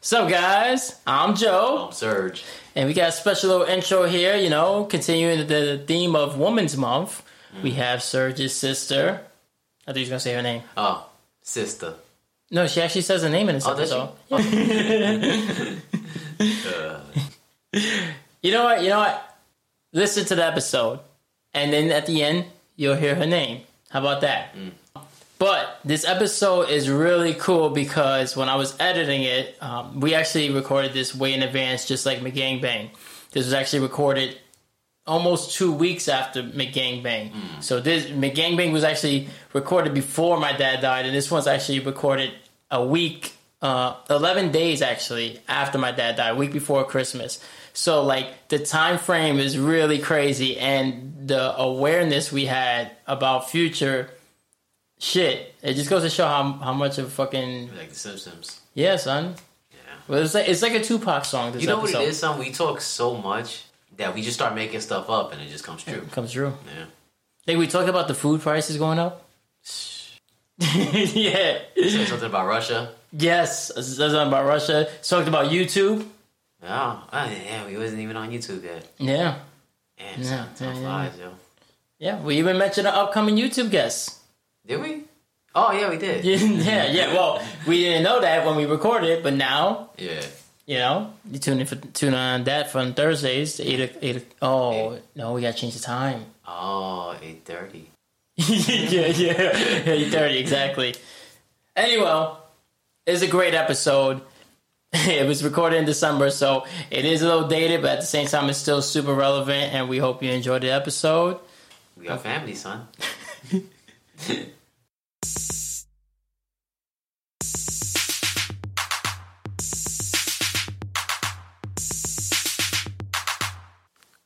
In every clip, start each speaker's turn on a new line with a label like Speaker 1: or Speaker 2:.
Speaker 1: So, guys, I'm Joe,
Speaker 2: I'm Surge.
Speaker 1: and we got a special little intro here. You know, continuing the theme of Women's Month, we
Speaker 2: Mm.
Speaker 1: have Serge's sister. I think he's gonna say her name.
Speaker 2: Oh, sister.
Speaker 1: No, she actually says her name in this
Speaker 2: Oh, does
Speaker 1: episode.
Speaker 2: Uh,
Speaker 1: you know what? You know what? Listen to the episode, and then at the end, you'll hear her name. How about that?
Speaker 2: Mm.
Speaker 1: But this episode is really cool because when I was editing it, um, we actually recorded this way in advance, just like McGangbang. Bang. This was actually recorded almost two weeks after McGangbang. Bang.
Speaker 2: Mm.
Speaker 1: So this McGangbang Bang was actually recorded before my dad died, and this one's actually recorded a week, uh, eleven days actually after my dad died, a week before Christmas. So like the time frame is really crazy, and the awareness we had about future shit. It just goes to show how how much of fucking
Speaker 2: Like the Simpsons.
Speaker 1: yeah, son.
Speaker 2: Yeah.
Speaker 1: Well, it's like it's like a Tupac song. This
Speaker 2: You know
Speaker 1: episode
Speaker 2: what it is, son? We talk so much that we just start making stuff up and it just comes true.
Speaker 1: comes through.
Speaker 2: Yeah.
Speaker 1: Think we talked about the food prices going up. yeah.
Speaker 2: Say something about Russia.
Speaker 1: Yes. That's something about Russia. Talked about YouTube.
Speaker 2: Oh, oh, yeah, we wasn't even on YouTube yet.
Speaker 1: Yeah.
Speaker 2: Damn,
Speaker 1: Yeah,
Speaker 2: yeah,
Speaker 1: yeah,
Speaker 2: time
Speaker 1: yeah.
Speaker 2: flies, yo.
Speaker 1: Yeah. We even mentioned an upcoming YouTube guest.
Speaker 2: Did we? Oh, yeah, we did.
Speaker 1: yeah. Yeah. Well, we didn't know that when we recorded, it, but now
Speaker 2: Yeah.
Speaker 1: you know you tune in for tune on that from Thursdays to eight. o- eight o- oh no, we gotta change the time.
Speaker 2: Oh, 8.30.
Speaker 1: yeah, yeah, yeah, thirty exactly. Anyway, it's a great episode. It was recorded in December, so it is a little dated, but at the same time, it's still super relevant. And we hope you enjoyed the episode.
Speaker 2: We are family, son.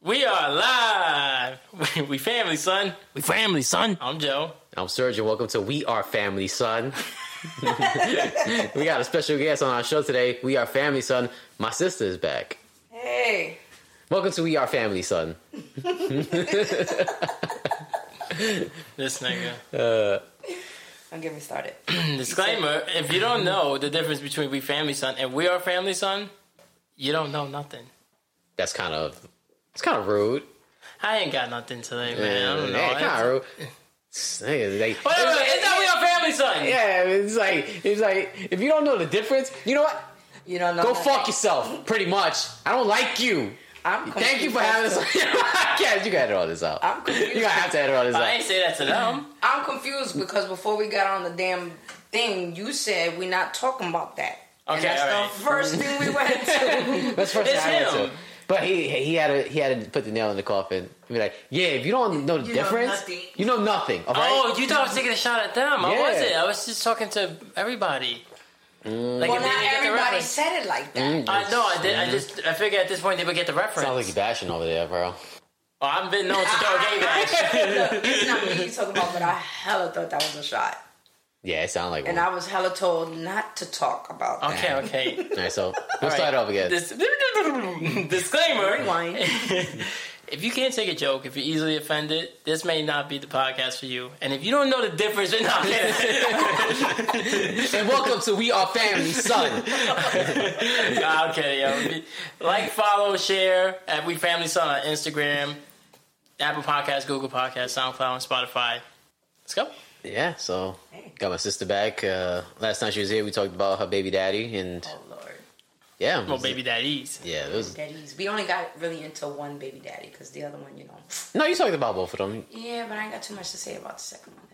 Speaker 1: We are live. We family, son. We family, son. I'm Joe.
Speaker 2: I'm Surge, and welcome to We Are Family, son. we got a special guest on our show today. We Are Family, son. My sister is back.
Speaker 3: Hey,
Speaker 2: Welcome to We Are Family, son.
Speaker 1: This nigga.
Speaker 3: don't get me started.
Speaker 1: Disclaimer: If you don't know the difference between we family, son, and we are family, son, you don't know nothing.
Speaker 4: that's kind of it's kind of rude.
Speaker 1: I ain't got nothing today, man. I don't know.
Speaker 4: Yeah,
Speaker 1: I-
Speaker 4: kind of rude. It's like- it's like-
Speaker 1: Wait, wait, wait, it's not we are family, son.
Speaker 4: yeah, it's like it's like if you don't know the difference, you know what?
Speaker 3: You don't know.
Speaker 4: Go
Speaker 1: Uh-huh.
Speaker 3: nothing.
Speaker 4: fuck yourself. Pretty much. I don't like you.
Speaker 3: I'm
Speaker 4: Thank you for
Speaker 3: confused
Speaker 4: having
Speaker 3: as
Speaker 4: us.
Speaker 3: to-
Speaker 4: yeah, you gotta edit all this out.
Speaker 3: I'm confused.
Speaker 4: You gotta have to edit all this
Speaker 1: I
Speaker 4: out.
Speaker 1: ain't say that to them.
Speaker 3: I'm confused because before we got on the damn thing, you said we're not talking about that.
Speaker 1: Okay,
Speaker 3: and that's
Speaker 1: alright.
Speaker 3: the first thing we went into.
Speaker 4: That's the first
Speaker 1: It's
Speaker 4: thing I went to.
Speaker 1: him.
Speaker 4: But he he had to he had to put the nail in the coffin. He'd be like, yeah, if you don't know the
Speaker 3: You know
Speaker 4: difference,
Speaker 3: nothing.
Speaker 4: you know nothing. All right.
Speaker 1: Oh, you thought I was taking a shot at them? I
Speaker 4: Yeah.
Speaker 1: wasn't. I was just talking to everybody.
Speaker 4: Mm.
Speaker 1: Like,
Speaker 3: well,
Speaker 1: if they didn't
Speaker 3: not
Speaker 1: get the
Speaker 3: everybody
Speaker 1: reference.
Speaker 3: said it like that.
Speaker 1: I know. I did. I just. I figured at this point they would get the reference.
Speaker 4: Sounds Mm-hmm. like you're bashing over there, bro.
Speaker 1: oh, I've been known to throw a game back.
Speaker 3: It's not me you talking about, but I hella thought that was a shot,
Speaker 4: Yeah, it sounds like one.
Speaker 3: and I was hella told not to talk about that.
Speaker 1: Okay, okay.
Speaker 4: All right, so we'll start
Speaker 1: right.
Speaker 4: off again.
Speaker 1: Dis- disclaimer:
Speaker 3: Rewind.
Speaker 1: If you can't take a joke, if you're easily offended, this may not be the podcast for you. And if you don't know the difference, then not
Speaker 4: And welcome to We Are Family, son.
Speaker 1: Nah, I'm kidding, yo. Ah, Like, follow, share at We Family Son on Instagram, Apple Podcasts, Google Podcasts, SoundCloud, and Spotify. Let's go.
Speaker 4: Yeah, so got my sister back. Uh, last time she was here, we talked about her baby daddy, and
Speaker 3: Oh Lord,
Speaker 4: yeah,
Speaker 1: Well, Oh, baby daddies.
Speaker 4: yeah, it was.
Speaker 3: daddies. We only got really into one baby daddy because the other one, you know.
Speaker 4: No, you talked about both of them.
Speaker 3: Yeah, but I ain't got too much to say about the second one.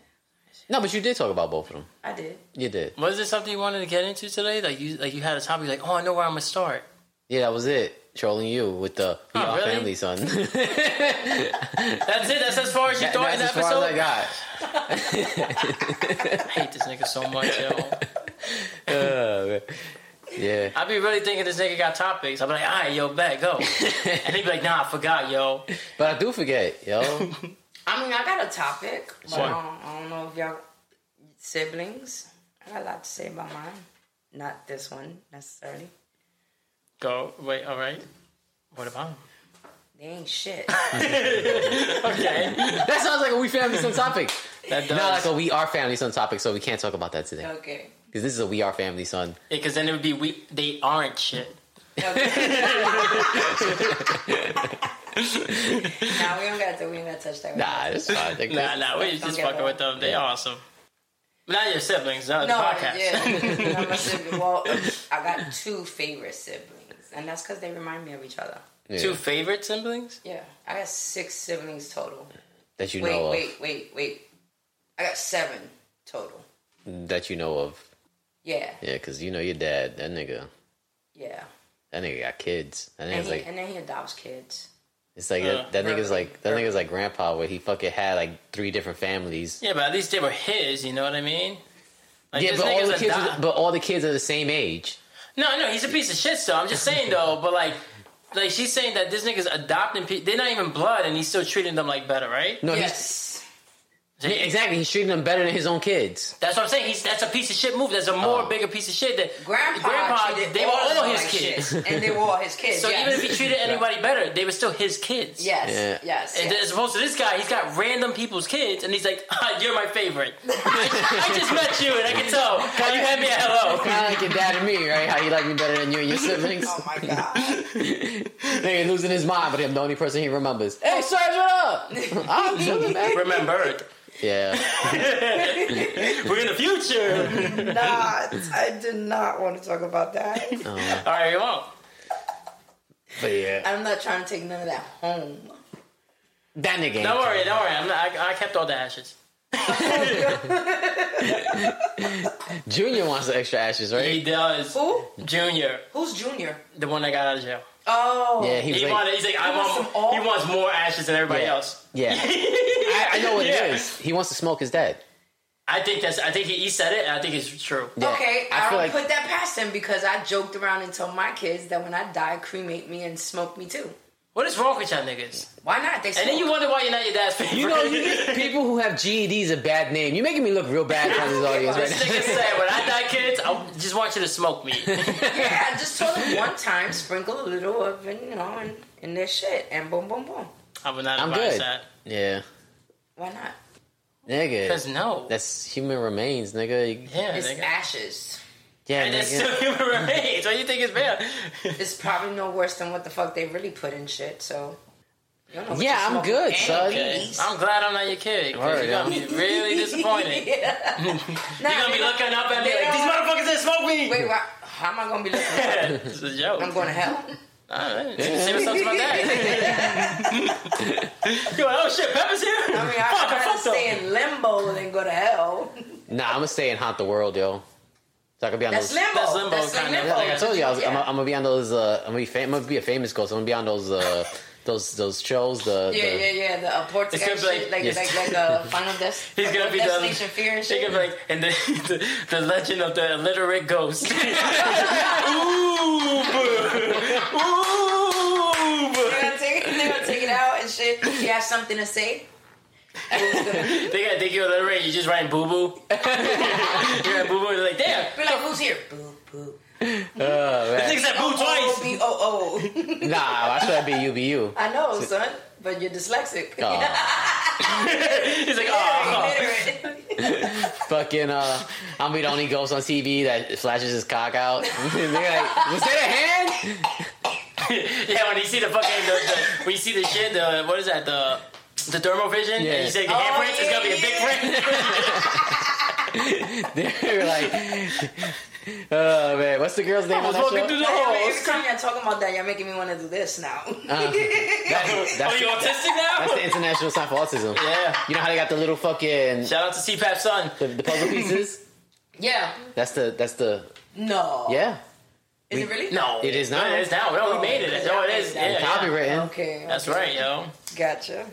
Speaker 4: No, but you did talk about both of them.
Speaker 3: I did.
Speaker 4: You did.
Speaker 1: Was there something you wanted to get into today? Like you, like you had a topic. Like, oh, I know where I'm gonna start.
Speaker 4: Yeah, that was it. Trolling you with the We
Speaker 1: Oh,
Speaker 4: Are Family,
Speaker 1: really?
Speaker 4: son.
Speaker 1: That's it. That's as far as you thought in
Speaker 4: That's
Speaker 1: the
Speaker 4: as far as
Speaker 1: episode.
Speaker 4: I got.
Speaker 1: I hate this nigga so much, yo.
Speaker 4: Uh, man. yeah,
Speaker 1: I'd be really thinking this nigga got topics. I'd be like, all right, yo, bet go. and he'd be like, nah, I forgot, yo.
Speaker 4: but I do forget, yo.
Speaker 3: I mean, I got a topic, but
Speaker 1: Sure.
Speaker 3: I, don't, I don't know if y'all siblings. I got a lot to say about mine. Not this one necessarily.
Speaker 1: Go. Wait. All right. What about him?
Speaker 3: They ain't shit.
Speaker 1: Okay.
Speaker 2: That sounds like a we family son topic.
Speaker 1: That
Speaker 2: Not
Speaker 1: does.
Speaker 2: like a we are family son topic, so we can't talk about that today.
Speaker 3: okay.
Speaker 2: Because this is a we are family son.
Speaker 1: Because then it would be we. They aren't shit.
Speaker 3: Okay. nah, we don't got to. We ain't got to touch that.
Speaker 2: Nah, it's fine. Like,
Speaker 1: Nah, nah. We just
Speaker 3: Okay,
Speaker 1: fucking
Speaker 3: well.
Speaker 1: with them. They awesome. But not your siblings. Not
Speaker 3: No,
Speaker 1: the podcast.
Speaker 3: yeah. Not my sibling. Well, I got two favorite siblings, and that's because they remind me of each other.
Speaker 2: yeah,
Speaker 1: Two favorite siblings.
Speaker 3: Yeah, I got six siblings total.
Speaker 2: that you
Speaker 3: Wait,
Speaker 2: know
Speaker 3: wait, wait, wait. I got seven total.
Speaker 2: of. That you know of.
Speaker 3: Yeah,
Speaker 2: Yeah, because you know your dad. That nigga.
Speaker 3: yeah.
Speaker 2: That nigga got kids. That
Speaker 3: And,
Speaker 2: nigga's
Speaker 3: he,
Speaker 2: like.
Speaker 3: and then he adopts kids.
Speaker 2: It's like
Speaker 1: Uh,
Speaker 2: that, that nigga's
Speaker 3: Reverend-
Speaker 2: like that nigga's like grandpa where he fucking had like three different families.
Speaker 1: Yeah, but at least they were his. You know what I mean? Like,
Speaker 2: Yeah,
Speaker 1: this
Speaker 2: but all
Speaker 1: nigga's
Speaker 2: the
Speaker 1: a
Speaker 2: kids,
Speaker 1: dot.
Speaker 2: are, but all the kids are the same age.
Speaker 1: No, no, he's a piece of shit. So I'm just saying though, but like, like she's saying that this nigga's adopting. Pe- they're not even blood, and he's still treating them like better, right?
Speaker 2: No,
Speaker 3: yes.
Speaker 2: he's he- exactly he's treating them better than his own kids.
Speaker 1: That's what I'm saying. He's that's a piece of shit move. That's a more
Speaker 2: Oh.
Speaker 1: bigger piece of shit. That
Speaker 3: Grandpa, treated
Speaker 1: they were all
Speaker 3: of
Speaker 1: his
Speaker 3: like
Speaker 1: kids.
Speaker 3: shit. and they were all his kids.
Speaker 1: So
Speaker 3: yes.
Speaker 1: even if he treated anybody better, they were still his kids.
Speaker 3: yes,
Speaker 2: Yeah.
Speaker 3: yes,
Speaker 1: And
Speaker 3: yes.
Speaker 1: as opposed to this guy, he's got random people's kids, and he's like, ah, "You're my favorite. I, I just met you, and I can tell how you had me at hello."
Speaker 2: Kind of like your dad and me, right? How he like me better than you and your siblings.
Speaker 3: Oh my god.
Speaker 2: Nigga losing his mind, but I'm the only person he remembers.
Speaker 1: Oh,
Speaker 2: Hey, Serge, what up? I'm chilling, man.
Speaker 1: Remembered.
Speaker 2: Yeah,
Speaker 1: We're in the future.
Speaker 3: not. I did not want to talk about that.
Speaker 1: All right, we won't.
Speaker 2: um, but yeah,
Speaker 3: I'm not trying to take none of that home.
Speaker 2: that nigga.
Speaker 1: Don't
Speaker 2: ain't-
Speaker 1: worry, don't worry. I'm not, I, I kept all the ashes.
Speaker 2: Junior wants the extra ashes,
Speaker 1: He
Speaker 2: right?
Speaker 1: does.
Speaker 3: Who?
Speaker 1: Junior,
Speaker 3: Who's Junior?
Speaker 1: the one that got out of jail.
Speaker 3: Oh.
Speaker 2: Yeah, he was
Speaker 1: He,
Speaker 2: like,
Speaker 1: wanted, he's like, I
Speaker 3: wants
Speaker 1: want,
Speaker 3: them all?
Speaker 1: he wants more ashes than everybody
Speaker 2: Yeah.
Speaker 1: else.
Speaker 2: yeah. I, I know what
Speaker 1: Yeah.
Speaker 2: it is. He wants to smoke his dad.
Speaker 1: I think that's. I think he, he said it, and I think it's true.
Speaker 2: Yeah,
Speaker 3: Okay,
Speaker 2: I
Speaker 3: I,
Speaker 2: feel
Speaker 3: don't
Speaker 2: like-
Speaker 3: put that past him because I joked around and told my kids that when I die, cremate me and smoke me too.
Speaker 1: What is wrong with y'all niggas?
Speaker 3: Why not? They smoke.
Speaker 1: And then you wonder why you're not your dad's favorite.
Speaker 2: You know, you give people who have GEDs a bad name. You're making me look real bad in front of this audience
Speaker 1: this
Speaker 2: right
Speaker 1: nigga said, when I die, kids, I just want you to smoke me.
Speaker 3: yeah, I just told them one time, sprinkle a little of it, you know, in, in their shit, and boom, boom, boom.
Speaker 1: I would not
Speaker 2: I'm
Speaker 1: advise
Speaker 2: good.
Speaker 1: that.
Speaker 2: now. Yeah.
Speaker 3: Why not?
Speaker 1: Because
Speaker 2: Nigga.
Speaker 1: no.
Speaker 2: That's human remains, nigga.
Speaker 1: yeah,
Speaker 3: It's
Speaker 1: nigga.
Speaker 3: ashes.
Speaker 2: Yeah,
Speaker 1: And that's
Speaker 2: nigga.
Speaker 1: still human remains. Why you think it's bad?
Speaker 3: It's probably no worse than what the fuck they really put in shit. So. you don't know what
Speaker 2: Yeah,
Speaker 3: you're
Speaker 2: I'm
Speaker 3: smoking.
Speaker 2: good, son.
Speaker 1: Okay. I'm glad I'm not your kid. 'cause
Speaker 2: Word,
Speaker 1: you're gonna
Speaker 2: yeah.
Speaker 1: be really disappointed.
Speaker 3: Yeah.
Speaker 1: You're gonna be looking up at me like these motherfuckers didn't smoke me.
Speaker 3: Wait, why, how am I gonna be looking? up?
Speaker 1: it's a joke.
Speaker 3: I'm going to hell.
Speaker 1: All right. Say what's up to my dad. You're like, oh shit, Pepper's here?
Speaker 3: I mean, I
Speaker 1: fuck,
Speaker 3: would
Speaker 1: I
Speaker 3: rather
Speaker 1: fucked up.
Speaker 3: stay in limbo than go to hell.
Speaker 2: Nah, I'm gonna stay and haunt the world, yo. So I could be on
Speaker 3: That's
Speaker 2: those.
Speaker 3: limbo.
Speaker 1: That's limbo,
Speaker 3: like
Speaker 1: kinda.
Speaker 2: Like I told you, I was, I'm,
Speaker 3: Yeah.
Speaker 2: I'm gonna be on those. Uh, I'm gonna be. Fam- I'm gonna be a famous ghost. I'm gonna be on those. Uh, those those shows. The,
Speaker 3: Yeah,
Speaker 2: the
Speaker 3: yeah, yeah. The uh, Portugal
Speaker 1: It's gonna be
Speaker 3: shit,
Speaker 1: like-
Speaker 3: like,
Speaker 2: Yes.
Speaker 3: like, like, uh, Final Dest-
Speaker 1: He's gonna be the-
Speaker 3: Destination Fear and
Speaker 1: Think
Speaker 3: shit.
Speaker 1: of like and the, the the legend of the illiterate ghost. Ooh, boo.
Speaker 3: They're gonna take it. They're gonna take it out and shit. If you have something to say, we're gonna
Speaker 1: Ooh. They gotta think you're illiterate. You just writing boo boo. You're boo boo. They're like, damn.
Speaker 3: be like, "Who's here?" Boo, boo.
Speaker 2: Oh, man.
Speaker 1: Nigga said boo
Speaker 3: Oh,
Speaker 1: twice.
Speaker 3: B O O.
Speaker 2: Nah, I should I be UBU.
Speaker 3: I know, son, but you're dyslexic.
Speaker 2: Oh,
Speaker 1: He's like,
Speaker 3: You're
Speaker 1: oh.
Speaker 3: illiterate.
Speaker 2: fucking. Uh, I'm gonna be the only ghost on TV that flashes his cock out. They're like, was that a hand?
Speaker 1: Yeah, when you see the fucking the, the, when you see the shit, the what is that the the thermal vision?
Speaker 2: Yeah.
Speaker 1: And you say the
Speaker 3: Oh,
Speaker 1: handprints, it's gonna be a big
Speaker 3: yeah, yeah.
Speaker 1: print.
Speaker 2: They're like, oh man, what's the girl's name
Speaker 1: I
Speaker 2: on
Speaker 1: was
Speaker 2: that
Speaker 1: walking
Speaker 2: show?
Speaker 1: through the
Speaker 3: Now,
Speaker 1: halls.
Speaker 3: Every time you're talking about that, you're making me want to do this now.
Speaker 1: Uh.
Speaker 2: Uh, That-
Speaker 1: Are
Speaker 2: that's,
Speaker 1: you autistic now?
Speaker 2: that's the international sign for autism.
Speaker 1: yeah.
Speaker 2: You know how they got the little fucking
Speaker 1: Shout out to CPAP son.
Speaker 2: the, the puzzle pieces?
Speaker 3: yeah.
Speaker 2: That's the that's the
Speaker 3: No.
Speaker 2: yeah.
Speaker 3: Is it really?
Speaker 1: No,
Speaker 2: It is now.
Speaker 1: It is now. No, we made it. No, it
Speaker 3: Oh,
Speaker 1: is. Yeah, yeah.
Speaker 2: Copywritten.
Speaker 3: Okay.
Speaker 1: That's right, yo.
Speaker 3: Gotcha.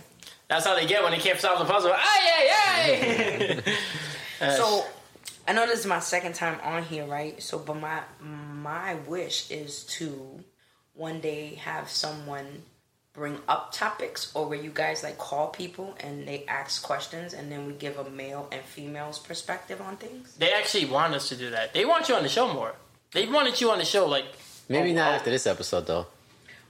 Speaker 1: That's how they get when they can't solve the puzzle. Ay, ay, ay! Uh,
Speaker 3: So I know this is my second time on here, right? So, but my my wish is to one day have someone bring up topics, or where you guys like call people and they ask questions, and then we give a male and female's perspective on things.
Speaker 1: they actually want us to do that. They want you on the show more. They wanted you on the show, like
Speaker 2: Maybe not after this episode though.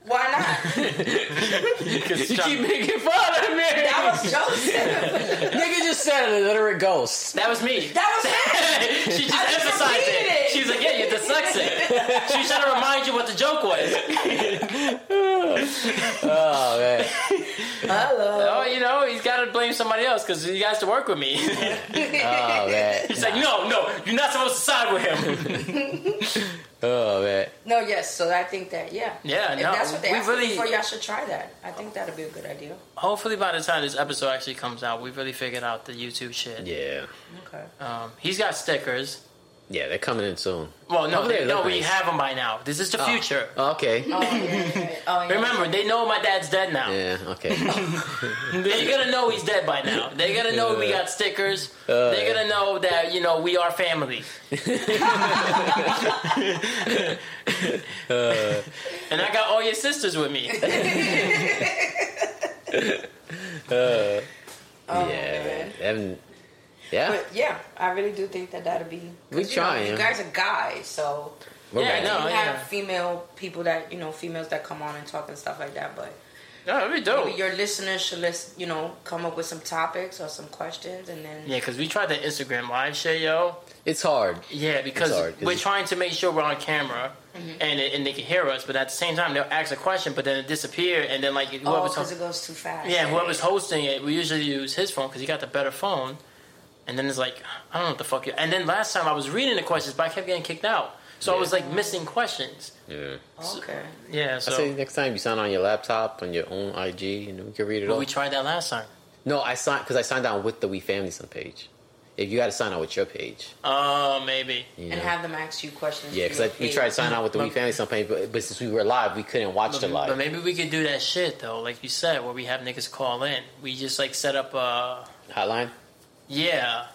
Speaker 3: Why not?
Speaker 5: You keep making fun of me.
Speaker 3: That was Joseph.
Speaker 2: Nigga just said an illiterate ghost.
Speaker 1: That was me.
Speaker 3: That
Speaker 1: she just
Speaker 3: I just
Speaker 1: emphasized
Speaker 3: repeated
Speaker 1: it.
Speaker 3: it.
Speaker 1: She's like, yeah, you're dyslexic. She's trying to remind you what the joke was.
Speaker 2: Oh man.
Speaker 3: was hello.
Speaker 1: Oh, you know, he's got to blame somebody else because he has to work with me. He's
Speaker 2: Oh man.
Speaker 1: like, no, no, you're not supposed to side with him.
Speaker 2: Oh man.
Speaker 3: No, yes. So I think that yeah,
Speaker 1: Yeah,
Speaker 3: If
Speaker 1: no,
Speaker 3: that's what they
Speaker 1: we
Speaker 3: asked really,
Speaker 1: really-
Speaker 3: for, y'all should try that. I think that'd be a good idea.
Speaker 1: Hopefully, by the time this episode actually comes out, we've really figured out the YouTube shit.
Speaker 2: Yeah.
Speaker 3: Okay.
Speaker 1: Um, he's got stickers.
Speaker 2: Yeah, they're coming in soon.
Speaker 1: Well, no,
Speaker 2: Hopefully
Speaker 1: they,
Speaker 2: they
Speaker 1: no,
Speaker 2: look
Speaker 1: we
Speaker 2: nice.
Speaker 1: have them by now. This is the future.
Speaker 2: Okay.
Speaker 3: Oh, yeah, yeah, yeah. Oh, yeah.
Speaker 1: Remember, they know my dad's dead now.
Speaker 2: Yeah. Okay.
Speaker 1: They're gonna know he's dead by now. They're gonna know we got stickers. They're gonna know that you know we are family. and I got all your sisters with me.
Speaker 3: Oh,
Speaker 2: yeah,
Speaker 3: man.
Speaker 2: man. Them- yeah.
Speaker 3: But yeah, I really do think that that'd be. 'cause,
Speaker 2: Oh. We
Speaker 3: you know,
Speaker 2: trying.
Speaker 3: you guys are guys, so
Speaker 2: We're
Speaker 1: Yeah,
Speaker 2: back.
Speaker 1: no. Oh,
Speaker 3: you
Speaker 1: yeah.
Speaker 3: have female people that you know, females that come on and talk and stuff like that. But
Speaker 1: No, we
Speaker 2: Oh.
Speaker 3: maybe
Speaker 1: do.
Speaker 3: your listeners should list, you know, come up with some topics or some questions, and then
Speaker 1: Yeah, because we tried the Instagram live shit, yo.
Speaker 2: It's hard.
Speaker 1: Yeah, because
Speaker 2: It's hard, 'cause
Speaker 1: we're
Speaker 2: it's-
Speaker 1: trying to make sure we're on camera
Speaker 3: Mm-hmm.
Speaker 1: and and they can hear us, but at the same time they'll ask a question, but then it disappear, and then like
Speaker 3: oh,
Speaker 1: whoever's
Speaker 3: because
Speaker 1: hosting,
Speaker 3: it goes too fast.
Speaker 1: yeah, whoever's hosting it, we usually use his phone because he got the better phone, and then it's like I don't know what the fuck you. And then last time I was reading the questions, but I kept getting kicked out, so I was like missing questions.
Speaker 2: Yeah.
Speaker 3: Okay.
Speaker 1: Yeah,
Speaker 2: I say
Speaker 1: so
Speaker 2: next time you sign on your laptop on your own IG, and we can read it
Speaker 1: but
Speaker 2: all.
Speaker 1: we tried that last time.
Speaker 2: no, I signed because I signed on with the We Family Son page. If you got to sign on with your page,
Speaker 1: Oh, maybe.
Speaker 2: you
Speaker 3: And
Speaker 2: know?
Speaker 3: have them ask you questions.
Speaker 2: yeah,
Speaker 3: for
Speaker 2: because
Speaker 3: your
Speaker 2: we
Speaker 3: page.
Speaker 2: tried to sign on with the We Family Son page, but, but since we were live, we couldn't watch the
Speaker 1: But
Speaker 2: live
Speaker 1: maybe we could do that shit though, like you said, where we have niggas call in. We just like set up a
Speaker 2: hotline.
Speaker 1: yeah,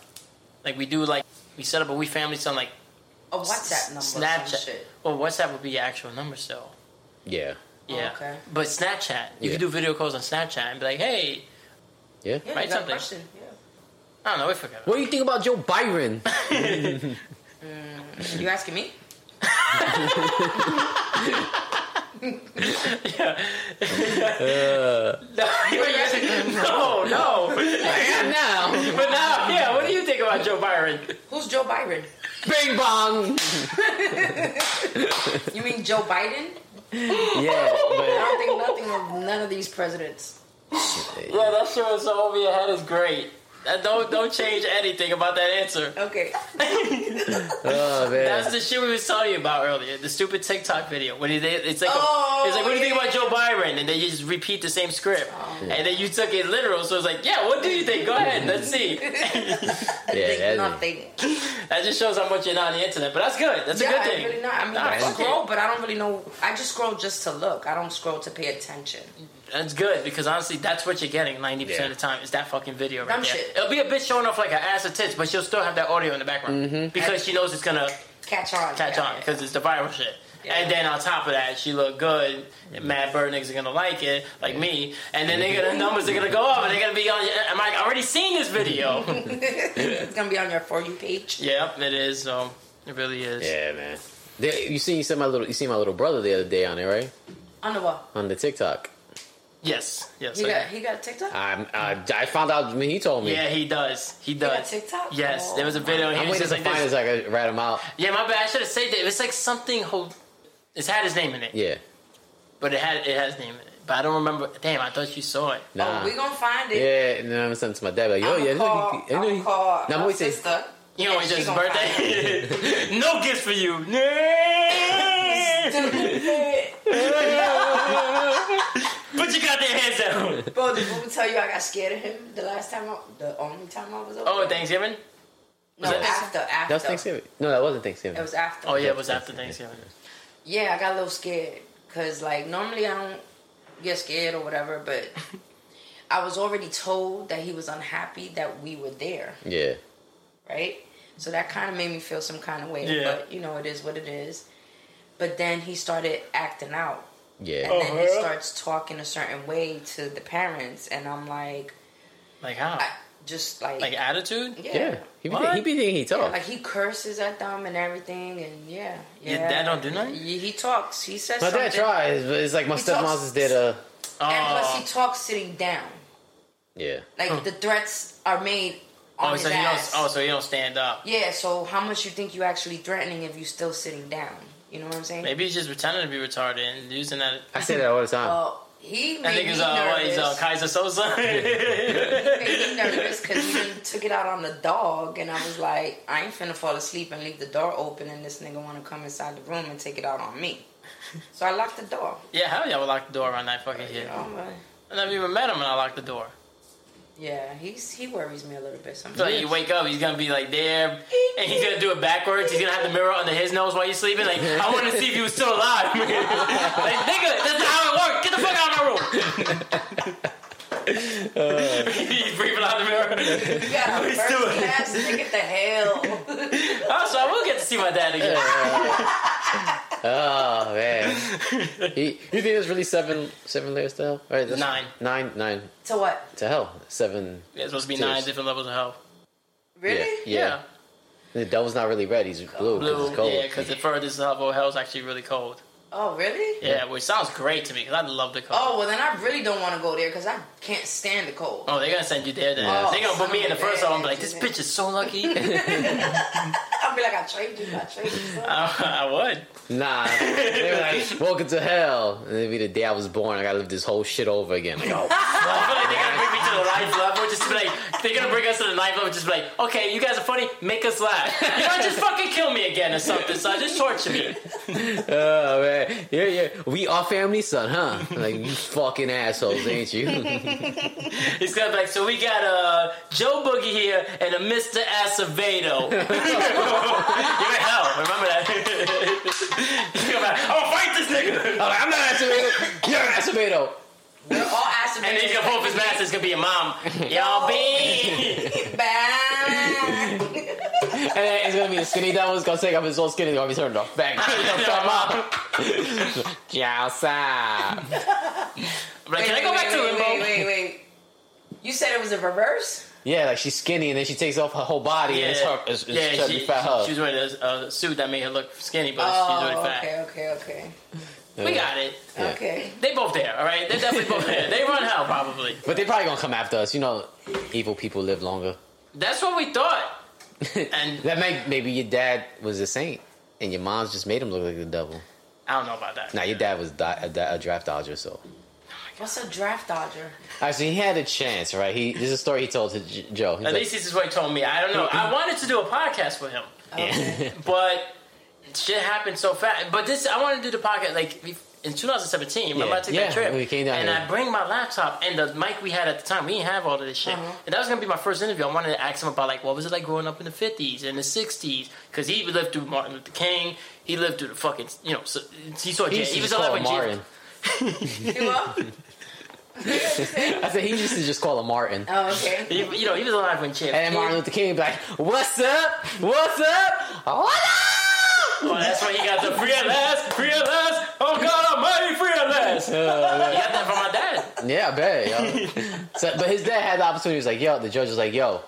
Speaker 1: like we do like we set up a we family son like
Speaker 3: a WhatsApp number, some
Speaker 1: Snapchat.
Speaker 3: shit.
Speaker 1: Well, WhatsApp would be actual number still.
Speaker 2: Yeah,
Speaker 1: Yeah.
Speaker 3: okay.
Speaker 1: But Snapchat, you
Speaker 2: Yeah.
Speaker 1: could do video calls on Snapchat and be like, hey,
Speaker 2: yeah.
Speaker 3: Yeah,
Speaker 1: Write
Speaker 3: you got a
Speaker 1: something.
Speaker 3: question. Yeah.
Speaker 1: I don't know, we forgot.
Speaker 2: What do you think about Joe Byron?
Speaker 3: You asking me?
Speaker 2: Uh.
Speaker 1: No, you were using- no, no.
Speaker 2: now,
Speaker 1: But now, yeah, what do you think about Joe Byron?
Speaker 3: Who's Joe Byron?
Speaker 2: Bing Bong.
Speaker 3: You mean Joe Biden?
Speaker 2: Yeah,
Speaker 3: I
Speaker 2: but
Speaker 3: don't think nothing of none of these presidents.
Speaker 1: Yeah, that shit was so over your head is great. That don't don't change anything about that answer.
Speaker 3: Okay.
Speaker 2: oh man,
Speaker 1: That's the shit we was telling you about earlier. The stupid TikTok video. When they, it's like, a-
Speaker 3: Oh,
Speaker 1: it's like, what do you think
Speaker 3: yeah.
Speaker 1: about Joe Byron? And then you just repeat the same script, and then you took it literal. So it's like, yeah, what do you think? Go ahead, let's see.
Speaker 2: yeah,
Speaker 3: Think
Speaker 2: that's-
Speaker 3: nothing.
Speaker 1: That just shows how much you're not on the internet. But that's good. That's
Speaker 3: yeah,
Speaker 1: a good
Speaker 3: I
Speaker 1: thing.
Speaker 3: really not. I mean,
Speaker 1: Nah,
Speaker 3: I
Speaker 1: fuck
Speaker 3: scroll,
Speaker 1: it.
Speaker 3: but I don't really know. I just scroll just to look. I don't scroll to pay attention.
Speaker 1: That's good because honestly, that's what you're getting 90%
Speaker 2: Yeah.
Speaker 1: of the time is that fucking video right
Speaker 3: Dumb
Speaker 1: there.
Speaker 3: shit.
Speaker 1: It'll be a bitch showing off like her ass or tits, but she'll still have that audio in the background
Speaker 2: Mm-hmm.
Speaker 1: because she knows it's gonna
Speaker 3: Catch on.
Speaker 1: catch
Speaker 3: yeah.
Speaker 1: on because it's the viral shit.
Speaker 3: Yeah.
Speaker 1: And then on top of that, she look good.
Speaker 2: Mm-hmm.
Speaker 1: Mad Bird niggas are gonna like it, like me. And then they gonna numbers are gonna go up, and they're gonna be on. Am I already seen this video?
Speaker 3: It's gonna be on your for you page.
Speaker 1: yep, it is. Um, it really is.
Speaker 2: yeah, man. They, you seen you said my little you seen my little brother the other day on there, right?
Speaker 3: On the wall.
Speaker 2: On the TikTok.
Speaker 1: Yes, yes.
Speaker 3: He
Speaker 1: I-
Speaker 3: got he got a TikTok.
Speaker 1: Uh,
Speaker 2: I, I, I found out when he told me.
Speaker 1: yeah, he does. He
Speaker 3: got
Speaker 1: does.
Speaker 3: TikTok?
Speaker 1: Yes,
Speaker 3: Oh,
Speaker 1: there was a video. and He
Speaker 2: I'm
Speaker 1: was
Speaker 2: waiting
Speaker 1: just like
Speaker 2: to find it
Speaker 1: this.
Speaker 2: so I can rat him out.
Speaker 1: Yeah, my bad. I should have said that. It was like something. Ho- it's had his name in it,
Speaker 2: Yeah.
Speaker 1: but it had it has his name in it. But I don't remember. Damn, I thought you saw it.
Speaker 2: Nah.
Speaker 3: Oh, we gonna find it.
Speaker 2: yeah, and then I'm sending it to my dad. Like, yo,
Speaker 1: Oh,
Speaker 3: I'ma
Speaker 2: yeah,
Speaker 3: call,
Speaker 2: look, you, you
Speaker 3: I'ma
Speaker 2: know, you-
Speaker 3: call
Speaker 2: Nah, I'm
Speaker 3: my
Speaker 2: waiting.
Speaker 3: sister.
Speaker 1: You know,
Speaker 3: and
Speaker 1: it's
Speaker 3: she
Speaker 1: just his
Speaker 3: gonna find it.
Speaker 1: birthday. no gifts for you. but you got their hands down.
Speaker 3: Bro, did Boo tell you I got scared of him the last time? I, the only time I was over.
Speaker 1: Oh, Thanksgiving?
Speaker 3: no,
Speaker 2: that-
Speaker 3: after after
Speaker 2: That was Thanksgiving. No, that wasn't
Speaker 3: It
Speaker 2: Thanksgiving.
Speaker 3: was after.
Speaker 1: Oh, yeah, it was after Thanksgiving.
Speaker 3: Yeah, I got a little scared because like normally I don't get scared or whatever, but I was already told that he was unhappy that we were there,
Speaker 2: yeah.
Speaker 3: right? So that kind of made me feel some kind of way.
Speaker 1: Yeah.
Speaker 3: But you know, it is what it is. But then he started acting out,
Speaker 2: Yeah.
Speaker 3: and then he
Speaker 1: Uh-huh.
Speaker 3: starts talking a certain way to the parents, and I'm like,
Speaker 1: Like, how?
Speaker 3: I, just like,
Speaker 1: Like attitude?
Speaker 3: yeah.
Speaker 2: Yeah, he be,
Speaker 1: What?
Speaker 2: he be thinking he
Speaker 1: Oh.
Speaker 2: tough.
Speaker 3: Like he curses at them and everything, and yeah, yeah.
Speaker 1: Your dad don't do nothing?
Speaker 3: He, he talks. He says
Speaker 2: my
Speaker 3: something.
Speaker 2: dad tries, but it's like my
Speaker 3: He talks-
Speaker 2: stepmom's is there to
Speaker 3: And plus,
Speaker 1: Oh,
Speaker 3: he talks sitting down.
Speaker 2: yeah.
Speaker 3: Like the threats are made on
Speaker 1: oh,
Speaker 3: his
Speaker 1: so he don't,
Speaker 3: ass.
Speaker 1: oh, so he don't stand up.
Speaker 3: Yeah. So how much you think you actually threatening if you still sitting down? You know what I'm saying?
Speaker 1: Maybe he's just pretending to be retarded and using that.
Speaker 2: I say that all the time.
Speaker 3: Well, he
Speaker 1: I
Speaker 3: made
Speaker 1: think
Speaker 3: me
Speaker 1: he's uh, what, he's uh,
Speaker 3: nervous.
Speaker 1: Kaiser Sosa.
Speaker 3: He made me nervous because he done took it out on the dog, and I was like, I ain't finna fall asleep and leave the door open, and this nigga wanna come inside the room and take it out on me. So I locked the door.
Speaker 1: yeah, hell yeah, I would lock the door around that fucking kid.
Speaker 3: Oh my.
Speaker 1: I never even met him and I locked the door.
Speaker 3: Yeah, he's he worries me a little bit sometimes.
Speaker 1: So you wake up, he's gonna be like there, and he's gonna do it backwards. He's gonna have the mirror under his nose while you're sleeping. Like, I want to see if you were still alive. like, nigga, that's not how it works. Get the fuck out of my room.
Speaker 2: Uh.
Speaker 1: he's breathing out the mirror.
Speaker 3: You got a
Speaker 1: He's
Speaker 3: first
Speaker 1: doing it.
Speaker 3: class ticket to hell.
Speaker 1: Also, Oh, I will get to see my dad again.
Speaker 2: Oh man, he, you think there's really seven seven layers to hell? Right, that's-
Speaker 1: Nine.
Speaker 2: nine, nine
Speaker 3: So what?
Speaker 2: to hell. Seven.
Speaker 1: Yeah, it's supposed to be
Speaker 2: Serious.
Speaker 1: nine different levels of hell.
Speaker 3: Really?
Speaker 2: Yeah. yeah. The devil's not really red. He's blue. 'cause
Speaker 1: Blue,
Speaker 2: it's cold.
Speaker 1: yeah, because the furthest level of hell is actually really cold.
Speaker 3: Oh, really?
Speaker 1: Yeah, which sounds great to me because I love the cold.
Speaker 3: Oh, well, then I really don't want to go there because I can't stand the cold.
Speaker 1: Oh, they're gonna send you there. Then
Speaker 3: Yeah.
Speaker 1: they're gonna put me in the first
Speaker 3: Oh,
Speaker 1: one. I'm like, this bitch is so lucky. I,
Speaker 3: I'll be like, I traded you, I traded you. son.
Speaker 1: I would.
Speaker 2: Nah. They were like, welcome to hell. And it'd be the day I was born. I gotta live this whole shit over again. Like, oh,
Speaker 1: I feel like they're gonna bring me to the ninth level. Just be like, they're gonna bring us to the ninth level. Just be like, okay, you guys are funny. Make us laugh. You know, just fucking kill me again or something. So just torture me.
Speaker 2: oh, man. Yeah, yeah. We are family, son, huh? Like, you fucking assholes, ain't you?
Speaker 1: He's gonna be like, so we got uh, Joe Boogie here and a Mr. Acevedo. You're in hell. Remember that. He's gonna be like, I'm gonna fight this nigga.
Speaker 2: I'm like, I'm not Acevedo. You're an Acevedo.
Speaker 3: We're all
Speaker 1: And
Speaker 3: acidated.
Speaker 1: then he's gonna pull up his mask. It's gonna be a mom. Y'all be.
Speaker 3: Bang.
Speaker 2: And then it's gonna be the skinny devil. It's gonna take off his whole skin. It's gonna be turned off. Bang. Come up. Jiaosa.
Speaker 1: I'm like, can I go back to limbo?
Speaker 3: Wait, wait, wait. You said it was a reverse?
Speaker 2: Yeah, like she's skinny, and then she takes off her whole body, and it's her. It's, it's
Speaker 1: yeah,
Speaker 2: trying to
Speaker 1: she,
Speaker 2: be fat her.
Speaker 1: she was wearing a, a suit that made her look skinny, but she was
Speaker 3: Oh,
Speaker 1: really fat.
Speaker 3: okay, okay, okay.
Speaker 1: We got it.
Speaker 2: Yeah.
Speaker 3: Okay.
Speaker 1: They both there, all right? They're definitely both there. They run hell, probably.
Speaker 2: But they probably gonna come after us. You know, evil people live longer.
Speaker 1: That's what we thought. And
Speaker 2: That may maybe your dad was a saint, and your mom's just made him look like the devil.
Speaker 1: I don't know about that.
Speaker 2: Now your dad was di- a, di- a draft dodger, so
Speaker 3: What's a draft dodger?
Speaker 2: actually he had a chance, right? He this is a story he told to J- Joe. He's
Speaker 1: At
Speaker 2: like,
Speaker 1: least this is what he told me. I don't know. I wanted to do a podcast with him,
Speaker 2: Oh.
Speaker 3: Okay.
Speaker 1: but shit happened so fast. But this, I want to do the podcast like we- in 2017. Remember,
Speaker 2: Yeah.
Speaker 1: I took
Speaker 2: Yeah,
Speaker 1: that trip,
Speaker 2: we came down
Speaker 1: and
Speaker 2: here.
Speaker 1: I bring my laptop and the mic we had at the time. We didn't have all of this shit,
Speaker 3: Uh-huh.
Speaker 1: and that was gonna be my first interview. I wanted to ask him about like what was it like growing up in the 50s and the 60s because he lived through Martin Luther King. He lived through the fucking you know. So, he saw.
Speaker 2: he
Speaker 1: J-
Speaker 2: used
Speaker 1: He
Speaker 2: to
Speaker 1: was
Speaker 2: just
Speaker 1: alive
Speaker 2: call him
Speaker 1: when J-
Speaker 2: Martin.
Speaker 3: You up?
Speaker 2: I said he used to just call him Martin.
Speaker 3: Oh, okay.
Speaker 1: He, you know, he was alive when Chip.
Speaker 2: And then Martin Luther King be like, "What's up? What's up? What up?"
Speaker 1: Oh, that's why he got the free at last, free at last. Oh God Almighty, free at last. He got that from my dad.
Speaker 2: Yeah, I bet. Yo. so, but his dad had the opportunity. He was like, "Yo," the judge was like, "Yo,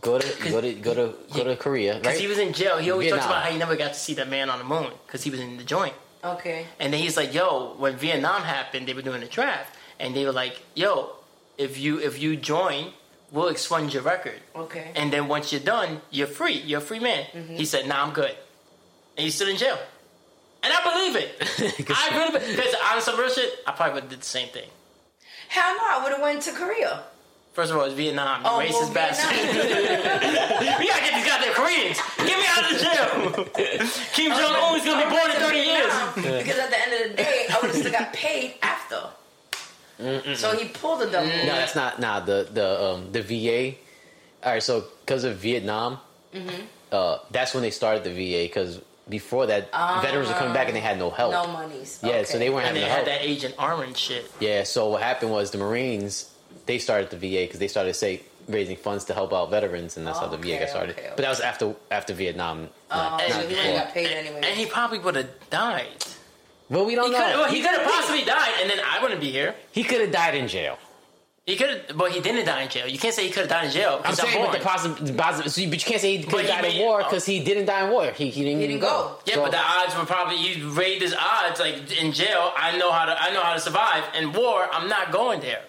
Speaker 2: go to go to go to go to Korea,
Speaker 1: Because
Speaker 2: right?"
Speaker 1: he was in jail. He always talks
Speaker 2: Vietnam.
Speaker 1: about how he never got to see the man on the moon because he was in the joint.
Speaker 3: Okay.
Speaker 1: And then he's like, "Yo, when Vietnam happened, they were doing a draft, and they were like, yo, if you if you join, we'll expunge your record,
Speaker 3: Okay.
Speaker 1: and then once you're done, you're free. You're a free man." He said, "Nah, I'm good," and he's still in jail. And I believe it. I really because on some real shit, I probably would have did the same thing.
Speaker 3: Hell no, I would have went to Korea.
Speaker 1: First of all, it's Vietnam. You
Speaker 3: Oh,
Speaker 1: racist
Speaker 3: well,
Speaker 1: bastard.
Speaker 3: Vietnam.
Speaker 1: We gotta get these goddamn Koreans. Get me out of the jail. Kim Jong Un is gonna be born in 30 years.
Speaker 3: Vietnam, Because at the end of the day, I would have still got paid after. So he pulled a double.
Speaker 2: No, that's not. Nah, the the um the VA. All right, so because of Vietnam, uh, that's when they started the VA. Because before that, veterans were coming back and they had no help.
Speaker 3: No monies.
Speaker 2: yeah, so they weren't
Speaker 1: And
Speaker 2: having
Speaker 1: they
Speaker 2: no
Speaker 1: had
Speaker 2: help.
Speaker 1: that Agent Orange shit.
Speaker 2: Yeah, so what happened was the Marines they started the VA because they started say raising funds to help out veterans, and that's how the VA
Speaker 3: Okay,
Speaker 2: got started.
Speaker 3: okay,
Speaker 2: But that was after after Vietnam. not-
Speaker 3: Oh,
Speaker 2: not
Speaker 3: so he
Speaker 2: before.
Speaker 3: wouldn't got paid anyway.
Speaker 1: And he probably would have died.
Speaker 2: Well, we don't
Speaker 1: He
Speaker 2: know.
Speaker 1: could have possibly died, and then I wouldn't be here.
Speaker 2: He could have died in jail.
Speaker 1: He could, but he didn't die in jail. You can't say he could have died in jail.
Speaker 2: I'm
Speaker 1: because
Speaker 2: saying
Speaker 1: born.
Speaker 2: with the positive, positive so you, but you can't say he could
Speaker 1: he
Speaker 2: die in
Speaker 1: made-
Speaker 2: war because he didn't die in war. He, he didn't
Speaker 3: He
Speaker 2: even
Speaker 3: didn't
Speaker 2: go.
Speaker 3: go.
Speaker 1: Yeah,
Speaker 2: So-
Speaker 1: but the odds were probably you raised his odds like in jail. I know how to I know how to survive in war. I'm not going there.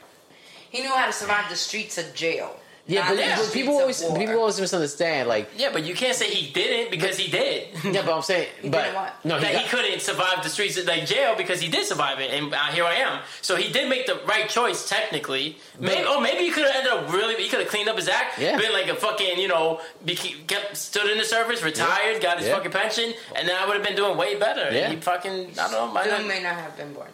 Speaker 3: He knew how to survive the streets of jail.
Speaker 2: yeah,
Speaker 3: not
Speaker 2: but,
Speaker 3: the
Speaker 2: but
Speaker 3: streets
Speaker 2: people
Speaker 3: of
Speaker 2: always
Speaker 3: war.
Speaker 2: people always misunderstand. Like
Speaker 1: Yeah, but you can't say he didn't because he did.
Speaker 2: yeah, but I'm saying, but
Speaker 3: didn't what?
Speaker 2: no, he,
Speaker 1: That
Speaker 2: got,
Speaker 1: he couldn't survive the streets of like jail because he did survive it, and uh, here I am. So he did make the right choice technically. Maybe, oh, maybe he could have ended up really. He could have cleaned up his act,
Speaker 2: Yeah.
Speaker 1: been like a fucking you know, beca- kept stood in the service, retired, got his
Speaker 2: Yeah.
Speaker 1: fucking pension, and then I would have been doing way better.
Speaker 2: Yeah.
Speaker 1: He fucking I don't know, might
Speaker 3: Doom
Speaker 1: not,
Speaker 3: may not have been born.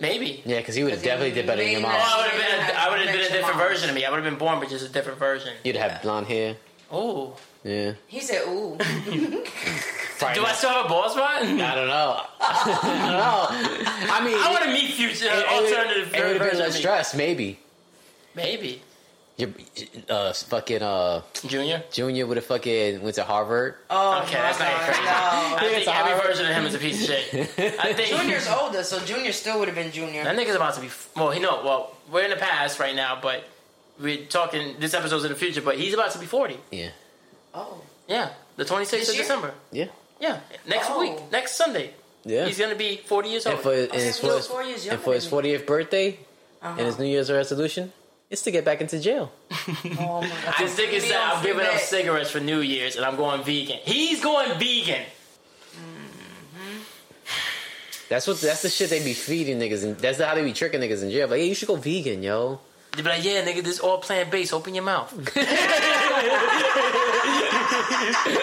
Speaker 1: maybe.
Speaker 2: yeah, because he would have definitely did better than your
Speaker 3: may
Speaker 2: mom.
Speaker 1: Oh, I
Speaker 3: not-
Speaker 1: would have been. A, I would have been a
Speaker 3: Mention
Speaker 1: different
Speaker 3: mom.
Speaker 1: version of me. I would have been born, but just a different version.
Speaker 2: You'd have blonde hair.
Speaker 1: Oh,
Speaker 2: Yeah.
Speaker 3: He said, "Ooh,
Speaker 2: Probably
Speaker 1: do I
Speaker 2: not-
Speaker 1: still have a ball spot?
Speaker 2: I don't know. I don't know. I mean,
Speaker 1: I want to meet future
Speaker 2: it- it would-
Speaker 1: alternative
Speaker 2: It would have been
Speaker 1: version
Speaker 2: less
Speaker 1: of me.
Speaker 2: stress, maybe.
Speaker 1: Maybe
Speaker 2: Your uh, fucking uh,
Speaker 1: junior.
Speaker 2: junior would have fucking went to Harvard.
Speaker 3: oh
Speaker 1: Okay,
Speaker 3: my
Speaker 1: that's not
Speaker 3: God,
Speaker 1: crazy.
Speaker 3: no."
Speaker 1: I think
Speaker 2: it's
Speaker 1: every
Speaker 2: alright.
Speaker 1: version of him is a piece of shit. I think
Speaker 3: Junior's older, so Junior still would have been Junior.
Speaker 1: that nigga's about to be. Well, he know. Well, we're in the past right now, but we're talking. This episode's in the future, but he's about to be forty.
Speaker 2: Yeah.
Speaker 3: Oh,
Speaker 1: Yeah, the twenty sixth
Speaker 3: This
Speaker 1: of
Speaker 3: year?
Speaker 1: December.
Speaker 2: Yeah.
Speaker 1: Yeah, next
Speaker 3: Oh.
Speaker 1: week, next Sunday,
Speaker 2: Yeah.
Speaker 1: he's gonna be forty years
Speaker 2: and
Speaker 1: old.
Speaker 2: for, and
Speaker 3: so
Speaker 2: his,
Speaker 3: he
Speaker 2: for
Speaker 3: was
Speaker 2: his,
Speaker 3: four years
Speaker 2: and
Speaker 3: younger
Speaker 2: for his
Speaker 3: than
Speaker 2: 40th birthday
Speaker 3: uh-huh.
Speaker 2: and his New Year's resolution is to get back into jail.
Speaker 3: oh my God.
Speaker 1: I think it's that
Speaker 3: Free meal,
Speaker 1: I'm
Speaker 3: free
Speaker 1: giving up
Speaker 3: bed.
Speaker 1: cigarettes for New Year's and I'm going vegan. He's going vegan.
Speaker 2: That's what. That's the shit they be feeding niggas, and that's how they be tricking niggas in jail. Like, yeah, you should go vegan, yo.
Speaker 1: They be like, yeah, nigga, this all plant based. Open your mouth.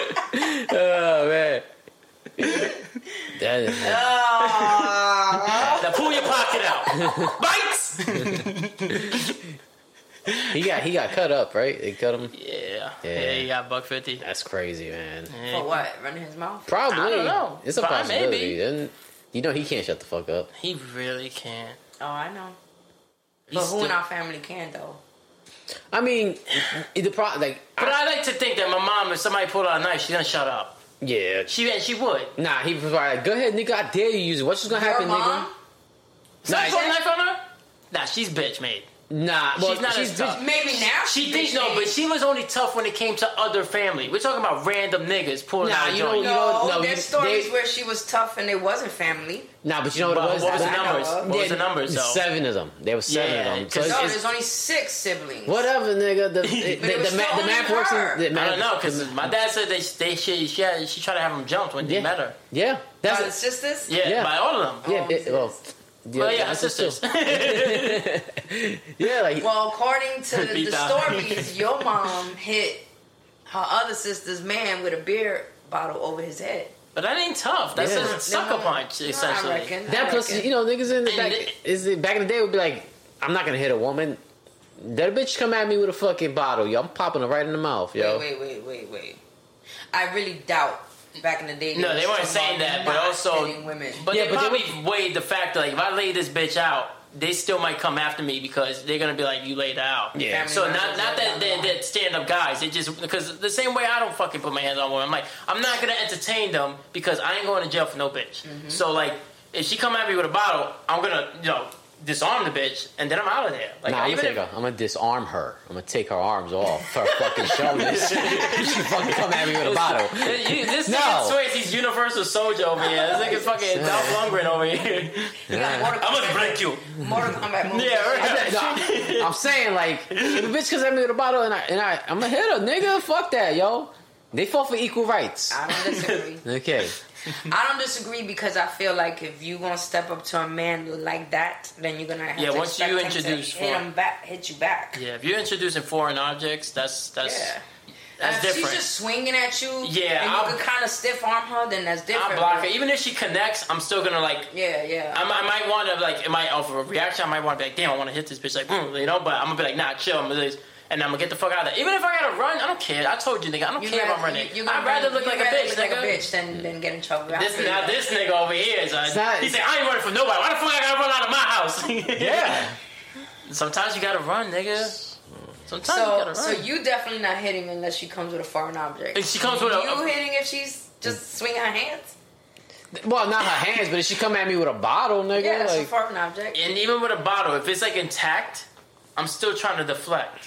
Speaker 2: Oh man. that is,
Speaker 3: Oh.
Speaker 1: now pull your pocket out. Bites.
Speaker 2: he got he got cut up, right? They cut him.
Speaker 1: Yeah. yeah,
Speaker 2: Yeah.
Speaker 1: you got buck fifty.
Speaker 2: That's crazy, man.
Speaker 3: For what? Running his mouth?
Speaker 2: Probably.
Speaker 1: I don't know.
Speaker 2: It's a
Speaker 1: Probably,
Speaker 2: possibility.
Speaker 1: maybe.
Speaker 2: And you know he can't shut the fuck up.
Speaker 1: He really can't.
Speaker 3: Oh, I know.
Speaker 1: He's
Speaker 3: But who
Speaker 1: still-
Speaker 3: in our family can though?
Speaker 2: I mean, the pro like
Speaker 1: But
Speaker 2: I-
Speaker 1: I like to think that my mom, if somebody pulled out a knife, she's gonna shut up.
Speaker 2: yeah.
Speaker 1: She and she would.
Speaker 2: Nah, he was like, go ahead, nigga. I dare you use it. What's just gonna
Speaker 3: Your
Speaker 2: happen,
Speaker 3: mom?
Speaker 1: Somebody
Speaker 2: Nice.
Speaker 1: pulled a knife on her? Nah, she's bitch made.
Speaker 2: nigga? Nah, well,
Speaker 1: She's not as tough.
Speaker 3: Maybe
Speaker 2: Ah,
Speaker 3: now
Speaker 1: She thinks no, but she was only tough when it came to other family. We're talking about random niggas pulling
Speaker 2: Nah,
Speaker 1: out. a
Speaker 2: you
Speaker 1: joint.
Speaker 2: don't-
Speaker 3: No,
Speaker 2: you know, no,
Speaker 3: there's
Speaker 2: you-
Speaker 3: stories
Speaker 2: they-
Speaker 3: where she was tough and it wasn't family.
Speaker 2: Nah, but you know what
Speaker 1: But
Speaker 2: it was?
Speaker 1: what was the
Speaker 2: I know.
Speaker 1: numbers? What was the
Speaker 2: Yeah,
Speaker 1: numbers though?
Speaker 2: Seven of them. There was seven
Speaker 1: Yeah,
Speaker 2: of them.
Speaker 1: 'cause
Speaker 2: So
Speaker 3: No,
Speaker 2: it's-
Speaker 3: there's only six siblings.
Speaker 2: Whatever, nigga. The,
Speaker 1: it
Speaker 2: the, the,
Speaker 3: was
Speaker 2: ma-
Speaker 3: still
Speaker 2: the math
Speaker 3: only
Speaker 2: works.
Speaker 3: her.
Speaker 2: In, the
Speaker 1: I
Speaker 2: math,
Speaker 1: don't know because my dad said they they she she, had, she tried to have him jumped when they
Speaker 2: Yeah.
Speaker 1: met her.
Speaker 2: Yeah,
Speaker 3: Brothers and
Speaker 2: that's
Speaker 3: sisters?
Speaker 1: Yeah,
Speaker 2: Yeah.
Speaker 1: by all of them.
Speaker 2: yeah. It, well, yeah,
Speaker 1: well, yeah, her
Speaker 2: that's just
Speaker 1: sisters.
Speaker 2: true. Yeah, like
Speaker 3: Well, according to
Speaker 1: Beat
Speaker 3: the
Speaker 1: that.
Speaker 3: stories, your mom hit her other sister's man with a beer bottle over his head.
Speaker 1: but that ain't tough. That's
Speaker 2: Yeah.
Speaker 1: a sucker
Speaker 3: No,
Speaker 1: punch essentially.
Speaker 3: I reckon. I
Speaker 2: that. Plus,
Speaker 3: reckon.
Speaker 2: you know, niggas in the
Speaker 1: And
Speaker 2: back
Speaker 1: it-
Speaker 2: is it, back in the day would be like, I'm not gonna hit a woman. That bitch come at me with a fucking bottle, yo. I'm popping her right in the mouth, yo.
Speaker 3: Wait, wait, wait, wait, wait. I really doubt back in the day.
Speaker 1: No,
Speaker 3: was
Speaker 1: they weren't
Speaker 3: talking
Speaker 1: saying
Speaker 3: about
Speaker 1: that, but
Speaker 3: not
Speaker 1: also-
Speaker 3: hitting women.
Speaker 1: But
Speaker 2: Yeah,
Speaker 1: they
Speaker 2: but they
Speaker 1: probably weighed the fact that like if I lay this bitch out, they still might come after me because they're gonna be like, "You laid her out."
Speaker 2: Yeah.
Speaker 1: So not not that they're, they're stand up guys. They just because the same way I don't fucking put my hands on women. I'm like, I'm not gonna entertain them because I ain't going to jail for no bitch. So like, if she come at me with a bottle, I'm gonna you know disarm the bitch and then I'm out of there. Like
Speaker 2: Nah, I'm gonna,
Speaker 1: even
Speaker 2: take
Speaker 1: if
Speaker 2: her, I'm gonna disarm her. I'm gonna take her arms off her fucking shoulders. she fucking come at me with a bottle.
Speaker 1: You- this
Speaker 2: No.
Speaker 1: nigga swears he's Universal Soldier over here. This nigga's fucking Dolph Lundgren over here.
Speaker 3: You got Mortal
Speaker 1: I'm gonna
Speaker 3: Kombat-
Speaker 1: break you.
Speaker 3: Mortal Kombat movies.
Speaker 1: Yeah, right.
Speaker 2: No, I'm saying like if a bitch comes at me with a bottle and I and I I'm gonna hit her, nigga. Fuck that, yo. They fought for equal rights.
Speaker 3: I don't disagree.
Speaker 2: Okay.
Speaker 3: I don't disagree because I feel like if you gonna step up to a man like that, then you're gonna have
Speaker 1: Yeah,
Speaker 3: to
Speaker 1: once
Speaker 3: expect
Speaker 1: you
Speaker 3: him to
Speaker 1: introduce
Speaker 3: hit
Speaker 1: for-
Speaker 3: him back, hit you back.
Speaker 1: Yeah, if you're introducing foreign objects, that's that's
Speaker 3: Yeah.
Speaker 1: that's
Speaker 3: if
Speaker 1: different.
Speaker 3: she's just swinging at you,
Speaker 1: Yeah,
Speaker 3: and you
Speaker 1: I'll-
Speaker 3: could kind of stiff arm her, then that's different.
Speaker 1: I block her.
Speaker 3: but-
Speaker 1: Even if she connects, I'm still gonna like.
Speaker 3: Yeah, yeah.
Speaker 1: I, might- I might want to like. It might offer a reaction. I might want to be like, damn, I want to hit this bitch, like, mm, you know. But I'm gonna be like, nah, chill. I'm gonna, and I'm gonna get the fuck out of there. Even if I gotta run, I don't care. I told you, nigga, I don't
Speaker 3: You
Speaker 1: care if
Speaker 3: rather-
Speaker 1: I'm running.
Speaker 3: you- you gonna
Speaker 1: I'd rather
Speaker 3: run-
Speaker 1: look
Speaker 3: you
Speaker 1: like a
Speaker 3: rather
Speaker 1: bitch,
Speaker 3: look
Speaker 1: nigga.
Speaker 3: like a bitch than than get in trouble. I
Speaker 1: This
Speaker 3: feel
Speaker 1: now,
Speaker 3: you.
Speaker 1: this nigga over here is.
Speaker 2: It's
Speaker 1: Uh,
Speaker 2: not-
Speaker 1: he said, I ain't running for nobody. Why the fuck I gotta run out of my house?
Speaker 2: Yeah.
Speaker 1: Sometimes you gotta run, nigga. Sometimes you
Speaker 3: So,
Speaker 1: gotta
Speaker 3: so
Speaker 1: run.
Speaker 3: you definitely not hitting unless she comes with a foreign object.
Speaker 1: If she comes
Speaker 3: you
Speaker 1: with a-
Speaker 3: hitting if she's just swinging her hands.
Speaker 2: Well, not her hands, but if she come at me with a bottle, nigga,
Speaker 3: Yeah, that's a
Speaker 2: like
Speaker 3: foreign object.
Speaker 1: and even with a bottle, if it's like intact, I'm still trying to deflect.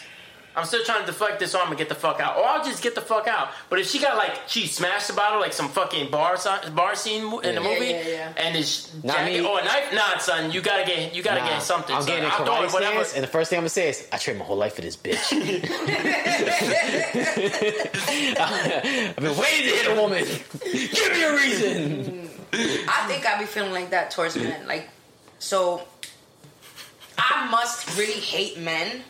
Speaker 1: I'm still trying to deflect this arm and get the fuck out. Or I'll just get the fuck out. But if she got like she smashed the bottle like some fucking bar si- bar scene mo- in the
Speaker 2: Yeah.
Speaker 1: movie,
Speaker 3: Yeah, yeah, yeah.
Speaker 1: and it's
Speaker 2: Nah, I
Speaker 1: jacket
Speaker 2: mean-
Speaker 1: or a knife, nah, son, you gotta get you gotta
Speaker 2: Nah,
Speaker 1: get something.
Speaker 2: I'm
Speaker 1: son.
Speaker 2: getting a
Speaker 1: I'll throw
Speaker 2: karate
Speaker 1: it, whatever.
Speaker 2: stance, and the first thing I'm gonna say is, I trained my whole life for this bitch. I've been waiting to hit a woman. Give me a reason.
Speaker 3: I think I be feeling like that towards men. Like, so I must really hate men.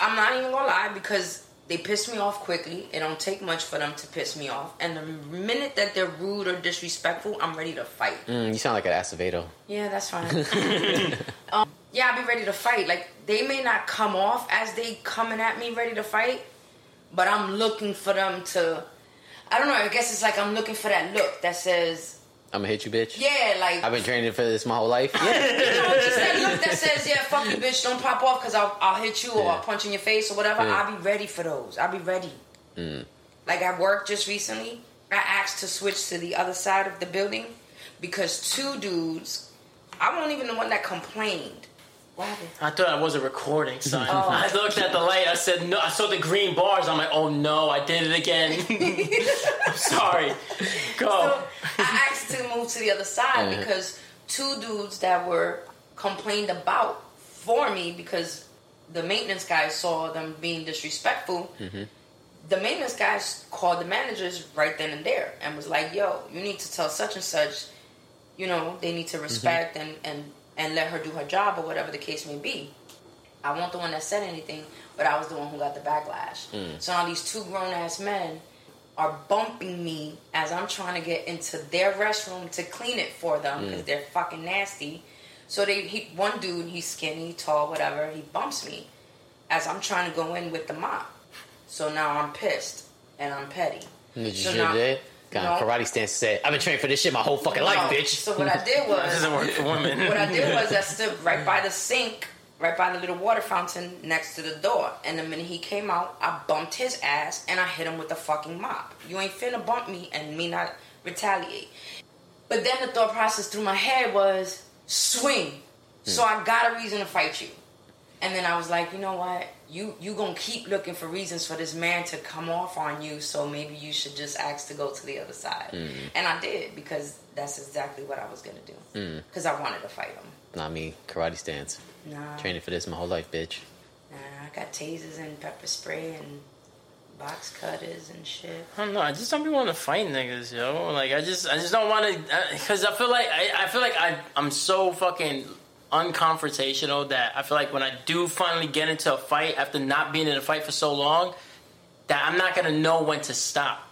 Speaker 3: I'm not even gonna lie because they piss me off quickly. It don't take much for them to piss me off. And the minute that they're rude or disrespectful, I'm ready to fight.
Speaker 2: Mm, you sound like an Acevedo.
Speaker 3: Yeah, that's fine. um, yeah, I'll be ready to fight. Like they may not come off as they coming at me ready to fight, but I'm looking for them to. I don't know. I guess it's like I'm looking for that look that says,
Speaker 2: I'm gonna hit you, bitch.
Speaker 3: "Yeah, like
Speaker 2: I've been training for this my whole life. Yeah.
Speaker 3: Just that look that says, yeah, fuck you, bitch, don't pop off because I'll, I'll hit you or I'll punch in your face or whatever.
Speaker 2: Yeah. Mm.
Speaker 3: I'll be ready for those. I'll be ready. Like at work just recently, I asked to switch to the other side of the building because two dudes, I wasn't even the one that complained. What happened?
Speaker 1: I thought I wasn't recording, son.
Speaker 3: Oh.
Speaker 1: I looked at the light. I said no. I saw the green bars. I'm like, oh no, I did it again. I'm sorry. Go.
Speaker 3: So I asked to move to the other side because two dudes that were complained about for me because the maintenance guy saw them being disrespectful. The maintenance guys called the managers right then and there and was like, "Yo, you need to tell such and such, you know, they need to respect and and and let her do her job or whatever the case may be." I wasn't the one that said anything, but I was the one who got the backlash. So now these two grown ass men are bumping me as I'm trying to get into their restroom to clean it for
Speaker 2: Mm.
Speaker 3: them because they're fucking nasty. So they he, one dude he's skinny, tall, whatever. He bumps me as I'm trying to go in with the mop. So now I'm pissed and I'm petty.
Speaker 2: Did you
Speaker 3: So
Speaker 2: should
Speaker 3: now-
Speaker 2: did? Kind of
Speaker 3: No.
Speaker 2: karate stance said, I've been training for this shit my whole fucking life,
Speaker 3: No.
Speaker 2: bitch.
Speaker 3: So what I did
Speaker 1: This
Speaker 3: was
Speaker 1: doesn't work for women.
Speaker 3: what I did was I stood right by the sink, right by the little water fountain next to the door. And the minute he came out, I bumped his ass and I hit him with the fucking mop. You ain't finna bump me and me not retaliate. But then the thought process through my head was swing. So I got a reason to fight you. And then I was like, you know what? You you gonna keep looking for reasons for this man to come off on you, so maybe you should just ask to go to the other side. And I did because that's exactly what I was gonna do. Because I wanted to fight him.
Speaker 2: Not me, karate stance.
Speaker 3: Nah,
Speaker 2: Training for this my whole life, bitch.
Speaker 3: nah, I got tasers and pepper spray and box cutters and shit.
Speaker 1: I don't know. I just don't be wanting to fight niggas, yo. Like I just, I just don't want to, because I feel like I, I feel like I, I'm so fucking unconfrontational that I feel like when I do finally get into a fight after not being in a fight for so long, that I'm not gonna know when to stop.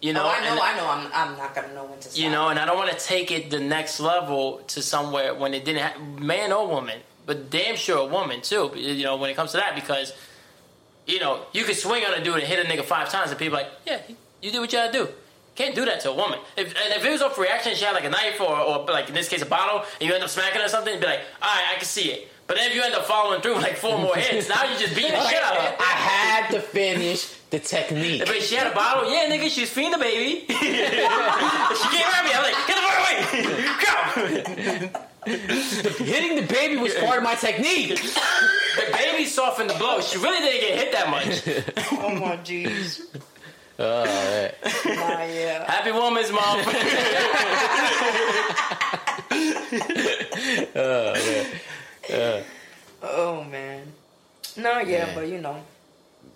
Speaker 1: You know,
Speaker 3: oh, I know,
Speaker 1: and-
Speaker 3: I know. I'm I'm not gonna know when to. Stop.
Speaker 1: you know, and I don't want to take it the next level to somewhere when it didn't, ha- man or woman, but damn sure a woman too. You know, when it comes to that, because you know you can swing on a dude and hit a nigga five times, and people like, yeah, you did what you gotta do. Can't do that to a woman. If, and if it was off reaction, she had like a knife or, or like in this case a bottle, and you end up smacking her or something, be like, all right, I can see it. But then if you end up following through with like four more hits, now you just beating the shit out of her.
Speaker 2: I had to finish the technique.
Speaker 1: But she had a bottle. Yeah, nigga, she's fiending, baby. she came at me. I'm like, get the fuck away. Go.
Speaker 2: Hitting the baby was part of my technique.
Speaker 1: The baby softened the blow. She really didn't get hit that much.
Speaker 3: Oh my jeez. Nah, yeah.
Speaker 1: Happy woman's mom.
Speaker 3: Oh man. No, yeah,
Speaker 2: Yeah.
Speaker 3: but you know.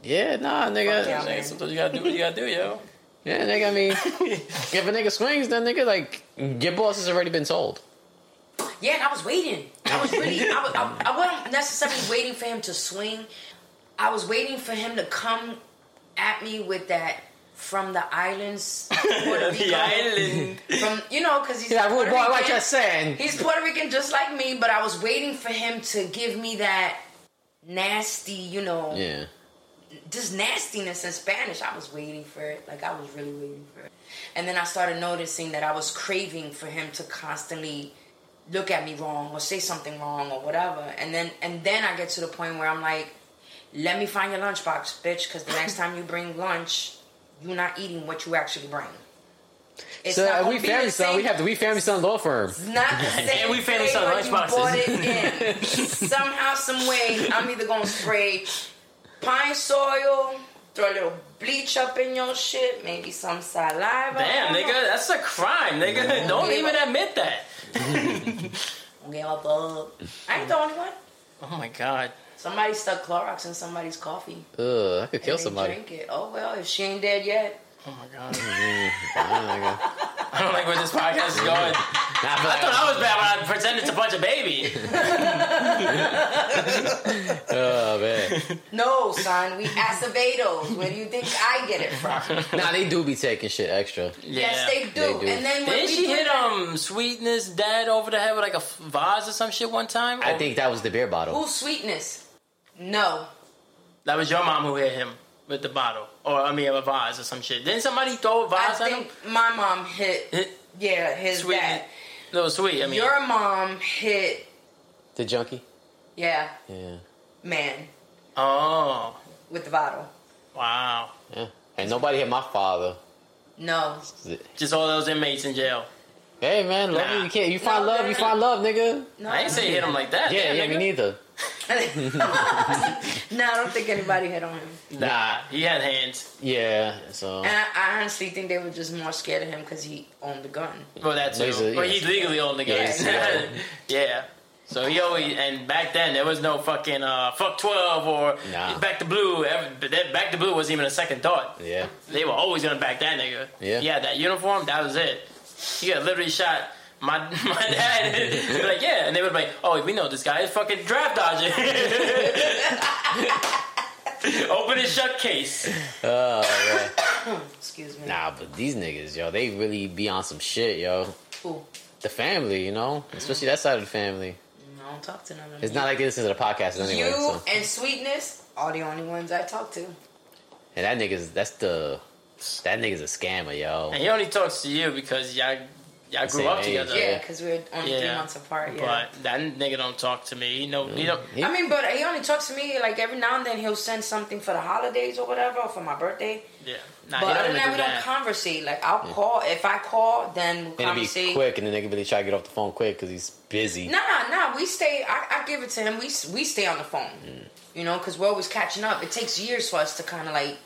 Speaker 2: Yeah, nah, nigga.
Speaker 3: yeah, man.
Speaker 1: Sometimes you gotta do what you gotta do, yo.
Speaker 2: Yeah, nigga, I mean, if a nigga swings, then nigga, like, your boss has already been told.
Speaker 3: Yeah, and I was waiting. I was really. I, was, I, I wasn't necessarily waiting for him to swing. I was waiting for him to come at me with that from the islands, Puerto Rico.
Speaker 1: The island.
Speaker 3: From you know, because he's
Speaker 2: Yeah, rude
Speaker 3: Puerto
Speaker 2: boy,
Speaker 3: Rican.
Speaker 2: like I said.
Speaker 3: He's Puerto Rican just like me, but I was waiting for him to give me that nasty, you know,
Speaker 2: Yeah.
Speaker 3: just nastiness in Spanish. I was waiting for it. Like I was really waiting for it. And then I started noticing that I was craving for him to constantly look at me wrong or say something wrong or whatever. And then and then I get to the point where I'm like, let me find your lunchbox, bitch, because the next time you bring lunch, you're not eating what you actually bring. It's
Speaker 2: so
Speaker 3: not
Speaker 2: uh,
Speaker 3: gonna
Speaker 2: we
Speaker 3: be
Speaker 2: family
Speaker 3: the
Speaker 2: son. We
Speaker 3: same-
Speaker 2: have the we family son law firm.
Speaker 3: It's not the same.
Speaker 1: And we family
Speaker 3: thing
Speaker 1: selling
Speaker 3: when you
Speaker 1: lunchboxes.
Speaker 3: bought it in. Somehow, some way, I'm either gonna spray pine soil, throw a little bleach up in your shit, maybe some saliva.
Speaker 1: Damn, nigga, that's a crime, nigga. Don't even admit that.
Speaker 3: Okay, I'll throw- I ain't the only one.
Speaker 1: Oh my god.
Speaker 3: Somebody stuck Clorox in somebody's coffee.
Speaker 2: Ugh, I could kill
Speaker 3: They
Speaker 2: somebody.
Speaker 3: Drink it. Oh well, if she ain't dead yet.
Speaker 1: Oh my god.
Speaker 2: Yeah, nigga.
Speaker 1: I don't like where this podcast is going.
Speaker 2: Nah, I
Speaker 1: I
Speaker 2: feel like-
Speaker 1: thought I was bad when I pretended to punch a baby.
Speaker 2: Oh man.
Speaker 3: No, son, we acevedos. Where do you think I get it from?
Speaker 2: nah, they do be taking shit extra.
Speaker 3: Yes, they do.
Speaker 2: They do.
Speaker 3: And then when
Speaker 1: Didn't
Speaker 3: we
Speaker 1: she
Speaker 3: do
Speaker 1: hit
Speaker 3: that-
Speaker 1: um sweetness dad over the head with like a f- vase or some shit one time?
Speaker 2: I
Speaker 1: Or-
Speaker 2: think that was the beer bottle.
Speaker 3: Ooh, sweetness. No,
Speaker 1: that was your mom who hit him with the bottle, or I mean a vase or some shit. Didn't somebody throw a
Speaker 3: I
Speaker 1: vase at him?
Speaker 3: think my mom hit.
Speaker 1: Hit
Speaker 3: Yeah, his
Speaker 1: sweet,
Speaker 3: dad.
Speaker 1: little sweet. I mean,
Speaker 3: Your mom hit.
Speaker 2: The junkie.
Speaker 3: Yeah,
Speaker 2: Yeah.
Speaker 3: man,
Speaker 1: oh
Speaker 3: with the bottle.
Speaker 1: wow,
Speaker 2: Yeah. And nobody hit my father.
Speaker 3: No,
Speaker 1: just all those inmates in jail.
Speaker 2: Hey man, love
Speaker 1: Nah.
Speaker 2: you. you can't. You find
Speaker 3: No,
Speaker 2: love. You
Speaker 3: no,
Speaker 2: find love, nigga.
Speaker 3: no.
Speaker 1: I ain't say hit him like that.
Speaker 2: Yeah, yeah,
Speaker 1: nigga.
Speaker 2: me neither.
Speaker 3: no, I don't think anybody hit on him.
Speaker 1: Nah, he had hands.
Speaker 2: Yeah, so
Speaker 3: And I, I honestly think they were just more scared of him because he owned the gun.
Speaker 1: Well, that too.
Speaker 2: He's a-
Speaker 1: But
Speaker 2: yeah.
Speaker 1: he legally owned the
Speaker 2: Yeah,
Speaker 1: guys.
Speaker 2: he's
Speaker 1: Yeah,
Speaker 2: legal.
Speaker 1: So he always and back then there was no fucking uh, fuck twelve or
Speaker 2: Nah.
Speaker 1: back to blue. Ever- but that Back to blue wasn't even a second thought.
Speaker 2: yeah.
Speaker 1: They were always gonna back that nigga.
Speaker 2: Yeah.
Speaker 1: Yeah, that uniform, that was it. He got literally shot. My my dad he was like, yeah, and they would be like, oh, we know this guy is fucking draft dodging. Open his shut case.
Speaker 3: Excuse me.
Speaker 2: Uh, Nah, but these niggas, yo, they really be on some shit, yo.
Speaker 3: Ooh,
Speaker 2: The family, you know, especially that side of the family.
Speaker 3: I don't talk to none of them.
Speaker 2: It's not like this is a podcast anyway.
Speaker 3: you
Speaker 2: So.
Speaker 3: and sweetness are the only ones I talk to.
Speaker 2: And that nigga's that's the that nigga's a scammer, yo.
Speaker 1: And he only talks to you because y'all y'all grew
Speaker 2: Same
Speaker 1: up
Speaker 2: age,
Speaker 1: together.
Speaker 3: Yeah, because we're only three
Speaker 1: Yeah.
Speaker 3: months apart. Yeah.
Speaker 1: But that nigga don't talk to me. He know he
Speaker 2: Mm-hmm.
Speaker 1: don't.
Speaker 3: I mean, but he only talks to me like every now and then. He'll send something for the holidays or whatever, or for my birthday.
Speaker 1: Yeah, nah,
Speaker 3: But
Speaker 1: he
Speaker 3: other
Speaker 1: don't
Speaker 3: than
Speaker 1: even
Speaker 3: that, we
Speaker 1: do
Speaker 3: don't
Speaker 1: that.
Speaker 3: conversate. Like I'll call if I call, then we'll
Speaker 2: And it be
Speaker 3: conversate.
Speaker 2: quick, and the nigga really try to get off the phone quick because he's busy.
Speaker 3: Nah, nah, we stay. I, I give it to him. We s- we stay on the phone.
Speaker 1: Mm.
Speaker 3: You know, because we're always catching up. It takes years for us to kind of like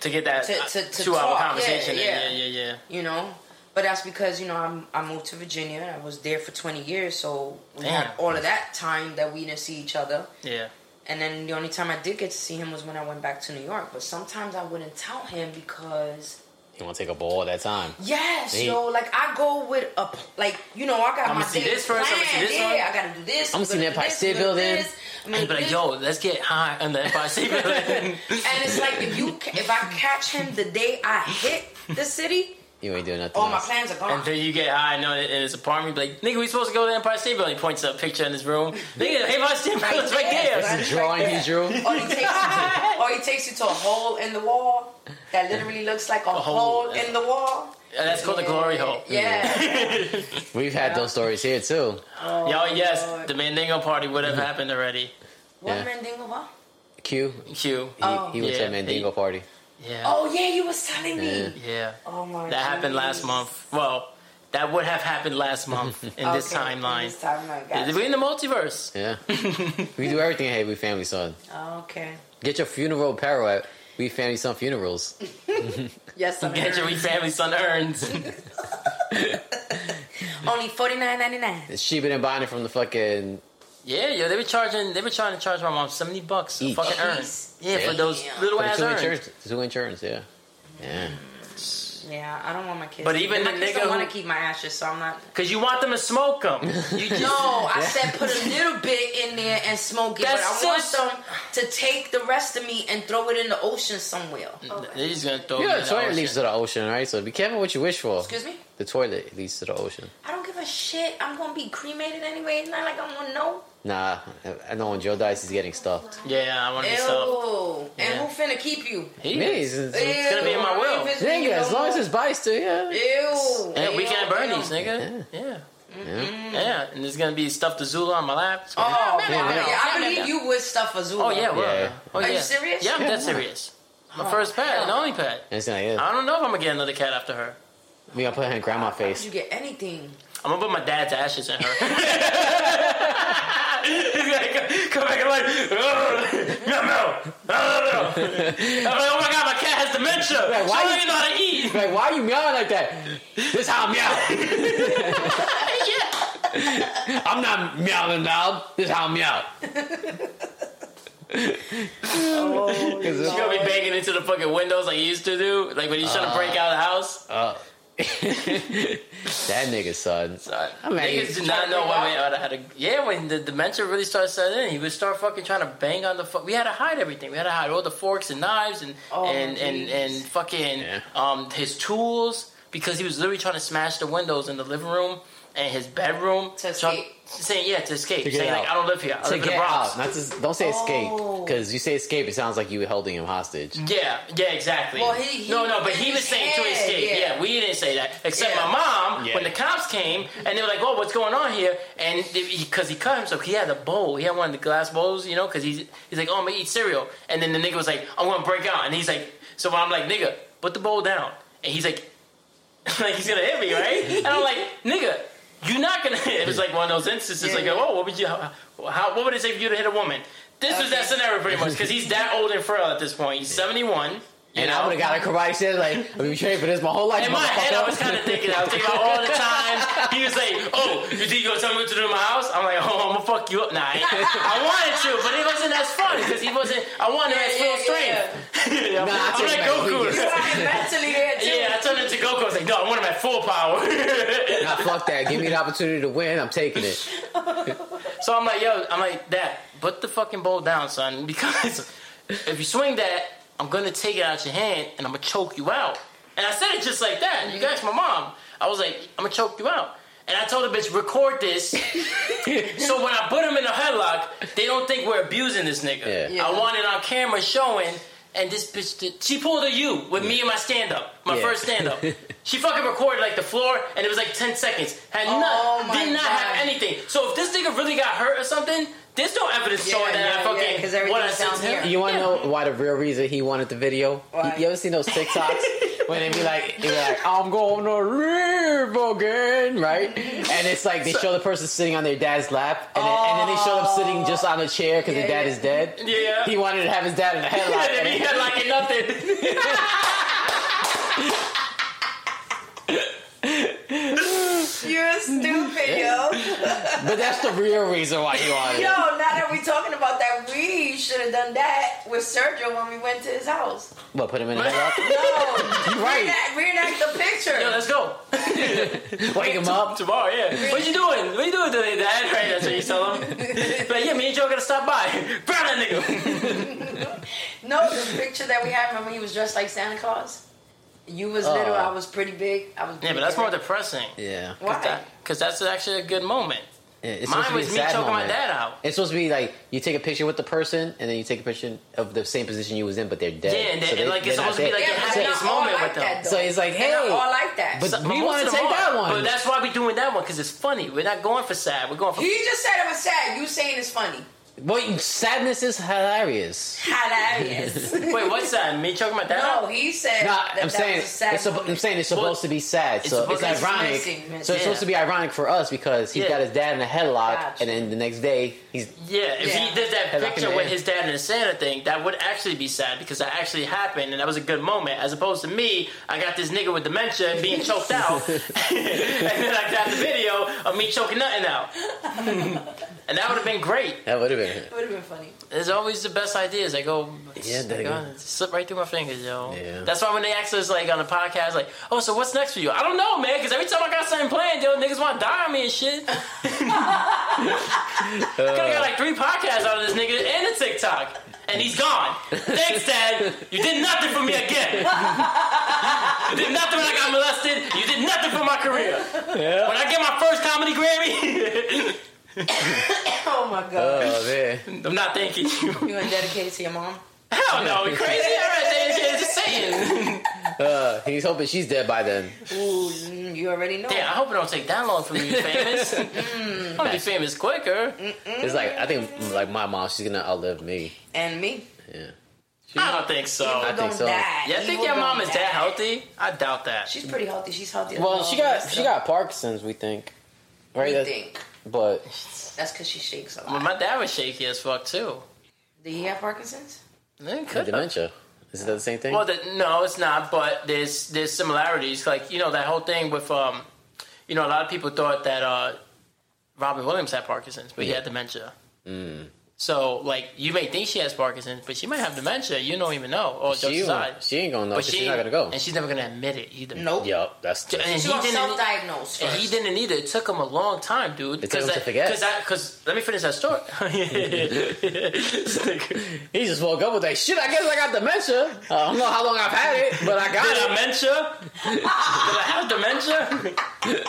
Speaker 1: to get that
Speaker 3: To- to- to
Speaker 1: two-hour
Speaker 3: talk. Yeah,
Speaker 1: conversation.
Speaker 3: yeah.
Speaker 1: Yeah, yeah, yeah.
Speaker 3: you know. But that's because you know I'm, I moved to Virginia. and I was there for 20 years, so we had
Speaker 1: Damn.
Speaker 3: all of that time that we didn't see each other.
Speaker 1: Yeah, yeah.
Speaker 3: And then the only time I did get to see him was when I went back to New York. But sometimes I wouldn't tell him because
Speaker 2: He want to take a ball at that time.
Speaker 3: Yes,
Speaker 2: Hey.
Speaker 3: yo. Like I go with a p- like you know I got
Speaker 1: I'ma
Speaker 3: my
Speaker 1: see
Speaker 3: days
Speaker 1: this first, I'ma see
Speaker 3: planned.
Speaker 1: this
Speaker 3: yeah,
Speaker 1: one.
Speaker 3: I gotta do this.
Speaker 2: I'ma see
Speaker 3: gotta
Speaker 2: the
Speaker 3: do
Speaker 2: Empire
Speaker 3: this,
Speaker 2: State
Speaker 3: I'm gonna do
Speaker 2: Building.
Speaker 3: this, I'm
Speaker 1: And
Speaker 3: gonna
Speaker 1: he'd be
Speaker 3: do
Speaker 1: like,
Speaker 3: this.
Speaker 1: yo, let's get high on the FIC. building."
Speaker 3: And it's like if you ca- if I catch him the day I hit the city,
Speaker 2: You ain't doing nothing.
Speaker 3: all my
Speaker 2: else.
Speaker 3: plans are
Speaker 1: and
Speaker 3: gone.
Speaker 1: then you get high, know, in his apartment, you'd be like, nigga, we supposed to go to the Empire State Building. He points up a picture in his room. Nigga, the Empire State Building's right there.
Speaker 3: son, it's
Speaker 2: Drawing
Speaker 3: right
Speaker 2: he
Speaker 3: there.
Speaker 2: drew.
Speaker 3: Or he, takes you, or he takes you to a hole in the wall that literally looks like a, hole,
Speaker 1: hole.
Speaker 3: in the wall.
Speaker 1: And that's called the glory hole.
Speaker 3: Yeah.
Speaker 2: We've had those stories here too.
Speaker 3: Oh,
Speaker 1: Yo, yes,
Speaker 3: Lord.
Speaker 1: the Mandingo party would have happened already.
Speaker 3: What
Speaker 2: Yeah.
Speaker 3: Mandingo wall?
Speaker 2: Q. He,
Speaker 1: Q.
Speaker 3: Oh.
Speaker 2: he went to
Speaker 1: Yeah,
Speaker 2: a Mandingo party.
Speaker 1: Yeah.
Speaker 3: Oh yeah, you was telling me.
Speaker 2: Yeah.
Speaker 1: Yeah.
Speaker 3: Oh my.
Speaker 1: That happened last
Speaker 3: geez.
Speaker 1: month. Well, that would have happened last month in this
Speaker 3: Okay,
Speaker 1: timeline.
Speaker 3: This timeline, gotcha.
Speaker 1: We're in the multiverse.
Speaker 2: Yeah. we do everything at Hey We Family Son.
Speaker 3: Okay.
Speaker 2: Get your funeral apparel at We Family Son Funerals.
Speaker 3: Yes, I'm
Speaker 1: Get your wee
Speaker 3: here.
Speaker 1: family son earns.
Speaker 3: Only forty nine ninety nine.
Speaker 2: It's Sheebin and Bonnie from the fucking
Speaker 1: Yeah, yo, they were charging. They were trying to charge my mom seventy bucks a
Speaker 2: Each.
Speaker 1: fucking urn.
Speaker 3: Jeez.
Speaker 1: Yeah, for
Speaker 2: Yeah.
Speaker 1: those
Speaker 3: Damn.
Speaker 1: little
Speaker 2: for the
Speaker 1: ass
Speaker 2: two
Speaker 1: urns.
Speaker 2: insurance, two insurance, yeah, yeah.
Speaker 3: Yeah, I don't want my kids.
Speaker 1: But
Speaker 3: to-
Speaker 1: even
Speaker 3: my
Speaker 1: the
Speaker 3: kids
Speaker 1: nigga
Speaker 3: don't
Speaker 1: who-
Speaker 3: want to keep my ashes, so I'm not.
Speaker 1: Cause you want them to smoke them. You just,
Speaker 3: No, I said put a little bit in there and smoke it,
Speaker 1: That's
Speaker 3: but I
Speaker 1: so
Speaker 3: want them to take the rest of me and throw it in the ocean somewhere.
Speaker 1: They're just gonna throw.
Speaker 2: You
Speaker 1: it
Speaker 2: know,
Speaker 1: in Oh,
Speaker 2: the
Speaker 1: the
Speaker 2: toilet
Speaker 1: ocean.
Speaker 2: leads to the ocean, right? So be careful what you wish for.
Speaker 3: Excuse me.
Speaker 2: The toilet leads to the ocean.
Speaker 3: I don't give a shit. I'm gonna be cremated anyway. It's not like I'm gonna know.
Speaker 2: Nah, I- I know when Joe dies, he's getting stuffed.
Speaker 1: Yeah, I want
Speaker 3: Ew.
Speaker 1: to be so.
Speaker 3: And
Speaker 1: Yeah.
Speaker 3: who finna keep you?
Speaker 1: He
Speaker 2: Me,
Speaker 1: is.
Speaker 2: it's, it's,
Speaker 3: Ew.
Speaker 1: gonna be in my will.
Speaker 3: If it's me,
Speaker 2: nigga,
Speaker 3: you
Speaker 2: as
Speaker 3: don't
Speaker 2: long as
Speaker 3: know.
Speaker 2: his body's still here.
Speaker 3: Ew.
Speaker 1: Yeah,
Speaker 3: Ew,
Speaker 1: weekend Bernie's,
Speaker 3: ew. Mm.
Speaker 1: nigga. Yeah.
Speaker 2: Yeah.
Speaker 1: yeah, and there's gonna be stuff to Zula on my lap. It's gonna-
Speaker 3: Oh,
Speaker 2: Yeah,
Speaker 3: God.
Speaker 2: yeah.
Speaker 3: Yeah, I believe you would stuff a zoo.
Speaker 1: Oh yeah, well,
Speaker 2: Yeah.
Speaker 1: oh yeah.
Speaker 3: Are you serious? Oh,
Speaker 1: Yeah, I'm dead serious. My first pet, and only pet.
Speaker 2: And it's like, yeah.
Speaker 1: I don't know if I'm gonna get another cat after her.
Speaker 2: We gotta put her in grandma
Speaker 3: Did
Speaker 2: face.
Speaker 3: you get anything?
Speaker 1: I'm gonna put my dad's ashes in her. He's gonna come back and like, "Ugh, no, no, no, no, no. I'm like, oh my god, my cat has dementia.
Speaker 2: Like,
Speaker 1: she
Speaker 2: why you-
Speaker 1: doesn't even know how to eat.
Speaker 2: Like, why are you meowing like that? This how I meow.
Speaker 1: yeah.
Speaker 2: I'm not meowing loud. This how I meow.
Speaker 1: She's gonna be banging into the fucking windows like you used to do, like when you trying to break out of the house.
Speaker 2: Uh. That nigga son.
Speaker 1: Uh,
Speaker 2: mad at you.
Speaker 1: niggas do not know one way or the how to. Yeah, when the dementia really started setting in, he would start fucking trying to bang on the. Fu- we had to hide everything. We had to hide all the forks and knives and
Speaker 3: Oh,
Speaker 1: and, and and
Speaker 3: jeez.
Speaker 1: fucking
Speaker 2: Yeah.
Speaker 1: um his tools because he was literally trying to smash the windows in the living room and his bedroom
Speaker 3: To
Speaker 1: So I'm-
Speaker 3: escape.
Speaker 1: saying yeah to escape,
Speaker 2: To get
Speaker 1: saying like
Speaker 2: out.
Speaker 1: I don't live here. I
Speaker 2: To
Speaker 1: live in
Speaker 2: get
Speaker 1: the Bronx.
Speaker 2: out. Not to, don't say escape.
Speaker 3: Oh.
Speaker 2: Because you say escape, it sounds like you were holding him hostage.
Speaker 1: Yeah, yeah, exactly.
Speaker 3: Well, he- he-
Speaker 1: no, no, but he
Speaker 3: in
Speaker 1: was
Speaker 3: his
Speaker 1: saying to
Speaker 3: head,
Speaker 1: escape. Yeah.
Speaker 3: yeah.
Speaker 1: we didn't say that. Except
Speaker 3: Yeah.
Speaker 1: my mom,
Speaker 2: Yeah.
Speaker 1: when the cops came, and they were like, "Oh, what's going on here?" And because he, cut himself, he had a bowl. He had one of the glass bowls, you know, because he's he's like, "Oh, I'm gonna eat cereal," and then the nigga was like, "I'm gonna break out," and he's like, "So I'm like, nigga, put the bowl down," and he's like, "Like he's gonna hit me, right?" and I'm like, "Nigga." You're not gonna. It was like one of those instances,
Speaker 3: Yeah,
Speaker 1: like,
Speaker 3: yeah.
Speaker 1: oh, what would you? How, how- what would it take for you to hit a woman? This was that
Speaker 3: Okay.
Speaker 1: scenario pretty much because he's that old and frail at this point. He's seventy one.
Speaker 2: And I would have got a karate set like, I've been training for this my whole life.
Speaker 1: In my head,
Speaker 2: motherfucker.
Speaker 1: I was kind of thinking. I was thinking about all the times he was like, "Oh, you think you're gonna tell me what to do in my house?" I'm like, "Oh, I'm gonna fuck you up." Nah, I, ain't. I wanted to, but it wasn't as fun because he wasn't. I wanted him
Speaker 3: Yeah,
Speaker 1: at full
Speaker 3: yeah,
Speaker 1: strength.
Speaker 2: Nah, I
Speaker 1: I'm
Speaker 2: take
Speaker 1: like
Speaker 2: back
Speaker 1: Goku.
Speaker 2: Vegas.
Speaker 3: Right, mentally there too.
Speaker 1: Yeah, I turned into Goku. I was like, "No, I want him at full power."
Speaker 2: Nah, fuck that. Give me the opportunity to win. I'm taking it.
Speaker 1: So I'm like, yo, I'm like, that, put the fucking bowl down, son, because if you swing that, I'm gonna take it out your hand and I'm gonna choke you out. And I said it just like that. You guys, my mom, I was like, I'm gonna choke you out. And I told the bitch, record this. so when I put him in a headlock, they don't think we're abusing this nigga.
Speaker 2: Yeah.
Speaker 3: Yeah.
Speaker 1: I want it on camera showing. And this bitch, did, she pulled a U with me and my stand up, my
Speaker 2: Yeah.
Speaker 1: first stand up. she fucking recorded like the floor, and it was like ten seconds. Had
Speaker 3: Oh
Speaker 1: not,
Speaker 3: my
Speaker 1: did not have
Speaker 3: God.
Speaker 1: any anything. So if this nigga really got hurt or something, there's no evidence
Speaker 3: Yeah,
Speaker 1: showing that
Speaker 3: yeah,
Speaker 1: I
Speaker 3: yeah, 'cause
Speaker 1: fucking
Speaker 3: everything's
Speaker 1: what I said
Speaker 3: down
Speaker 1: to him.
Speaker 3: here.
Speaker 2: You want to know why the real reason he wanted the video?
Speaker 3: Why?
Speaker 2: You, you ever seen those TikToks when they be like, they be like, "I'm going to live again," right? And it's like they show the person sitting on their dad's lap, and, then, and then they show them sitting just on a chair because their
Speaker 3: Yeah,
Speaker 2: dad
Speaker 3: yeah.
Speaker 2: is dead.
Speaker 1: Yeah.
Speaker 2: He wanted to have his dad in the headlock.
Speaker 1: and he had like nothing.
Speaker 3: You're stupid, yo.
Speaker 2: but that's the real reason why he wanted it.
Speaker 3: Yo, now that we're talking about that, we should have done that with Sergio when we went to his house.
Speaker 2: What put him in the headlock?
Speaker 3: No,
Speaker 2: You right?
Speaker 3: reenact, reenact the picture.
Speaker 1: Yo, let's go
Speaker 2: Wake him up.
Speaker 1: tomorrow. Yeah. What you doing? What you doing today, Dad? Right. That's what you tell him. But yeah, me and Joe gotta stop by. Brown that nigga.
Speaker 3: No, the picture that we had, remember he was dressed like Santa Claus? You was little, I was pretty big. I was
Speaker 1: Yeah, but that's more depressing.
Speaker 2: Yeah.
Speaker 3: Why?
Speaker 1: Because that's actually a good moment.
Speaker 2: Yeah, it's supposed
Speaker 1: Mine
Speaker 2: to be
Speaker 1: was
Speaker 2: a
Speaker 1: me
Speaker 2: sad
Speaker 1: choking my
Speaker 2: moment.
Speaker 1: dad out.
Speaker 2: It's supposed to be like you take a picture with the person, and then you take a picture of the same position you was in, but they're dead.
Speaker 1: Yeah, and,
Speaker 2: So
Speaker 1: then- and,
Speaker 2: they-
Speaker 1: like it's
Speaker 2: they're not
Speaker 1: supposed to be like
Speaker 2: dead.
Speaker 3: Yeah,
Speaker 1: the
Speaker 3: but
Speaker 1: happiest
Speaker 3: not all
Speaker 1: moment
Speaker 3: like
Speaker 1: with them.
Speaker 3: that, though.
Speaker 2: So he's like,
Speaker 3: They're not
Speaker 2: hey,
Speaker 3: all like that.
Speaker 2: But-
Speaker 1: But
Speaker 2: We
Speaker 1: most
Speaker 2: wanna
Speaker 1: of them
Speaker 2: take
Speaker 1: are.
Speaker 2: that one.
Speaker 1: But that's why we doing that one because it's funny. We're not going for sad. We're going for
Speaker 3: he just said it was sad. You saying it's funny.
Speaker 2: Well, sadness is hilarious.
Speaker 3: Hilarious.
Speaker 1: wait. What's that? Me choking my dad out?
Speaker 3: no, he said
Speaker 2: No,
Speaker 3: that,
Speaker 2: I'm
Speaker 3: that
Speaker 2: saying
Speaker 3: was a sad
Speaker 2: it's sup-
Speaker 3: moment.
Speaker 2: I'm saying it's supposed to be sad,
Speaker 1: It's
Speaker 2: so
Speaker 1: supposed
Speaker 2: it's
Speaker 1: to be
Speaker 2: ironic.
Speaker 3: messy, messy.
Speaker 2: So it's supposed to be ironic for us because he
Speaker 1: Yeah.
Speaker 2: got his dad in a headlock,
Speaker 3: Gotcha.
Speaker 2: and then the next day he's
Speaker 1: Yeah, if
Speaker 3: Yeah.
Speaker 1: he did that
Speaker 2: Headlock in
Speaker 1: picture
Speaker 2: the
Speaker 1: with
Speaker 2: air.
Speaker 1: his dad and the Santa thing, that would actually be sad because that actually happened and that was a good moment. As opposed to me, I got this nigga with dementia and being choked out, and then I got the video of me choking nothing out, and that would have been great.
Speaker 2: that would have been it.
Speaker 3: It would have been funny.
Speaker 1: There's always the best ideas. I go, yeah,
Speaker 2: there you go.
Speaker 1: slip right through my fingers, yo.
Speaker 2: Yeah.
Speaker 1: That's why when they ask us like on the podcast, like, oh, so what's next for you? I don't know, man, because every time I got something planned, yo, niggas want to die on me and shit. I
Speaker 2: Uh,
Speaker 1: could have got like three podcasts out of this nigga and a TikTok, and he's gone. Thanks, Dad. You did nothing for me again. you did nothing when I got molested. You did nothing for my career. When I get my first comedy Grammy,
Speaker 3: Oh my god.
Speaker 2: Oh man,
Speaker 1: I'm not thanking you.
Speaker 3: you gonna dedicate to your mom?
Speaker 1: Hell no, we crazy. All right, then, yeah, just saying.
Speaker 2: uh, he's hoping she's dead by then.
Speaker 3: Ooh, mm, you already know.
Speaker 1: Damn, I hope it don't take that long for me to be famous. I'm gonna be famous quicker.
Speaker 2: It's like I think like my mom, she's gonna outlive me.
Speaker 3: And me.
Speaker 2: Yeah,
Speaker 1: I don't think so.
Speaker 3: People
Speaker 1: Yeah,
Speaker 2: think
Speaker 3: don't
Speaker 2: so.
Speaker 3: die.
Speaker 1: I think
Speaker 3: People
Speaker 1: your mom
Speaker 3: don't
Speaker 1: is
Speaker 3: die.
Speaker 1: that healthy? I doubt that.
Speaker 3: She's pretty healthy. She's healthy.
Speaker 2: Well, she got she got Parkinson's, we think. Right?
Speaker 3: I
Speaker 2: That's-
Speaker 3: think
Speaker 2: But
Speaker 3: that's because she shakes a
Speaker 1: Well,
Speaker 3: lot.
Speaker 1: my dad was shaky as fuck too.
Speaker 3: Did he have Parkinson's?
Speaker 1: It
Speaker 2: the
Speaker 1: could have.
Speaker 2: dementia. Is that the same thing?
Speaker 1: Well, the, no, it's not. But there's there's similarities. Like you know that whole thing with um, you know a lot of people thought that uh, Robin Williams had Parkinson's, but he had dementia. Mm. So like you may think she has Parkinson's, but she might have dementia. You don't even know. Or
Speaker 2: she,
Speaker 1: she
Speaker 2: won't- she ain't gonna know. 'cause she's not gonna go.
Speaker 1: and she's never gonna admit it either.
Speaker 3: Nope.
Speaker 2: Yup, that's the,
Speaker 1: And
Speaker 3: She
Speaker 1: he
Speaker 3: was
Speaker 1: didn't-
Speaker 3: self-diagnosed
Speaker 1: And
Speaker 3: first.
Speaker 1: he didn't either. It took him a long time, dude.
Speaker 2: It took him to forget.
Speaker 1: Because let me finish that story. Did
Speaker 2: He just woke up with that shit. I guess I got dementia. Uh, I don't know how long I've had it, but I got it.
Speaker 1: dementia? Did I have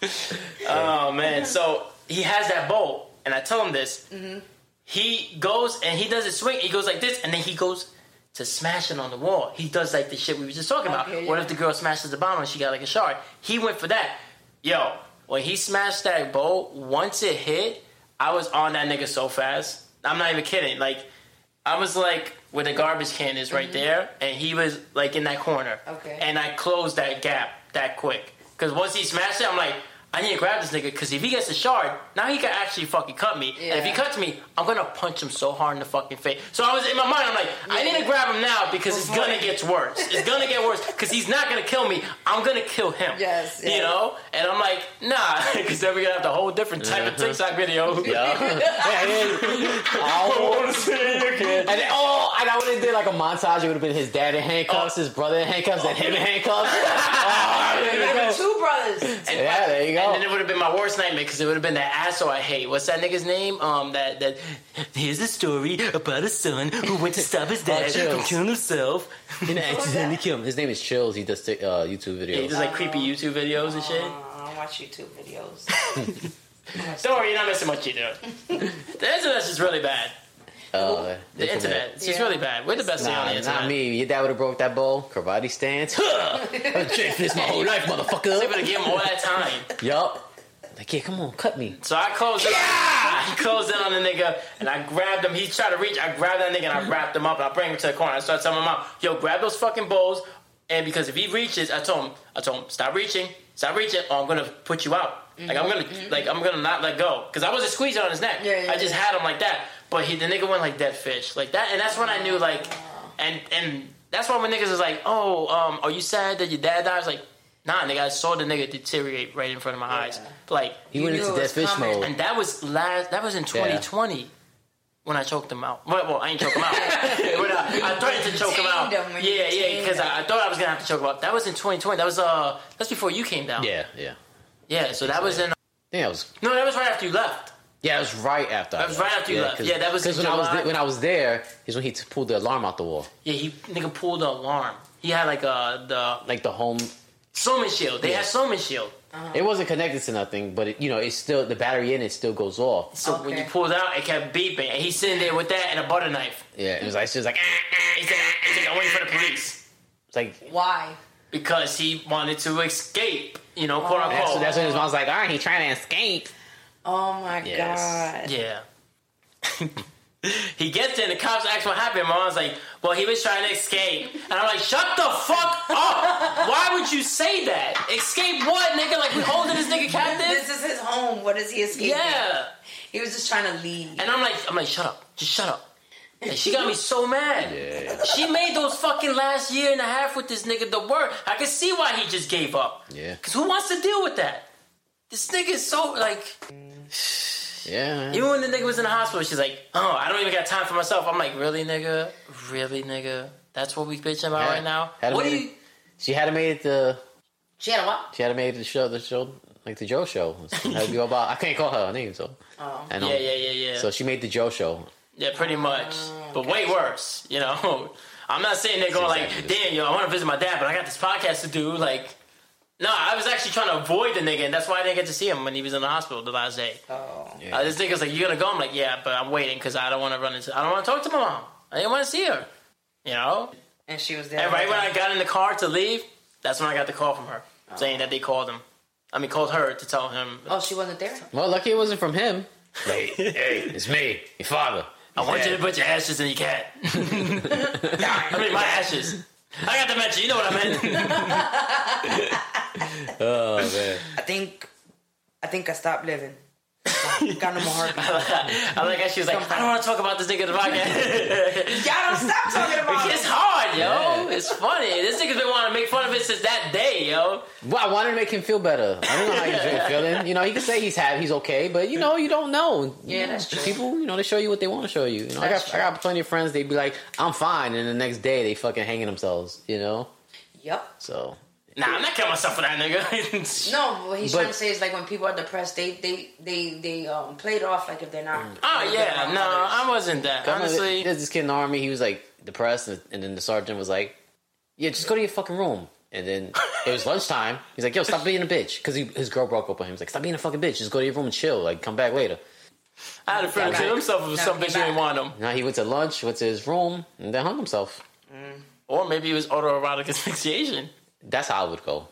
Speaker 1: dementia? oh man! So he has that bolt, and I tell him this.
Speaker 3: Mm-hmm.
Speaker 1: He goes and he does a swing. He goes like this, and then he goes to smashing on the wall. He does like the shit we were just talking about.
Speaker 3: Okay,
Speaker 1: What
Speaker 3: yeah.
Speaker 1: if the girl smashes the bottle and she got like a shard? He went for that. Yo, when he smashed that bowl, once it hit, I was on that nigga so fast. I'm not even kidding. Like, I was like where the garbage can is right there, and he was like in that corner.
Speaker 3: Mm-hmm. Okay.
Speaker 1: And I closed that gap that quick. Because once he smashed it, I'm like, I need to grab this nigga. Because if he gets a shard, now he can actually fucking cut me. And if he
Speaker 3: Yeah.
Speaker 1: cuts me, I'm gonna punch him so hard in the fucking face. So I was in my mind, I'm like, I need to grab him now because it's
Speaker 3: Before-
Speaker 1: gonna get worse. It's gonna get worse because he's not gonna kill me. I'm gonna kill him.
Speaker 3: Yes,
Speaker 1: You
Speaker 3: yes.
Speaker 1: know? And I'm like, nah, because then we're gonna have the whole different type of TikTok video.
Speaker 2: Yeah. and then, oh, and then, oh, and I would have did like a montage. It would have been his dad in
Speaker 1: Oh.
Speaker 2: handcuffs, his brother in handcuffs, then him in handcuffs. Oh, there you go.
Speaker 3: Remember, two brothers.
Speaker 1: And-
Speaker 2: Yeah, there you go.
Speaker 1: And then it would have been my worst nightmare because it would have been that asshole I hate. What's that nigga's name? Um, that that here's a story about a son who went to stop his dad
Speaker 2: chills.
Speaker 1: from killing himself.
Speaker 2: An accident to kill him. His name is Chills. He does tic- uh, YouTube
Speaker 1: Yeah, he
Speaker 2: videos.
Speaker 1: does like creepy YouTube videos and shit.
Speaker 3: Uh, I don't watch YouTube videos.
Speaker 1: Don't worry, you're not missing much either. the internet's just really bad.
Speaker 2: Uh,
Speaker 1: The internet, it's just
Speaker 3: Yeah.
Speaker 1: really bad. We're the best thing on
Speaker 2: Nah,
Speaker 1: the internet.
Speaker 2: not me. Your dad would have broke that bowl. Karate stance. Jake this my whole life,
Speaker 1: We're gonna
Speaker 2: motherfucker.
Speaker 1: give him all that time.
Speaker 2: yup. Like, yeah, come on, cut me.
Speaker 1: So I closed it. I closed in on the nigga and I grabbed him. He tried to reach. I grabbed that nigga and I wrapped him up and I bring him to the corner. I started telling my mom, "Yo, grab those fucking bowls." And because if he reaches, I told him, I told him, stop reaching, stop reaching, or I'm gonna put you out. Like I'm gonna, like I'm gonna not let go because I wasn't squeezing on his neck.
Speaker 3: Mm-hmm. Yeah, yeah,
Speaker 1: I just
Speaker 3: yeah.
Speaker 1: had him like that. But he, the nigga went like dead fish, like that, and that's when I knew like, and and that's why when niggas is like, "Oh, um, are you sad that your dad died?" I was like, "Nah, nigga, I saw the nigga deteriorate right in front of my eyes." Like
Speaker 2: He
Speaker 3: You
Speaker 2: went
Speaker 3: knew
Speaker 2: into
Speaker 3: it
Speaker 2: dead
Speaker 3: was
Speaker 2: fish
Speaker 3: coming.
Speaker 2: mode.
Speaker 1: and that was last. That was in 2020 when I choked him out. Well, well I ain't choke him out. but uh, I threatened to choke him out.
Speaker 3: Tamed him when you
Speaker 1: yeah, yeah,
Speaker 3: tamed
Speaker 1: because
Speaker 3: him.
Speaker 1: I, I thought I was gonna have to choke him out. That was in 2020. That was uh, that's before you came down.
Speaker 2: Yeah, yeah. I
Speaker 1: yeah. So that was in.
Speaker 2: think that was
Speaker 1: No, that was right after you left.
Speaker 2: Yeah, it was right after.
Speaker 1: That was right after you left. Yeah, that was in
Speaker 2: because when I was
Speaker 1: July.
Speaker 2: there, when I was there is when he t- pulled the alarm out the wall,
Speaker 1: Yeah, he nigga pulled the alarm. He had like uh the
Speaker 2: like the home.
Speaker 1: Soman Shield. They had Soman Shield.
Speaker 2: It wasn't connected to nothing, but it, you know, it's still the battery in it still goes off.
Speaker 1: So when
Speaker 3: Okay.
Speaker 1: you pulled out, it kept beeping, and he's sitting there with that and a butter knife.
Speaker 2: Yeah, it was like she was like, ah.
Speaker 1: He's like, he's like, I'm waiting for the police.
Speaker 2: it's like
Speaker 3: Why?
Speaker 1: Because he wanted to escape, you know, quote
Speaker 2: that's,
Speaker 1: unquote.
Speaker 2: that's when his mom's like, all right, he trying to escape.
Speaker 3: Oh my
Speaker 2: Yes.
Speaker 3: god.
Speaker 1: Yeah. he gets in, the cops ask what happened. My mom's like, well, he was trying to escape. And I'm like, shut the fuck up! Why would you say that? Escape what, nigga? Like, we holding this nigga captive?
Speaker 3: This is his home. What is he escaping?
Speaker 1: Yeah.
Speaker 3: He was just trying to leave.
Speaker 1: And I'm like, I'm like, shut up. Just shut up. And she got me so mad.
Speaker 2: Yeah,
Speaker 1: She made those fucking last year and a half with this nigga the work. I can see why he just gave up.
Speaker 2: yeah,
Speaker 1: Because who wants to deal with that? This nigga is so, like,
Speaker 2: yeah.
Speaker 1: Even when the nigga was in the hospital, she's like, "Oh, I don't even got time for myself." I'm like, "Really, nigga? Really, nigga? That's what we bitching about
Speaker 2: Yeah.
Speaker 1: right now?
Speaker 2: Had
Speaker 1: what
Speaker 2: him
Speaker 1: do
Speaker 2: in-
Speaker 1: you?
Speaker 2: She had to made it the
Speaker 3: She had a what?
Speaker 2: she had to made the show the show like the Joe show. How'd you go about? I can't call her her name so. um,
Speaker 3: Oh.
Speaker 2: I know.
Speaker 1: Yeah, yeah, yeah, yeah.
Speaker 2: So she made the Joe show.
Speaker 1: yeah, pretty much. but way worse, you know. I'm not saying they're going like,
Speaker 2: exactly the
Speaker 1: "Damn, yo, I want to visit my dad, but I got this podcast to do." Like, no, I was actually trying to avoid the nigga, and that's why I didn't get to see him when he was in the hospital the last day.
Speaker 3: Oh.
Speaker 2: Yeah.
Speaker 1: Uh, this nigga's like, "You gonna go?" I'm like, "Yeah, but I'm waiting because I don't want to run into. I don't want to talk to my mom. I didn't want to see her. You know."
Speaker 3: And she was there.
Speaker 1: And right when I got in the car to leave, that's when I got the call from her saying that they called him. I mean, called her to tell him.
Speaker 3: Oh, she wasn't there?
Speaker 2: Well, lucky it wasn't from him. Like, hey, it's me, your father.
Speaker 1: I want you to put your ashes in your cat. I mean, my ashes. I got dementia. You know what I meant.
Speaker 2: Oh man.
Speaker 3: I think, I think I stopped living. Got no more heartbeat.
Speaker 1: I like how she was like, I don't want to talk about this nigga in the podcast.
Speaker 3: Y'all don't stop talking about
Speaker 1: it's
Speaker 3: it.
Speaker 1: hard, yo. It's funny. This nigga's been wanting to make fun of it since that day, yo.
Speaker 2: Well, I wanted to make him feel better. I don't know how he's really feeling. You know, he can say he's happy, he's okay, but you know, you don't know.
Speaker 3: Yeah, that's true.
Speaker 2: People, you know, they show you what they want to show you. You know, I
Speaker 3: That's
Speaker 2: got, I got plenty of friends. They be like, "I'm fine," and the next day they fucking hanging themselves. You know,
Speaker 3: Yep.
Speaker 2: so
Speaker 1: Nah, I'm not killing myself for that nigga.
Speaker 3: No, what he's
Speaker 2: But-
Speaker 3: trying to say is like when people are depressed, they they they they um play it off like if they're not.
Speaker 1: oh yeah, no, I wasn't that.
Speaker 2: I remember
Speaker 1: Honestly,
Speaker 2: there's this kid in the army. He was like depressed, and, and then the sergeant was like, "Yeah, just go to your fucking room." And then it was lunchtime. He's like, "Yo, stop being a bitch," because his girl broke up with him. He's like, "Stop being a fucking bitch. Just go to your room and chill. Like, come back later."
Speaker 1: I had a friend who killed himself with
Speaker 3: Now
Speaker 1: some
Speaker 3: get
Speaker 1: bitch who didn't
Speaker 3: back.
Speaker 1: want him.
Speaker 2: Now he went to lunch, went to his room, and then hung himself.
Speaker 1: Or maybe it was autoerotic asphyxiation.
Speaker 2: That's how I would go.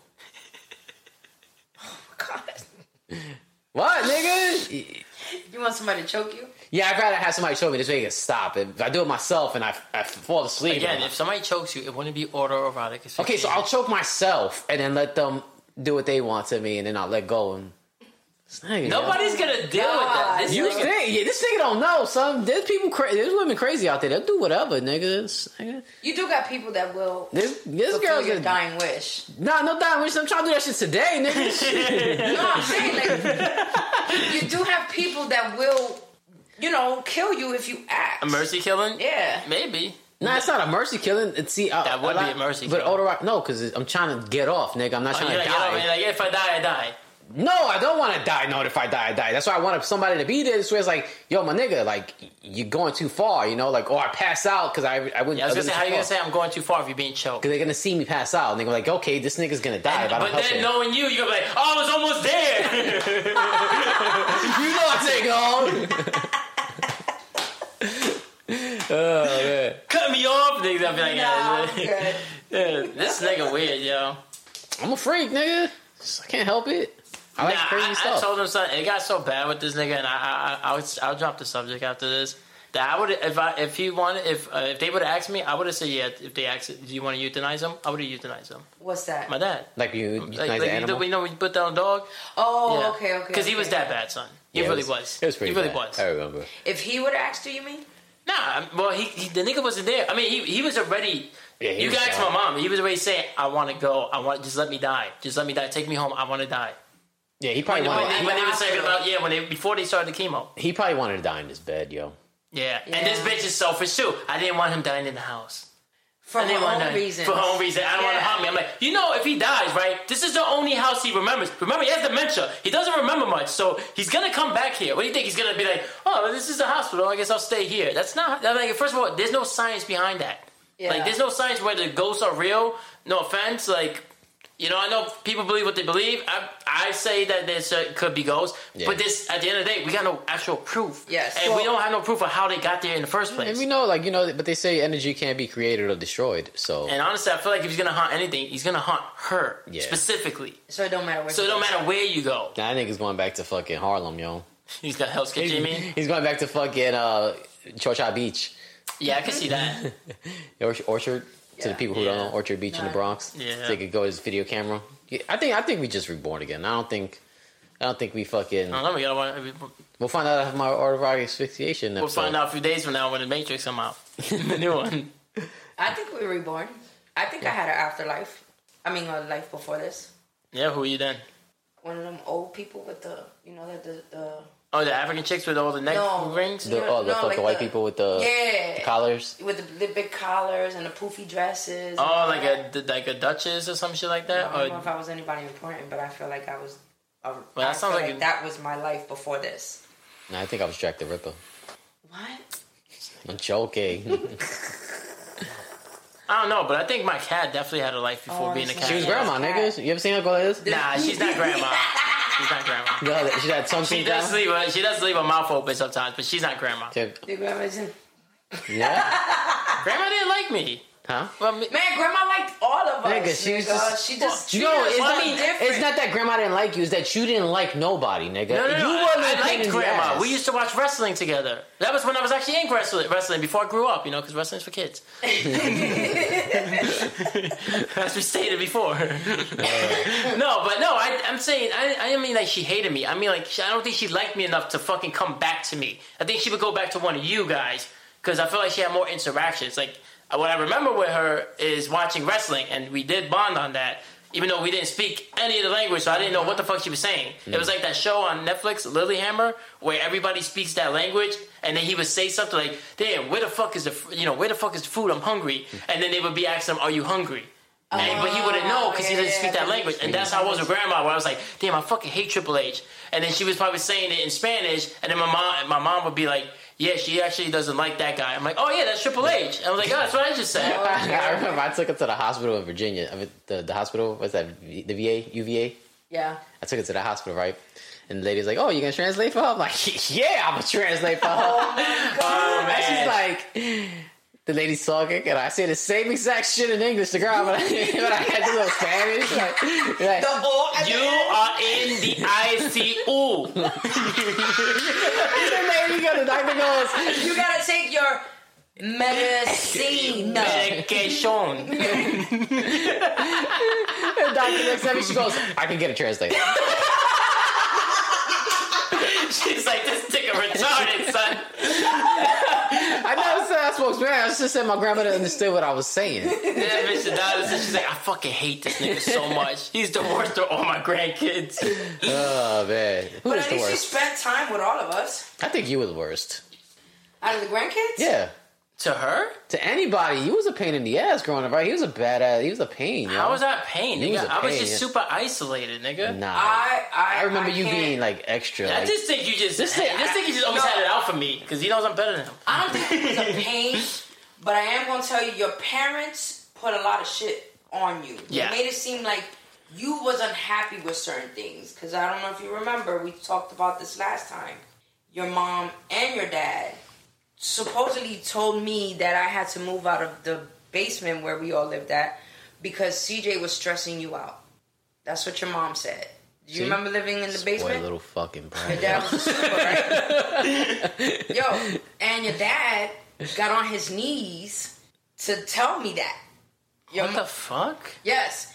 Speaker 1: uh,
Speaker 3: God.
Speaker 2: What, nigga?
Speaker 3: You want somebody to choke you?
Speaker 2: Yeah, I'd rather have somebody show me this way. Can stop. If I do it myself and I, I fall asleep.
Speaker 1: Again, if somebody chokes you, it wouldn't be autoerotic asphyxiation.
Speaker 2: okay, so I'll choke myself and then let them do what they want to me, and then I'll let go. And Nigga,
Speaker 1: Nobody's gonna deal with that. This
Speaker 2: You
Speaker 1: nigga,
Speaker 2: think? Yeah, this nigga don't know. Some there's people, cra- there's women crazy out there. They'll do whatever, niggas.
Speaker 3: You do got people that will.
Speaker 2: This this
Speaker 3: fulfill
Speaker 2: girl's
Speaker 3: your
Speaker 2: gonna die.
Speaker 3: dying wish.
Speaker 2: Nah, no dying wish. I'm trying to do that shit today, nigga.
Speaker 3: No, I'm saying like you do have people that will, you know, kill you if you act.
Speaker 1: a mercy killing?
Speaker 3: Yeah.
Speaker 1: Maybe.
Speaker 2: nah, it's not a mercy killing. It's, see, I,
Speaker 1: That would
Speaker 2: I
Speaker 1: be
Speaker 2: like-
Speaker 1: a mercy
Speaker 2: But
Speaker 1: killing.
Speaker 2: Odorock, no, because I'm trying to get off, nigga. I'm not
Speaker 1: You're
Speaker 2: trying
Speaker 1: like,
Speaker 2: to
Speaker 1: you know,
Speaker 2: Oh, die.
Speaker 1: you're like, if I die, I die.
Speaker 2: No, I don't want to die. No, if I die, I die. That's why I want somebody to be there. This way, it's like, yo, my nigga, like you're going too far, you know, like, or I pass out because I, I wouldn't.
Speaker 1: Yeah, I was
Speaker 2: I
Speaker 1: gonna say, how you gonna
Speaker 2: wouldn't
Speaker 1: say I'm going too far if you're being choked?
Speaker 2: Because they're gonna see me pass out, and they're gonna be like, okay, this nigga's gonna die. if I
Speaker 1: But
Speaker 2: don't help
Speaker 1: then
Speaker 2: him.
Speaker 1: knowing you, you're gonna be like, oh, I was almost there.
Speaker 2: you know I take on.
Speaker 1: Cut me off, nigga. I'll be like,
Speaker 3: Nah, I'm
Speaker 1: yeah,
Speaker 3: good.
Speaker 1: yeah. this nigga weird, yo.
Speaker 2: I'm a freak, nigga. I can't help it. I like
Speaker 1: Nah,
Speaker 2: crazy
Speaker 1: I,
Speaker 2: stuff.
Speaker 1: I told him something. It got so bad with this nigga, and I, I, I, I would, I'll drop the subject after this. That I would, if I, if he wanted, if uh, if they would have asked me, I would have said, yeah. If they asked, do you want to euthanize him? I would have euthanized him.
Speaker 3: What's that?
Speaker 1: My dad.
Speaker 2: like you, you
Speaker 1: Like,
Speaker 2: like,
Speaker 1: like
Speaker 2: the
Speaker 1: you, know,
Speaker 2: animal.
Speaker 1: we know when you put down a dog.
Speaker 3: oh, okay, okay.
Speaker 1: Because he was
Speaker 3: okay.
Speaker 1: that bad, son. He
Speaker 2: Yeah,
Speaker 1: really
Speaker 2: it
Speaker 1: was,
Speaker 2: It was pretty.
Speaker 1: He really
Speaker 2: bad.
Speaker 1: was.
Speaker 2: I remember.
Speaker 3: If he would have asked you, you mean?
Speaker 1: Nah, I'm- well, he, he the nigga wasn't there. I mean, he he was already.
Speaker 2: Yeah, he
Speaker 1: you
Speaker 2: was
Speaker 1: guys, ask
Speaker 2: down.
Speaker 1: my mom. He was already saying, "I want to go. I want just let me die. Just let me die. Take me home. I want to die."
Speaker 2: Yeah, he probably
Speaker 1: when,
Speaker 2: wanted.
Speaker 1: they,
Speaker 3: at
Speaker 1: when
Speaker 3: the
Speaker 1: they were talking
Speaker 3: hospital.
Speaker 1: about yeah, when they before they started the chemo.
Speaker 2: He probably wanted to die in his bed, yo.
Speaker 1: Yeah. and this
Speaker 3: Yeah.
Speaker 1: bitch is selfish too. I didn't want him dying in the house.
Speaker 3: For
Speaker 1: I didn't
Speaker 3: her
Speaker 1: want
Speaker 3: own
Speaker 1: him
Speaker 3: reasons.
Speaker 1: for her own reason. I don't want
Speaker 3: Yeah.
Speaker 1: to harm me. I'm like, you know, if he dies, right? This is the only house he remembers. Remember, he has dementia. He doesn't remember much, so he's gonna come back here. What do you think? He's gonna be like, oh, this is a hospital. I guess I'll stay here. That's not. that- Like, first of all, there's no science behind that. Like,
Speaker 3: Yeah.
Speaker 1: there's no science whether ghosts are real. No offense, like. You know, I know people believe what they believe. I, I say that this uh, could be ghosts, but this at the end of the day, we got no actual proof.
Speaker 3: Yes.
Speaker 1: and we
Speaker 3: Well-
Speaker 1: don't have no proof of how they got there in the first place.
Speaker 2: And we know, like you know, but they say energy can't be created or destroyed. So
Speaker 1: And honestly, I feel like if he's gonna haunt anything, he's gonna haunt her
Speaker 2: Yeah.
Speaker 1: specifically.
Speaker 3: So it don't matter. Where
Speaker 1: So it
Speaker 3: he
Speaker 1: don't
Speaker 3: goes.
Speaker 1: matter where you go.
Speaker 2: that nigga's going back to fucking Harlem, yo.
Speaker 1: He's got Hell's Kitchen, you mean?
Speaker 2: He's going back to fucking uh, Chocha Beach,
Speaker 1: Yeah, I can see that.
Speaker 2: Orch- Orchard. To the
Speaker 3: Yeah.
Speaker 2: people who
Speaker 1: Yeah.
Speaker 2: don't know, Orchard Beach in the
Speaker 3: No.
Speaker 2: Bronx.
Speaker 1: Yeah.
Speaker 2: they could go to his video camera. Yeah, I think I think we just reborn again. I don't think, I don't think we fucking.
Speaker 1: I don't know. We gotta want, we'll
Speaker 2: We'll find out if my art of asphyxiation. Episode.
Speaker 1: find out a few days from now when the Matrix come out, the new one.
Speaker 3: I think we reborn. I think I had an afterlife. I mean, a life before this.
Speaker 1: Yeah, who are you then?
Speaker 3: One of them old people with the, you know, the the. the
Speaker 1: Oh, the African chicks with all the neck
Speaker 3: No.
Speaker 1: rings.
Speaker 2: The, oh, the
Speaker 3: No,
Speaker 2: fucking
Speaker 3: like
Speaker 2: white
Speaker 3: the-
Speaker 2: people with the,
Speaker 3: Yeah.
Speaker 2: the collars.
Speaker 3: with the, the big collars and the poofy dresses.
Speaker 1: Oh, like a d- like a duchess or some shit like that.
Speaker 3: I don't know
Speaker 1: Or,
Speaker 3: if I was anybody important, but I feel like I was. Uh,
Speaker 1: that
Speaker 3: I feel
Speaker 1: sounds like
Speaker 3: like,
Speaker 1: a-
Speaker 3: that was my life before this.
Speaker 2: Nah, I think I was Jack the Ripper.
Speaker 3: What?
Speaker 2: I'm joking.
Speaker 1: I don't know, but I think my cat definitely had a life before
Speaker 3: Oh,
Speaker 1: being a
Speaker 3: that's
Speaker 1: cat.
Speaker 2: she was
Speaker 3: Yeah.
Speaker 2: grandma, niggas. You ever seen her go like this?
Speaker 1: Nah, she's not grandma. she's not grandma.
Speaker 2: No, she had
Speaker 1: She
Speaker 2: something
Speaker 1: does
Speaker 2: down.
Speaker 1: leave a she does leave a mouth open sometimes, but she's not grandma.
Speaker 2: Yeah.
Speaker 3: Big grandma's in.
Speaker 2: yeah.
Speaker 1: Grandma didn't like me. Oh,
Speaker 2: Huh?
Speaker 1: Well, I mean,
Speaker 3: Man, grandma liked all of us.
Speaker 2: Nigga, she was
Speaker 3: nigga.
Speaker 2: just-
Speaker 3: she just
Speaker 2: No,
Speaker 3: treated us
Speaker 2: it's
Speaker 3: all
Speaker 2: not,
Speaker 3: different.
Speaker 2: it's not that grandma didn't like you. It's that you didn't like nobody, nigga.
Speaker 1: no, no, no.
Speaker 2: you
Speaker 1: I-
Speaker 2: wasn't
Speaker 1: I,
Speaker 2: a pain
Speaker 1: liked
Speaker 2: in the
Speaker 1: grandma.
Speaker 2: ass.
Speaker 1: We used to watch wrestling together. That was when I was actually in wrestling, wrestling before I grew up, you know, because wrestling's for kids. As we stated before. no, but no, I, I'm saying, I, I didn't mean like she hated me. I mean, like, she, I don't think she liked me enough to fucking come back to me. I think she would go back to one of you guys because I feel like she had more interactions. Like, uh, what I remember with her is watching wrestling, and we did bond on that, even though we didn't speak any of the language, so I didn't know what the fuck she was saying. It was like that show on Netflix, Lilyhammer, where everybody speaks that language, and then he would say something like, damn, where the fuck is the, f- you know, where the fuck is the food? I'm hungry. And then they would be asking him, are you hungry? And, but he wouldn't know because he
Speaker 3: yeah,
Speaker 1: didn't
Speaker 3: yeah,
Speaker 1: speak
Speaker 3: yeah,
Speaker 1: that language. And that's how I was with grandma, where I was like, damn, I fucking hate Triple H. And then she was probably saying it in Spanish, and then my mom my mom would be like, Yeah, she actually doesn't like that guy. I'm like, Oh yeah, that's Triple H. And I was like, Oh, that's what I just said.
Speaker 2: I remember I took her to the hospital in Virginia. I mean, the, the hospital, what's that? V- The VA? UVA?
Speaker 3: yeah.
Speaker 2: I took her to the hospital, right? And the lady's like, "Oh, you gonna translate for her?" I'm like, "Yeah, I'm gonna translate for her."
Speaker 1: Uh,
Speaker 3: Oh,
Speaker 2: and she's like, "The lady's talking," and I say the same exact shit in English to girl, but I, but I had to go Spanish. Like, like,
Speaker 3: Double.
Speaker 1: You are in the ICU.
Speaker 2: the lady go, the doctor goes,
Speaker 3: You gotta take your medicine.
Speaker 1: Medication.
Speaker 2: the doctor looks at me, she goes, "I can get a translator."
Speaker 1: She's like, this nigga retarded, son.
Speaker 2: I never said I spoke Spanish. I just said my grandmother understood what I was saying.
Speaker 1: And then Mr. Dollars, and she's like, I fucking hate this nigga so much. He's the worst of all my grandkids.
Speaker 2: Oh man, who
Speaker 3: But
Speaker 2: is
Speaker 3: at
Speaker 2: the
Speaker 3: least she
Speaker 2: worst?
Speaker 3: spent time with all of us.
Speaker 2: I think you were the worst.
Speaker 3: Out of the grandkids?
Speaker 2: Yeah.
Speaker 1: To her?
Speaker 2: To anybody, you was a pain in the ass growing up, right? He was a badass. He was a pain. Yo.
Speaker 1: How was that pain,
Speaker 2: You
Speaker 1: nigga?
Speaker 2: was a
Speaker 1: I was
Speaker 2: pain,
Speaker 1: just
Speaker 2: yeah.
Speaker 1: super isolated, nigga.
Speaker 2: Nah.
Speaker 3: I I,
Speaker 2: I remember you
Speaker 3: can't-
Speaker 2: being like extra.
Speaker 1: I
Speaker 2: like-
Speaker 1: just think you just this
Speaker 2: thing-
Speaker 1: thing. This thing you just always
Speaker 3: No.
Speaker 1: had it out for me because he knows I'm better than him.
Speaker 3: I don't think it was a pain, but I am gonna tell you, your parents put a lot of shit on you.
Speaker 1: Yeah.
Speaker 3: They made it seem like you was unhappy with certain things. Cause I don't know if you remember, we talked about this last time. Your mom and your dad supposedly told me that I had to move out of the basement where we all lived at because CJ was stressing you out. That's what your mom said. Do you
Speaker 2: See?
Speaker 3: remember living in the
Speaker 2: Boy,
Speaker 3: basement?
Speaker 2: little fucking
Speaker 3: Your
Speaker 2: Brian.
Speaker 3: dad was a super, right? Yo, and your dad got on his knees to tell me that. Your
Speaker 1: What
Speaker 3: mo-
Speaker 1: the fuck?
Speaker 3: yes.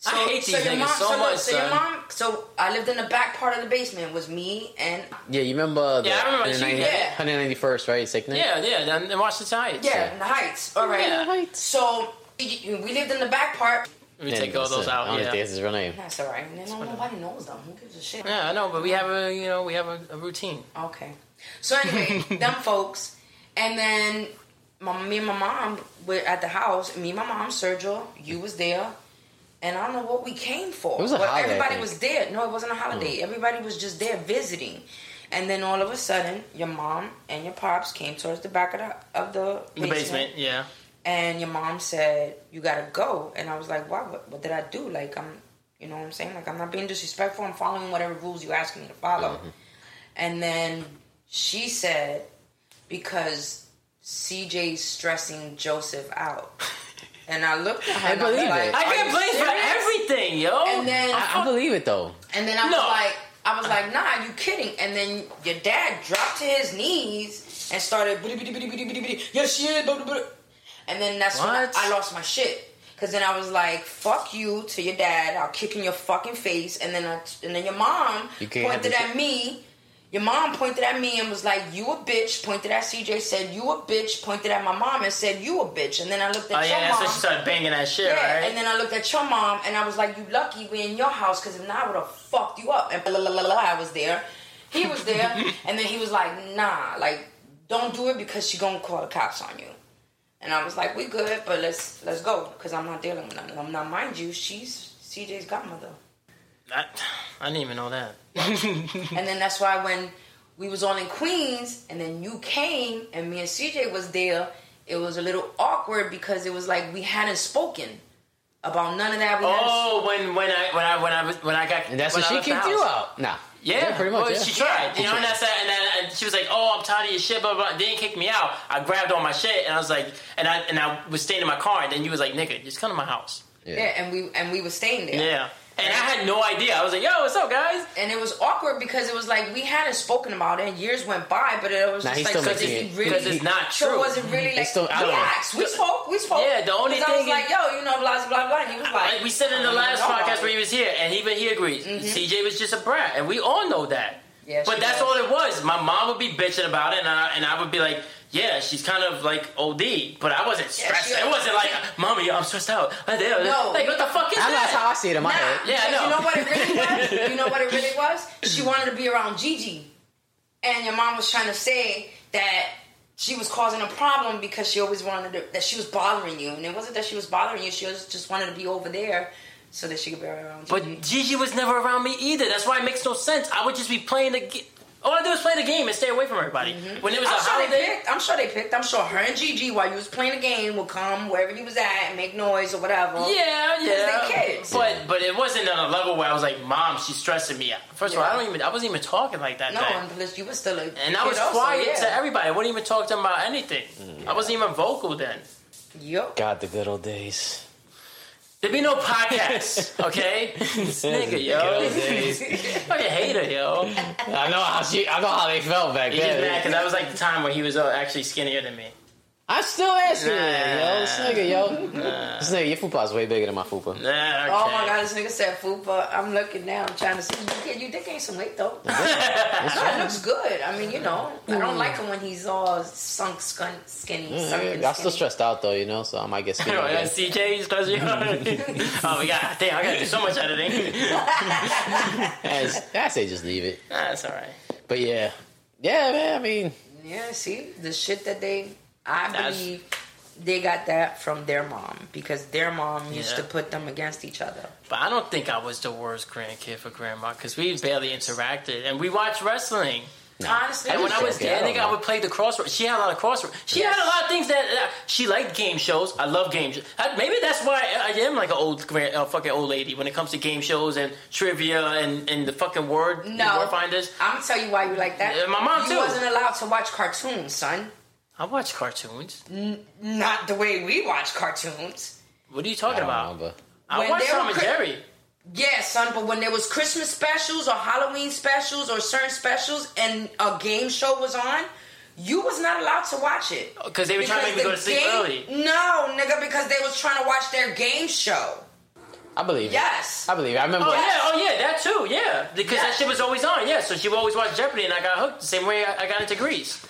Speaker 3: So,
Speaker 1: I hate these
Speaker 3: your
Speaker 1: niggas
Speaker 3: mom,
Speaker 1: so
Speaker 3: look,
Speaker 1: much,
Speaker 3: So your
Speaker 1: son.
Speaker 3: mom, so I lived in the back part of the basement. It was me and
Speaker 2: Yeah, you remember the
Speaker 1: Yeah, I remember she-
Speaker 2: 190
Speaker 3: yeah.
Speaker 2: 191st, right? Sick name?
Speaker 1: Yeah, yeah. And, and watch the Giants.
Speaker 3: yeah, in the heights. All right.
Speaker 1: Yeah.
Speaker 3: So y- y- we lived in the back part.
Speaker 1: We take all those
Speaker 2: I don't
Speaker 1: out.
Speaker 2: think
Speaker 1: Yeah.
Speaker 2: that's his real name.
Speaker 3: That's all right. You know, nobody knows them. Who gives a shit?
Speaker 1: yeah, I know, but we have a you know we have a, a routine.
Speaker 3: Okay. So anyway, them folks, and then my, me and my mom were at the house. Me and my mom, Sergio, you was there, and I don't know what we came for.
Speaker 2: It was a
Speaker 3: but
Speaker 2: holiday, I
Speaker 3: everybody
Speaker 2: think. Mm.
Speaker 3: was there. No, it wasn't a holiday. Everybody was just there visiting, and then all of a sudden, your mom and your pops came towards the back of the of the
Speaker 1: The basement. Yeah.
Speaker 3: and your mom said you gotta go and i was like why what, what did i do like i'm you know what i'm saying like i'm not being disrespectful i'm following whatever rules you ask me to follow
Speaker 2: Mm-hmm.
Speaker 3: and then she said because cj's stressing joseph out and i looked at her
Speaker 2: I
Speaker 3: and I was
Speaker 2: believe
Speaker 3: like,
Speaker 2: it.
Speaker 1: I
Speaker 3: "Are
Speaker 1: get
Speaker 3: you
Speaker 1: blamed for
Speaker 3: serious?"
Speaker 1: everything, yo.
Speaker 3: and then
Speaker 2: I, I believe it though.
Speaker 3: and then I was
Speaker 1: No.
Speaker 3: like, I was like, nah, you kidding? And then your dad dropped to his knees and started, "Bitty, bitty, bitty, bitty, bitty, bitty. yes, she is. blah, blah, blah." And then that's when
Speaker 1: What?
Speaker 3: I, I lost my shit. Cause then I was like, "Fuck you" to your dad. I'll kick in your fucking face. And then, I, and then your mom
Speaker 2: You can't have
Speaker 3: pointed
Speaker 2: this-
Speaker 3: at me. Your mom pointed at me and was like, "You a bitch." Pointed at CJ, said, "You a bitch." Pointed at my mom and said, "You a bitch." And then I looked at
Speaker 1: oh
Speaker 3: your
Speaker 1: yeah, that's
Speaker 3: mom.
Speaker 1: when she started banging that shit,
Speaker 3: Yeah,
Speaker 1: right?
Speaker 3: and then I looked at your mom and I was like, "You lucky we in your house because if not, I would have fucked you up." And blah, blah, blah, blah, blah, I was there, he was there, and then he was like, "Nah, like don't do it because she gonna call the cops on you." And I was like, "We good, but let's let's go because I'm not dealing with nothing." I'm not, mind you, she's CJ's godmother,
Speaker 1: I, I didn't even know that.
Speaker 3: and then that's why when we was all in Queens and then you came and me and CJ was there, it was a little awkward because it was like we hadn't spoken. about none of that. We never
Speaker 1: Oh, when when I when I when I was when I got
Speaker 2: And that's
Speaker 1: when
Speaker 2: when,
Speaker 1: I left
Speaker 2: she
Speaker 1: the
Speaker 2: kicked you
Speaker 1: house.
Speaker 2: out. Nah.
Speaker 1: Yeah,
Speaker 2: pretty much.
Speaker 1: Well,
Speaker 2: yeah.
Speaker 1: She tried, you know, and that's that. And then and she was like, "Oh, I'm tired of your shit." Blah blah. blah. They didn't kick me out. I grabbed all my shit and I was like, and I and I was staying in my car. And then you was like, "Nigga, just come to my house."
Speaker 3: yeah. and we and we were staying there.
Speaker 1: Yeah. And I had no idea. I was like, "Yo, what's up, guys?"
Speaker 3: And it was awkward because it was like we hadn't spoken about it. and Years went by, but it was
Speaker 2: Nah,
Speaker 3: just
Speaker 2: he
Speaker 3: like
Speaker 2: still
Speaker 3: so
Speaker 2: makes
Speaker 3: did
Speaker 2: it-
Speaker 3: he
Speaker 1: Because
Speaker 3: really?
Speaker 1: it's not true.
Speaker 3: So it wasn't really like
Speaker 2: still- I
Speaker 3: we
Speaker 2: don't-
Speaker 3: asked, we spoke, we spoke.
Speaker 1: Yeah, the only
Speaker 3: 'Cause I
Speaker 1: thing
Speaker 3: was
Speaker 1: is-
Speaker 3: like, yo, you know, blah blah blah, and he was like,
Speaker 1: Like we said in the
Speaker 3: I don't
Speaker 1: last
Speaker 3: know about
Speaker 1: podcast
Speaker 3: it.
Speaker 1: where he was here, and even he agrees. CJ was just a brat, and we all know that.
Speaker 3: Yeah,
Speaker 1: but
Speaker 3: she
Speaker 1: that's
Speaker 3: was.
Speaker 1: all it was. My mom would be bitching about it, and I, and I would be like, "Yeah, she's kind of like OD," but I wasn't stressed.
Speaker 3: she-
Speaker 1: it wasn't like, "Mommy, I'm stressed out." I did.
Speaker 3: No.
Speaker 1: like what the fuck is
Speaker 2: I know that's
Speaker 1: that?
Speaker 2: how I see it in my
Speaker 3: Nah,
Speaker 2: head.
Speaker 1: Yeah, I
Speaker 3: because
Speaker 1: know.
Speaker 3: You know what it really was? you know what it really was? She wanted to be around Gigi. And your mom was trying to say that she was causing a problem because she always wanted to, that she was bothering you. And it wasn't that she was bothering you, she was just wanted to be over there so that she could be around Gigi.
Speaker 1: But Gigi was never around me either. That's why it makes no sense. I would just be playing the. Ge- all I do is play the game and stay away from everybody. When it was
Speaker 3: Mm-hmm. I'm
Speaker 1: a
Speaker 3: sure they
Speaker 1: holiday,
Speaker 3: picked. I'm sure they picked. I'm sure her and Gigi, while you was playing the game, would come wherever you was at and make noise or whatever.
Speaker 1: Yeah, yeah.
Speaker 3: they kids.
Speaker 1: But but it wasn't on a level where I was like, Mom, she's stressing me out. First of all, I
Speaker 3: Yeah.
Speaker 1: don't even I wasn't even talking like that
Speaker 3: No,
Speaker 1: then.
Speaker 3: and plus you was still a
Speaker 1: And I was quiet to everybody. I wouldn't even talk to them about anything.
Speaker 2: Mm.
Speaker 1: I wasn't even vocal then.
Speaker 3: Yep.
Speaker 2: God, the good old days.
Speaker 1: There'd be no podcast, okay? this nigga,
Speaker 2: Good
Speaker 1: yo.
Speaker 2: old days.
Speaker 1: Fucking hater, yo.
Speaker 2: I know how she. I know how they felt back
Speaker 1: He just mad
Speaker 2: then.
Speaker 1: because that was like the time when he was uh, actually skinnier than me.
Speaker 2: I'm still asking,
Speaker 1: Nah.
Speaker 2: you, yo. This nigga, yo. This nigga, your fupa's way bigger than my
Speaker 1: Nah,
Speaker 2: fupa.
Speaker 1: okay.
Speaker 3: Oh my god, this nigga said food, but I'm looking now. I'm trying to see. You, did- you did gain some weight though. no, it looks good. I mean, you know, I
Speaker 1: Mm.
Speaker 3: don't like him when he's all sunk skun, skinny.
Speaker 1: mm,
Speaker 3: sunken
Speaker 2: I'm still
Speaker 3: skinny.
Speaker 2: stressed out though, you know, so I might get skinny.
Speaker 1: You know,
Speaker 2: again.
Speaker 1: that CJ, he's supposed to be- oh my god, damn, I gotta do so much editing.
Speaker 2: As- I say just leave it.
Speaker 1: Nah, that's alright.
Speaker 2: But yeah, yeah, man. I mean,
Speaker 3: Yeah, see the shit that they. I
Speaker 1: That's-
Speaker 3: believe they got that from their mom because their mom used
Speaker 1: Yeah.
Speaker 3: to put them against each other.
Speaker 1: But I don't think I was the worst grandkid for grandma because we barely interacted and we watched wrestling.
Speaker 3: Honestly,
Speaker 1: And when I was
Speaker 2: Okay, I
Speaker 1: there, I
Speaker 2: don't
Speaker 1: think I
Speaker 2: know.
Speaker 1: would play the crossroads. She had a lot of crossroads. She
Speaker 3: Yes.
Speaker 1: had a lot of things that uh, she liked game shows. I love game shows. Uh, Maybe that's why I, I am like an old grand, uh, fucking old lady when it comes to game shows and trivia and, and the fucking word
Speaker 3: No.
Speaker 1: word finders.
Speaker 3: I'm gonna tell you why you like that.
Speaker 1: Yeah, my mom,
Speaker 3: you
Speaker 1: too.
Speaker 3: wasn't allowed to watch cartoons, son.
Speaker 1: I watch cartoons.
Speaker 3: Not the way we watch cartoons.
Speaker 1: What are you talking
Speaker 2: I don't
Speaker 1: about?
Speaker 2: know, but
Speaker 1: I
Speaker 3: When
Speaker 1: watch
Speaker 3: they were
Speaker 1: Tom and
Speaker 3: cri-
Speaker 1: Jerry.
Speaker 3: Yeah, son. But when there was Christmas specials or Halloween specials or certain specials, and a game show was on, you was not allowed to watch it.
Speaker 1: Because they were trying to make me go to
Speaker 3: the
Speaker 1: sleep
Speaker 3: game-
Speaker 1: early.
Speaker 3: No, nigga, because they was trying to watch their game show.
Speaker 2: I believe. it.
Speaker 3: Yes.
Speaker 2: I believe. it. I remember.
Speaker 1: Oh yeah, oh yeah, that too, yeah. Because that shit was always on, yeah. So she would always watch Jeopardy, and I got hooked the same way I, I got into Grease.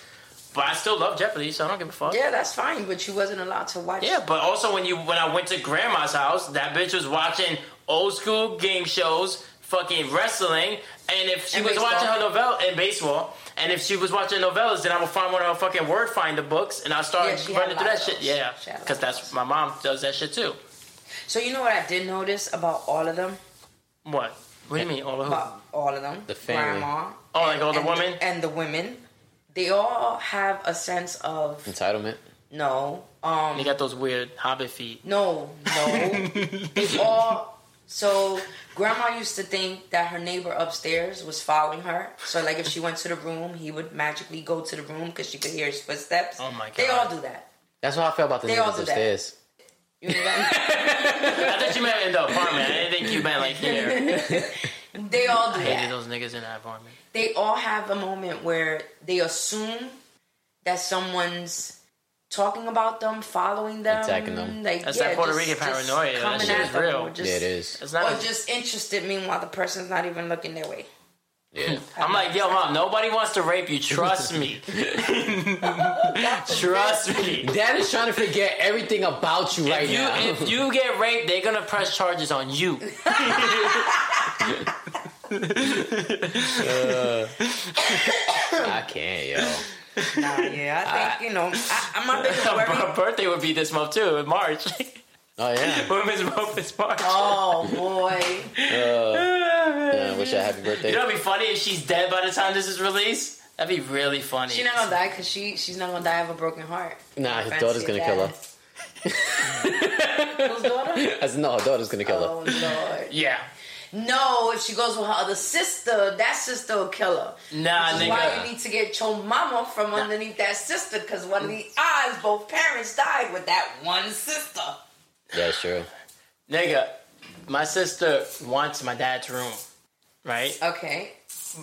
Speaker 1: But I still love Jeopardy, so I don't give a fuck.
Speaker 3: Yeah, that's fine, but you wasn't allowed to watch.
Speaker 1: Yeah, but also when you when I went to grandma's house, that bitch was watching old school game shows, fucking wrestling, and if she
Speaker 3: And
Speaker 1: was
Speaker 3: baseball.
Speaker 1: watching her novella and baseball, and if she was watching novellas, then I would find one of her fucking word finder books and I
Speaker 3: Yeah,
Speaker 1: start
Speaker 3: she had
Speaker 1: running
Speaker 3: a
Speaker 1: through
Speaker 3: lot
Speaker 1: that
Speaker 3: of
Speaker 1: shit.
Speaker 3: those.
Speaker 1: Yeah,
Speaker 3: She had a lot
Speaker 1: because
Speaker 3: of
Speaker 1: that's
Speaker 3: those.
Speaker 1: my mom does that shit too.
Speaker 3: So you know what I did notice about all of them?
Speaker 1: What? What do you mean? All of who?
Speaker 3: About all of them. The
Speaker 2: family.
Speaker 3: Grandma.
Speaker 1: Oh, like all the
Speaker 3: and
Speaker 1: women.
Speaker 3: and the women. They all have a sense of
Speaker 2: Entitlement.
Speaker 3: no,
Speaker 1: They
Speaker 3: um,
Speaker 1: got those weird hobbit feet.
Speaker 3: no, no. they all. So grandma used to think that her neighbor upstairs was following her. So like if she went to the room, he would magically go to the room because she could hear his footsteps.
Speaker 1: Oh, my
Speaker 3: They
Speaker 1: God.
Speaker 3: all do that.
Speaker 2: That's how I felt about the
Speaker 3: They all
Speaker 2: niggas
Speaker 3: do that.
Speaker 2: upstairs.
Speaker 3: You know what I mean?
Speaker 1: I thought you meant in the apartment. I didn't think you meant like here.
Speaker 3: they all do
Speaker 1: Hated
Speaker 3: that.
Speaker 1: those niggas in that apartment.
Speaker 3: They all have a moment where they assume that someone's talking about them, following them,
Speaker 2: Attacking them.
Speaker 3: Like
Speaker 1: That's
Speaker 3: yeah,
Speaker 1: that Puerto
Speaker 3: just-
Speaker 1: Rican
Speaker 3: just
Speaker 1: paranoia. That
Speaker 3: coming
Speaker 1: shit
Speaker 3: at
Speaker 1: is
Speaker 3: them
Speaker 1: real.
Speaker 3: or just-
Speaker 2: yeah, it is.
Speaker 1: It's not.
Speaker 3: or just interested meanwhile the person's not even looking their way.
Speaker 2: Yeah.
Speaker 1: I'm like, yo, mom. Nobody wants to rape you. Trust me. Trust me.
Speaker 2: Dad is trying to forget everything about you right
Speaker 1: If you,
Speaker 2: now.
Speaker 1: if you get raped, they're gonna press charges on you.
Speaker 2: I can't, yo.
Speaker 3: Nah, yeah, I think you know. I, I- my biggest
Speaker 1: My
Speaker 3: worry.
Speaker 1: birthday would be this month too, in March.
Speaker 2: Oh yeah.
Speaker 1: Women's month is March.
Speaker 3: Oh boy,
Speaker 2: Yeah, I wish I had happy birthday.
Speaker 1: You know, it'd be funny if she's dead by the time this is released. That'd be really funny.
Speaker 3: she's not gonna die because she she's not gonna die of a broken heart.
Speaker 2: Nah, his
Speaker 3: Fancy
Speaker 2: daughter's gonna
Speaker 3: that.
Speaker 2: kill her.
Speaker 3: Whose daughter?
Speaker 2: I said, no, her daughter's gonna kill her.
Speaker 3: Oh lord.
Speaker 1: Yeah.
Speaker 3: No, if she goes with her other sister, that sister will kill her.
Speaker 1: Nah,
Speaker 3: Which is
Speaker 1: nigga.
Speaker 3: why you need to get your mama from underneath that sister, because one of the eyes, both parents died with that one sister.
Speaker 2: That's true.
Speaker 1: Nigga, my sister wants my dad's room, right?
Speaker 3: Okay.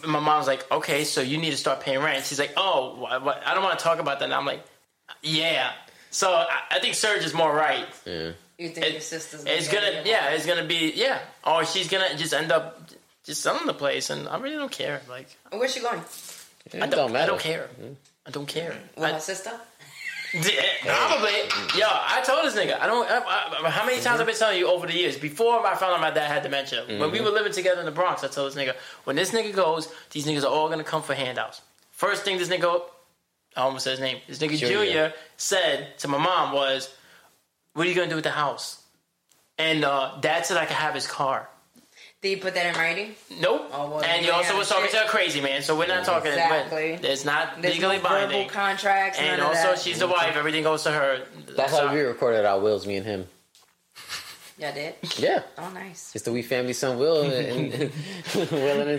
Speaker 1: My mom's like, okay, so you need to start paying rent. She's like, oh, wh- what? I don't want to talk about that. And I'm like, yeah. So I, I think Serge is more right.
Speaker 2: Yeah.
Speaker 3: You think
Speaker 1: It-
Speaker 3: your sister's
Speaker 1: It's gonna, yeah, it's gonna be, yeah. Or she's gonna just end up just selling the place, and I really don't care. Like,
Speaker 3: Where's she going?
Speaker 1: I
Speaker 2: It
Speaker 1: don't, I
Speaker 2: matter.
Speaker 1: don't care. I don't care.
Speaker 3: With
Speaker 1: I-
Speaker 3: her sister?
Speaker 1: D- Probably, yo. I told this nigga. I don't. I, I, how many times
Speaker 2: Mm-hmm.
Speaker 1: I've been telling you over the years? Before I found out my dad had dementia, when
Speaker 2: Mm-hmm.
Speaker 1: we were living together in the Bronx, I told this nigga, when this nigga goes, these niggas are all gonna come for handouts. First thing this nigga, I almost said his name. This nigga Junior,
Speaker 2: Junior.
Speaker 1: said to my mom was, "What are you gonna do with the house?" And uh, dad said I could have his car.
Speaker 3: Did you put that in writing?
Speaker 1: Nope.
Speaker 3: Oh, well,
Speaker 1: and you
Speaker 3: you ain't
Speaker 1: also
Speaker 3: having
Speaker 1: was talking
Speaker 3: shit.
Speaker 1: to a crazy man, so we're not talking. but
Speaker 3: Exactly.
Speaker 1: It's not
Speaker 3: There's
Speaker 1: legally
Speaker 3: no verbal
Speaker 1: binding.
Speaker 3: contracts,
Speaker 1: And
Speaker 3: none
Speaker 1: also,
Speaker 3: of that.
Speaker 1: she's the wife. Everything goes to her.
Speaker 2: That's
Speaker 1: So-
Speaker 2: how we recorded our wills, me and him.
Speaker 3: Yeah, I did.
Speaker 2: Yeah.
Speaker 3: Oh, nice.
Speaker 2: It's the We Family Son Will and, and Will and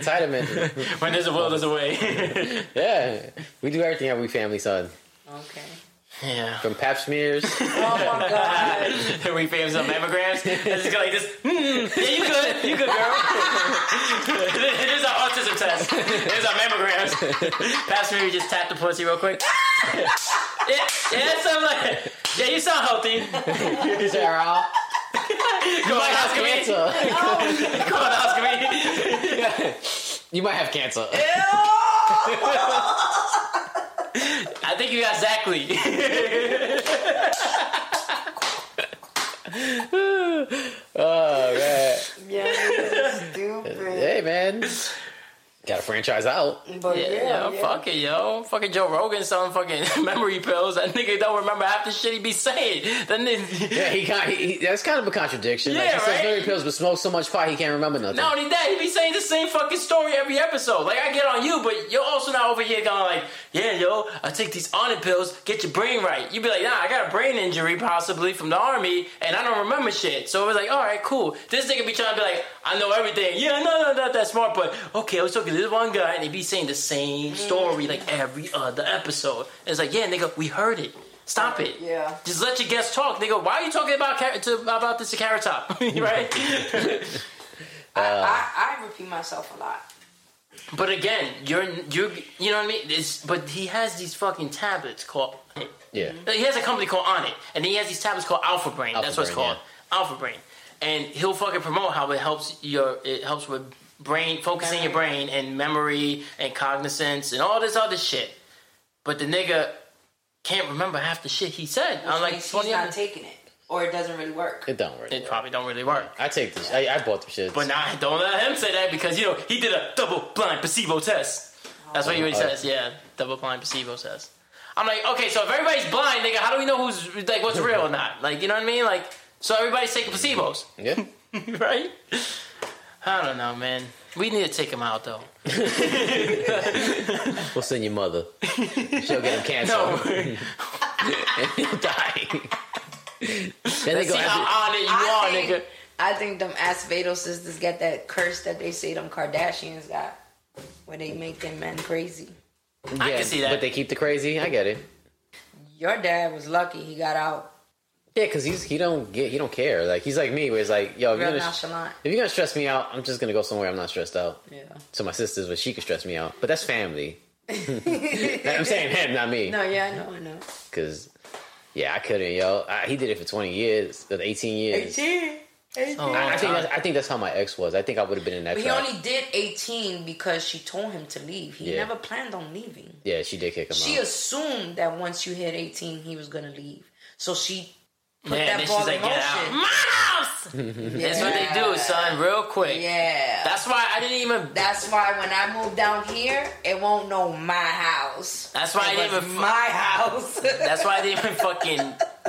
Speaker 2: Entitlement.
Speaker 1: When there's a will, there's a way.
Speaker 2: Yeah. We do everything at We Family Son.
Speaker 3: Okay.
Speaker 1: yeah.
Speaker 2: From pap smears.
Speaker 3: Oh my god.
Speaker 1: we fam some mammograms. It's just like this. Mm, yeah, you good. You good, girl. There's an autism test. There's our mammograms. Pastor Mary just tapped the pussy real quick. yeah, yeah, so like, yeah, you sound healthy.
Speaker 2: Sarah.
Speaker 1: Go on, Oscar.
Speaker 2: Cancer.
Speaker 1: Go on, Oscar.
Speaker 2: You might have cancer.
Speaker 1: Oh, I think you got Zachary.
Speaker 2: Oh man.
Speaker 3: yeah, it's stupid.
Speaker 2: Hey man. Got a franchise out.
Speaker 3: But
Speaker 1: Yeah,
Speaker 3: yeah,
Speaker 1: yo,
Speaker 3: yeah.
Speaker 1: fuck it, yo. Fucking Joe Rogan selling fucking memory pills. That nigga don't remember half the shit he be saying. Then
Speaker 2: Yeah, he got. He, he- that's kind of a contradiction. like,
Speaker 1: Yeah,
Speaker 2: he
Speaker 1: right?
Speaker 2: says very pills, but smokes so much pot he can't remember nothing.
Speaker 1: Not only that, he be saying the same fucking story every episode. Like I get on you, but you're also not over here going like, yeah, yo, I take these honor pills, get your brain right. You be like, nah, I got a brain injury possibly from the army, and I don't remember shit. So it was like, all right, cool. This nigga be trying to be like, I know everything. Yeah, no, no, not that smart, but okay, I was talking to this one guy, and he be saying the same story like every other episode. It's like, yeah, nigga, we heard it. Stop it.
Speaker 3: Yeah.
Speaker 1: Just let your guests talk, nigga. Why are you talking about car- to, about this to carrot top, right? Uh,
Speaker 3: I, I, I repeat myself a lot.
Speaker 1: But again, you're you you know what I mean? It's, but he has these fucking tablets called.
Speaker 2: Yeah.
Speaker 1: He has a company called On It, and he has these tablets called Alpha Brain.
Speaker 2: Alpha
Speaker 1: That's what it's
Speaker 2: Brain,
Speaker 1: called, Alpha Brain. And he'll fucking promote how it helps your it helps with brain focusing your brain and memory and cognizance and all this other shit. But the nigga can't remember half the shit he said. I'm like
Speaker 3: she's
Speaker 1: twenty.
Speaker 3: not
Speaker 1: Other,
Speaker 3: taking it, or it doesn't really work.
Speaker 2: It don't work.
Speaker 1: it probably don't really work.
Speaker 2: I take this. I, I bought the shit.
Speaker 1: But now don't let him say that because you know he did a double blind placebo test. That's what he always
Speaker 2: Oh.
Speaker 1: says. Yeah, double blind placebo test. I'm like, okay, so if everybody's blind, nigga, how do we know who's like what's real or not? Like, you know what I mean? Like, so everybody's taking placebos,
Speaker 2: yeah.
Speaker 1: right? I don't know, man. We need to take him out though.
Speaker 2: We'll send your mother. She'll get him cancer.
Speaker 1: No,
Speaker 2: and he'll die. then they
Speaker 1: let's
Speaker 2: go
Speaker 1: see
Speaker 2: after.
Speaker 1: how on it you are,
Speaker 3: think,
Speaker 1: nigga.
Speaker 3: I think them Acevedo sisters got that curse that they say them Kardashians got, where they make them men crazy.
Speaker 1: I
Speaker 2: yeah,
Speaker 1: can see that.
Speaker 2: But they keep the crazy. I get it.
Speaker 3: Your dad was lucky he got out
Speaker 2: Yeah, because he's he don't get he don't care. Like he's like me, where it's like, yo, if you're, gonna,
Speaker 3: real nonchalant.
Speaker 2: if you're gonna stress me out, I'm just gonna go somewhere I'm not stressed out.
Speaker 3: Yeah.
Speaker 2: So my sisters, but she can stress me out. But that's family. I'm saying him, not me.
Speaker 3: No, yeah, I know, I know.
Speaker 2: Cause yeah, I couldn't, yo. I, he did it for 20 years, but 18 years.
Speaker 1: Oh,
Speaker 2: I, I think
Speaker 1: God.
Speaker 2: that's, I think that's how my ex was. I think I would have been in that.
Speaker 3: Uh-huh. But he
Speaker 2: trap.
Speaker 3: only did 18 because she told him to leave. He
Speaker 2: Yeah.
Speaker 3: never planned on leaving.
Speaker 2: yeah, she did kick him
Speaker 3: She
Speaker 2: out.
Speaker 3: assumed that once you hit 18, he was gonna leave. So she put
Speaker 1: Yeah,
Speaker 3: that
Speaker 1: then
Speaker 3: ball
Speaker 1: she's
Speaker 3: in
Speaker 1: like,
Speaker 3: motion.
Speaker 1: get out. My house. That's what they do, son. Real quick.
Speaker 3: Yeah.
Speaker 1: That's why I didn't even
Speaker 3: That's why when I move down here, it won't know my house.
Speaker 1: That's why I
Speaker 3: it
Speaker 1: didn't
Speaker 3: was
Speaker 1: even fu-
Speaker 3: my house.
Speaker 1: That's why I didn't even fucking.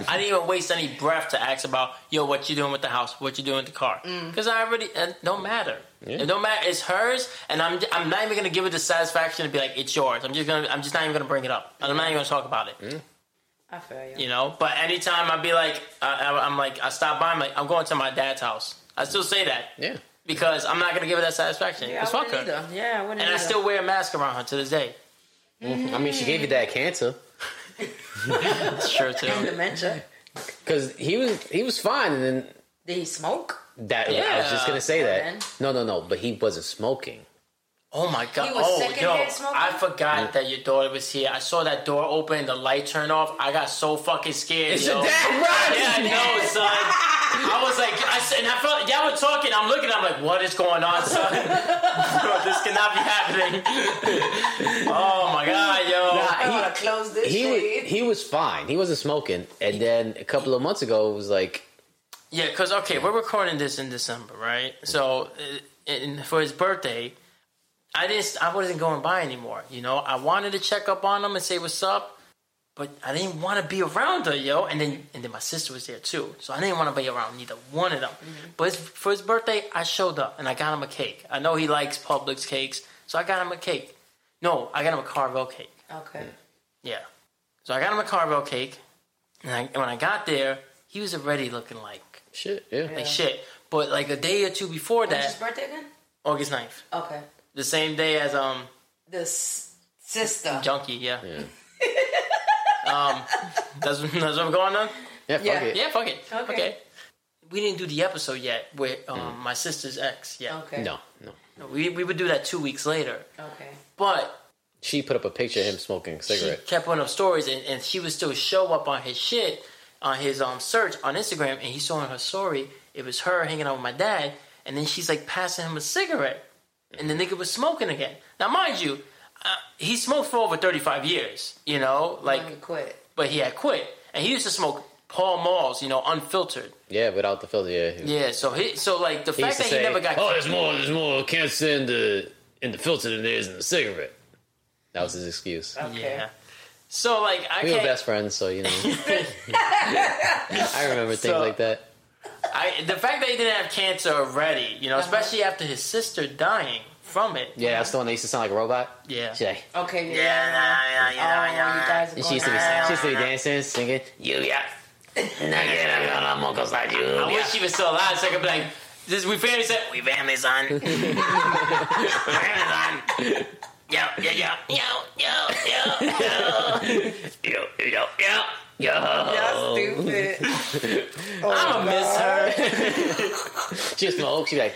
Speaker 1: I didn't even waste any breath to ask about yo what you doing with the house, what you doing with the car,
Speaker 3: Mm.
Speaker 1: because I already it don't matter. It don't matter. It's hers, and I'm I'm not even gonna give it the satisfaction to be like it's yours. I'm just gonna I'm just not even gonna bring it up. I'm not even gonna talk about it.
Speaker 3: I feel you.
Speaker 1: you know. But anytime I be like, I, I, I'm like, I stop by, I'm like, I'm going to my dad's house. I still say that
Speaker 2: Yeah.
Speaker 1: because I'm not gonna give her that satisfaction.
Speaker 3: Yeah,
Speaker 1: It's
Speaker 3: I
Speaker 1: fuck
Speaker 3: wouldn't
Speaker 1: her,
Speaker 3: either. Yeah, I wouldn't.
Speaker 1: and I
Speaker 3: either.
Speaker 1: still wear a mask around her to this day.
Speaker 3: Mm-hmm.
Speaker 2: I mean, she gave you that cancer
Speaker 1: That's true
Speaker 3: And
Speaker 1: too.
Speaker 3: dementia.
Speaker 2: because he was he was fine, and then
Speaker 3: Did he smoke?
Speaker 2: that I was just gonna say that.
Speaker 3: Then-
Speaker 2: No, no, no. But he wasn't smoking.
Speaker 1: Oh my god!
Speaker 3: He was
Speaker 1: oh
Speaker 3: secondhand
Speaker 1: yo,
Speaker 3: smoking?
Speaker 1: I forgot that your daughter was here. I saw that door open, the light turn off. I got so fucking scared. yo.
Speaker 2: dad,
Speaker 1: Yeah, I know, son. I was like, I said, and I felt y'all were talking. I'm looking. I'm like, what is going on, son? Bro, this cannot be happening. oh my god, yo.
Speaker 3: I
Speaker 2: he-
Speaker 3: want to close this
Speaker 2: He
Speaker 3: shade.
Speaker 2: was he was fine. He wasn't smoking. And then a couple of months ago, it was like
Speaker 1: Yeah, because okay, we're recording this in December, right? So, uh, and for his birthday, I didn't, I wasn't going by anymore. You know, I wanted to check up on him and say what's up, but I didn't want to be around her, yo. And then, and then my sister was there too, so I didn't want to be around either one of them. But his, for his birthday, I showed up and I got him a cake. I know he likes Publix cakes, so I got him a cake. No, I got him a Carvel cake.
Speaker 3: okay.
Speaker 1: Yeah. So I got him a Carvel cake, and, I, and when I got there, he was already looking like
Speaker 2: shit. Yeah,
Speaker 1: like shit. But like a day or two before
Speaker 3: When's his
Speaker 1: that,
Speaker 3: birthday again?
Speaker 1: August 9th,
Speaker 3: Okay.
Speaker 1: the same day as um
Speaker 3: The s- sister.
Speaker 1: Junkie, yeah. um, that's, that's what I'm going on.
Speaker 2: yeah. Fuck
Speaker 3: Yeah.
Speaker 2: it.
Speaker 1: Yeah, fuck it.
Speaker 3: Okay.
Speaker 1: Okay. We didn't do the episode yet with um, my sister's ex. Yeah,
Speaker 3: Okay.
Speaker 2: No, no.
Speaker 1: we we would do that two weeks later.
Speaker 3: Okay.
Speaker 1: But
Speaker 2: She put up a picture of him smoking a
Speaker 1: she
Speaker 2: cigarette.
Speaker 1: kept putting up stories, and, and she would still show up on his shit, on his um search on Instagram, and he saw in her story it was her hanging out with my dad, and then she's like passing him a cigarette, and the nigga was smoking again. Now, mind you, uh, he smoked for over thirty five years, you know, like,
Speaker 3: Let me quit.
Speaker 1: but he had quit, and he used to smoke Paul Malls, you know, unfiltered.
Speaker 2: Yeah, without the filter. Yeah, he,
Speaker 1: Yeah, so he, so like the
Speaker 2: he
Speaker 1: fact
Speaker 2: used to
Speaker 1: that
Speaker 2: say,
Speaker 1: he never got,
Speaker 2: "Oh, there's more. There's more cancer in the in the filter than there is in the cigarette." That was his excuse.
Speaker 3: Okay.
Speaker 1: yeah. So like I
Speaker 2: We were
Speaker 1: can't.
Speaker 2: best friends, so you know. I remember things
Speaker 1: So-
Speaker 2: like that.
Speaker 1: I, the fact that he didn't have cancer already, you know,
Speaker 3: Uh-huh.
Speaker 1: especially after his sister dying from it.
Speaker 2: Yeah, that's the one that used to sound like a robot.
Speaker 1: Yeah.
Speaker 2: She, like,
Speaker 3: Okay.
Speaker 1: Yeah, yeah, yeah,
Speaker 3: Oh,
Speaker 1: yeah, yeah.
Speaker 3: you guys are
Speaker 2: and
Speaker 3: going
Speaker 2: she used to be,
Speaker 3: out.
Speaker 2: she used to be dancing, singing. You got nugget, I'm gonna muckles like you.
Speaker 1: I wish she was still alive so I could be like, this, we family son. We family son. we family son. Yo, yo, yo, yo, yo, yo, yo, yo, yo, yo.
Speaker 2: "Oh."
Speaker 3: Y'all stupid.
Speaker 1: I'm gonna miss her.
Speaker 2: She smoked. She'd be like,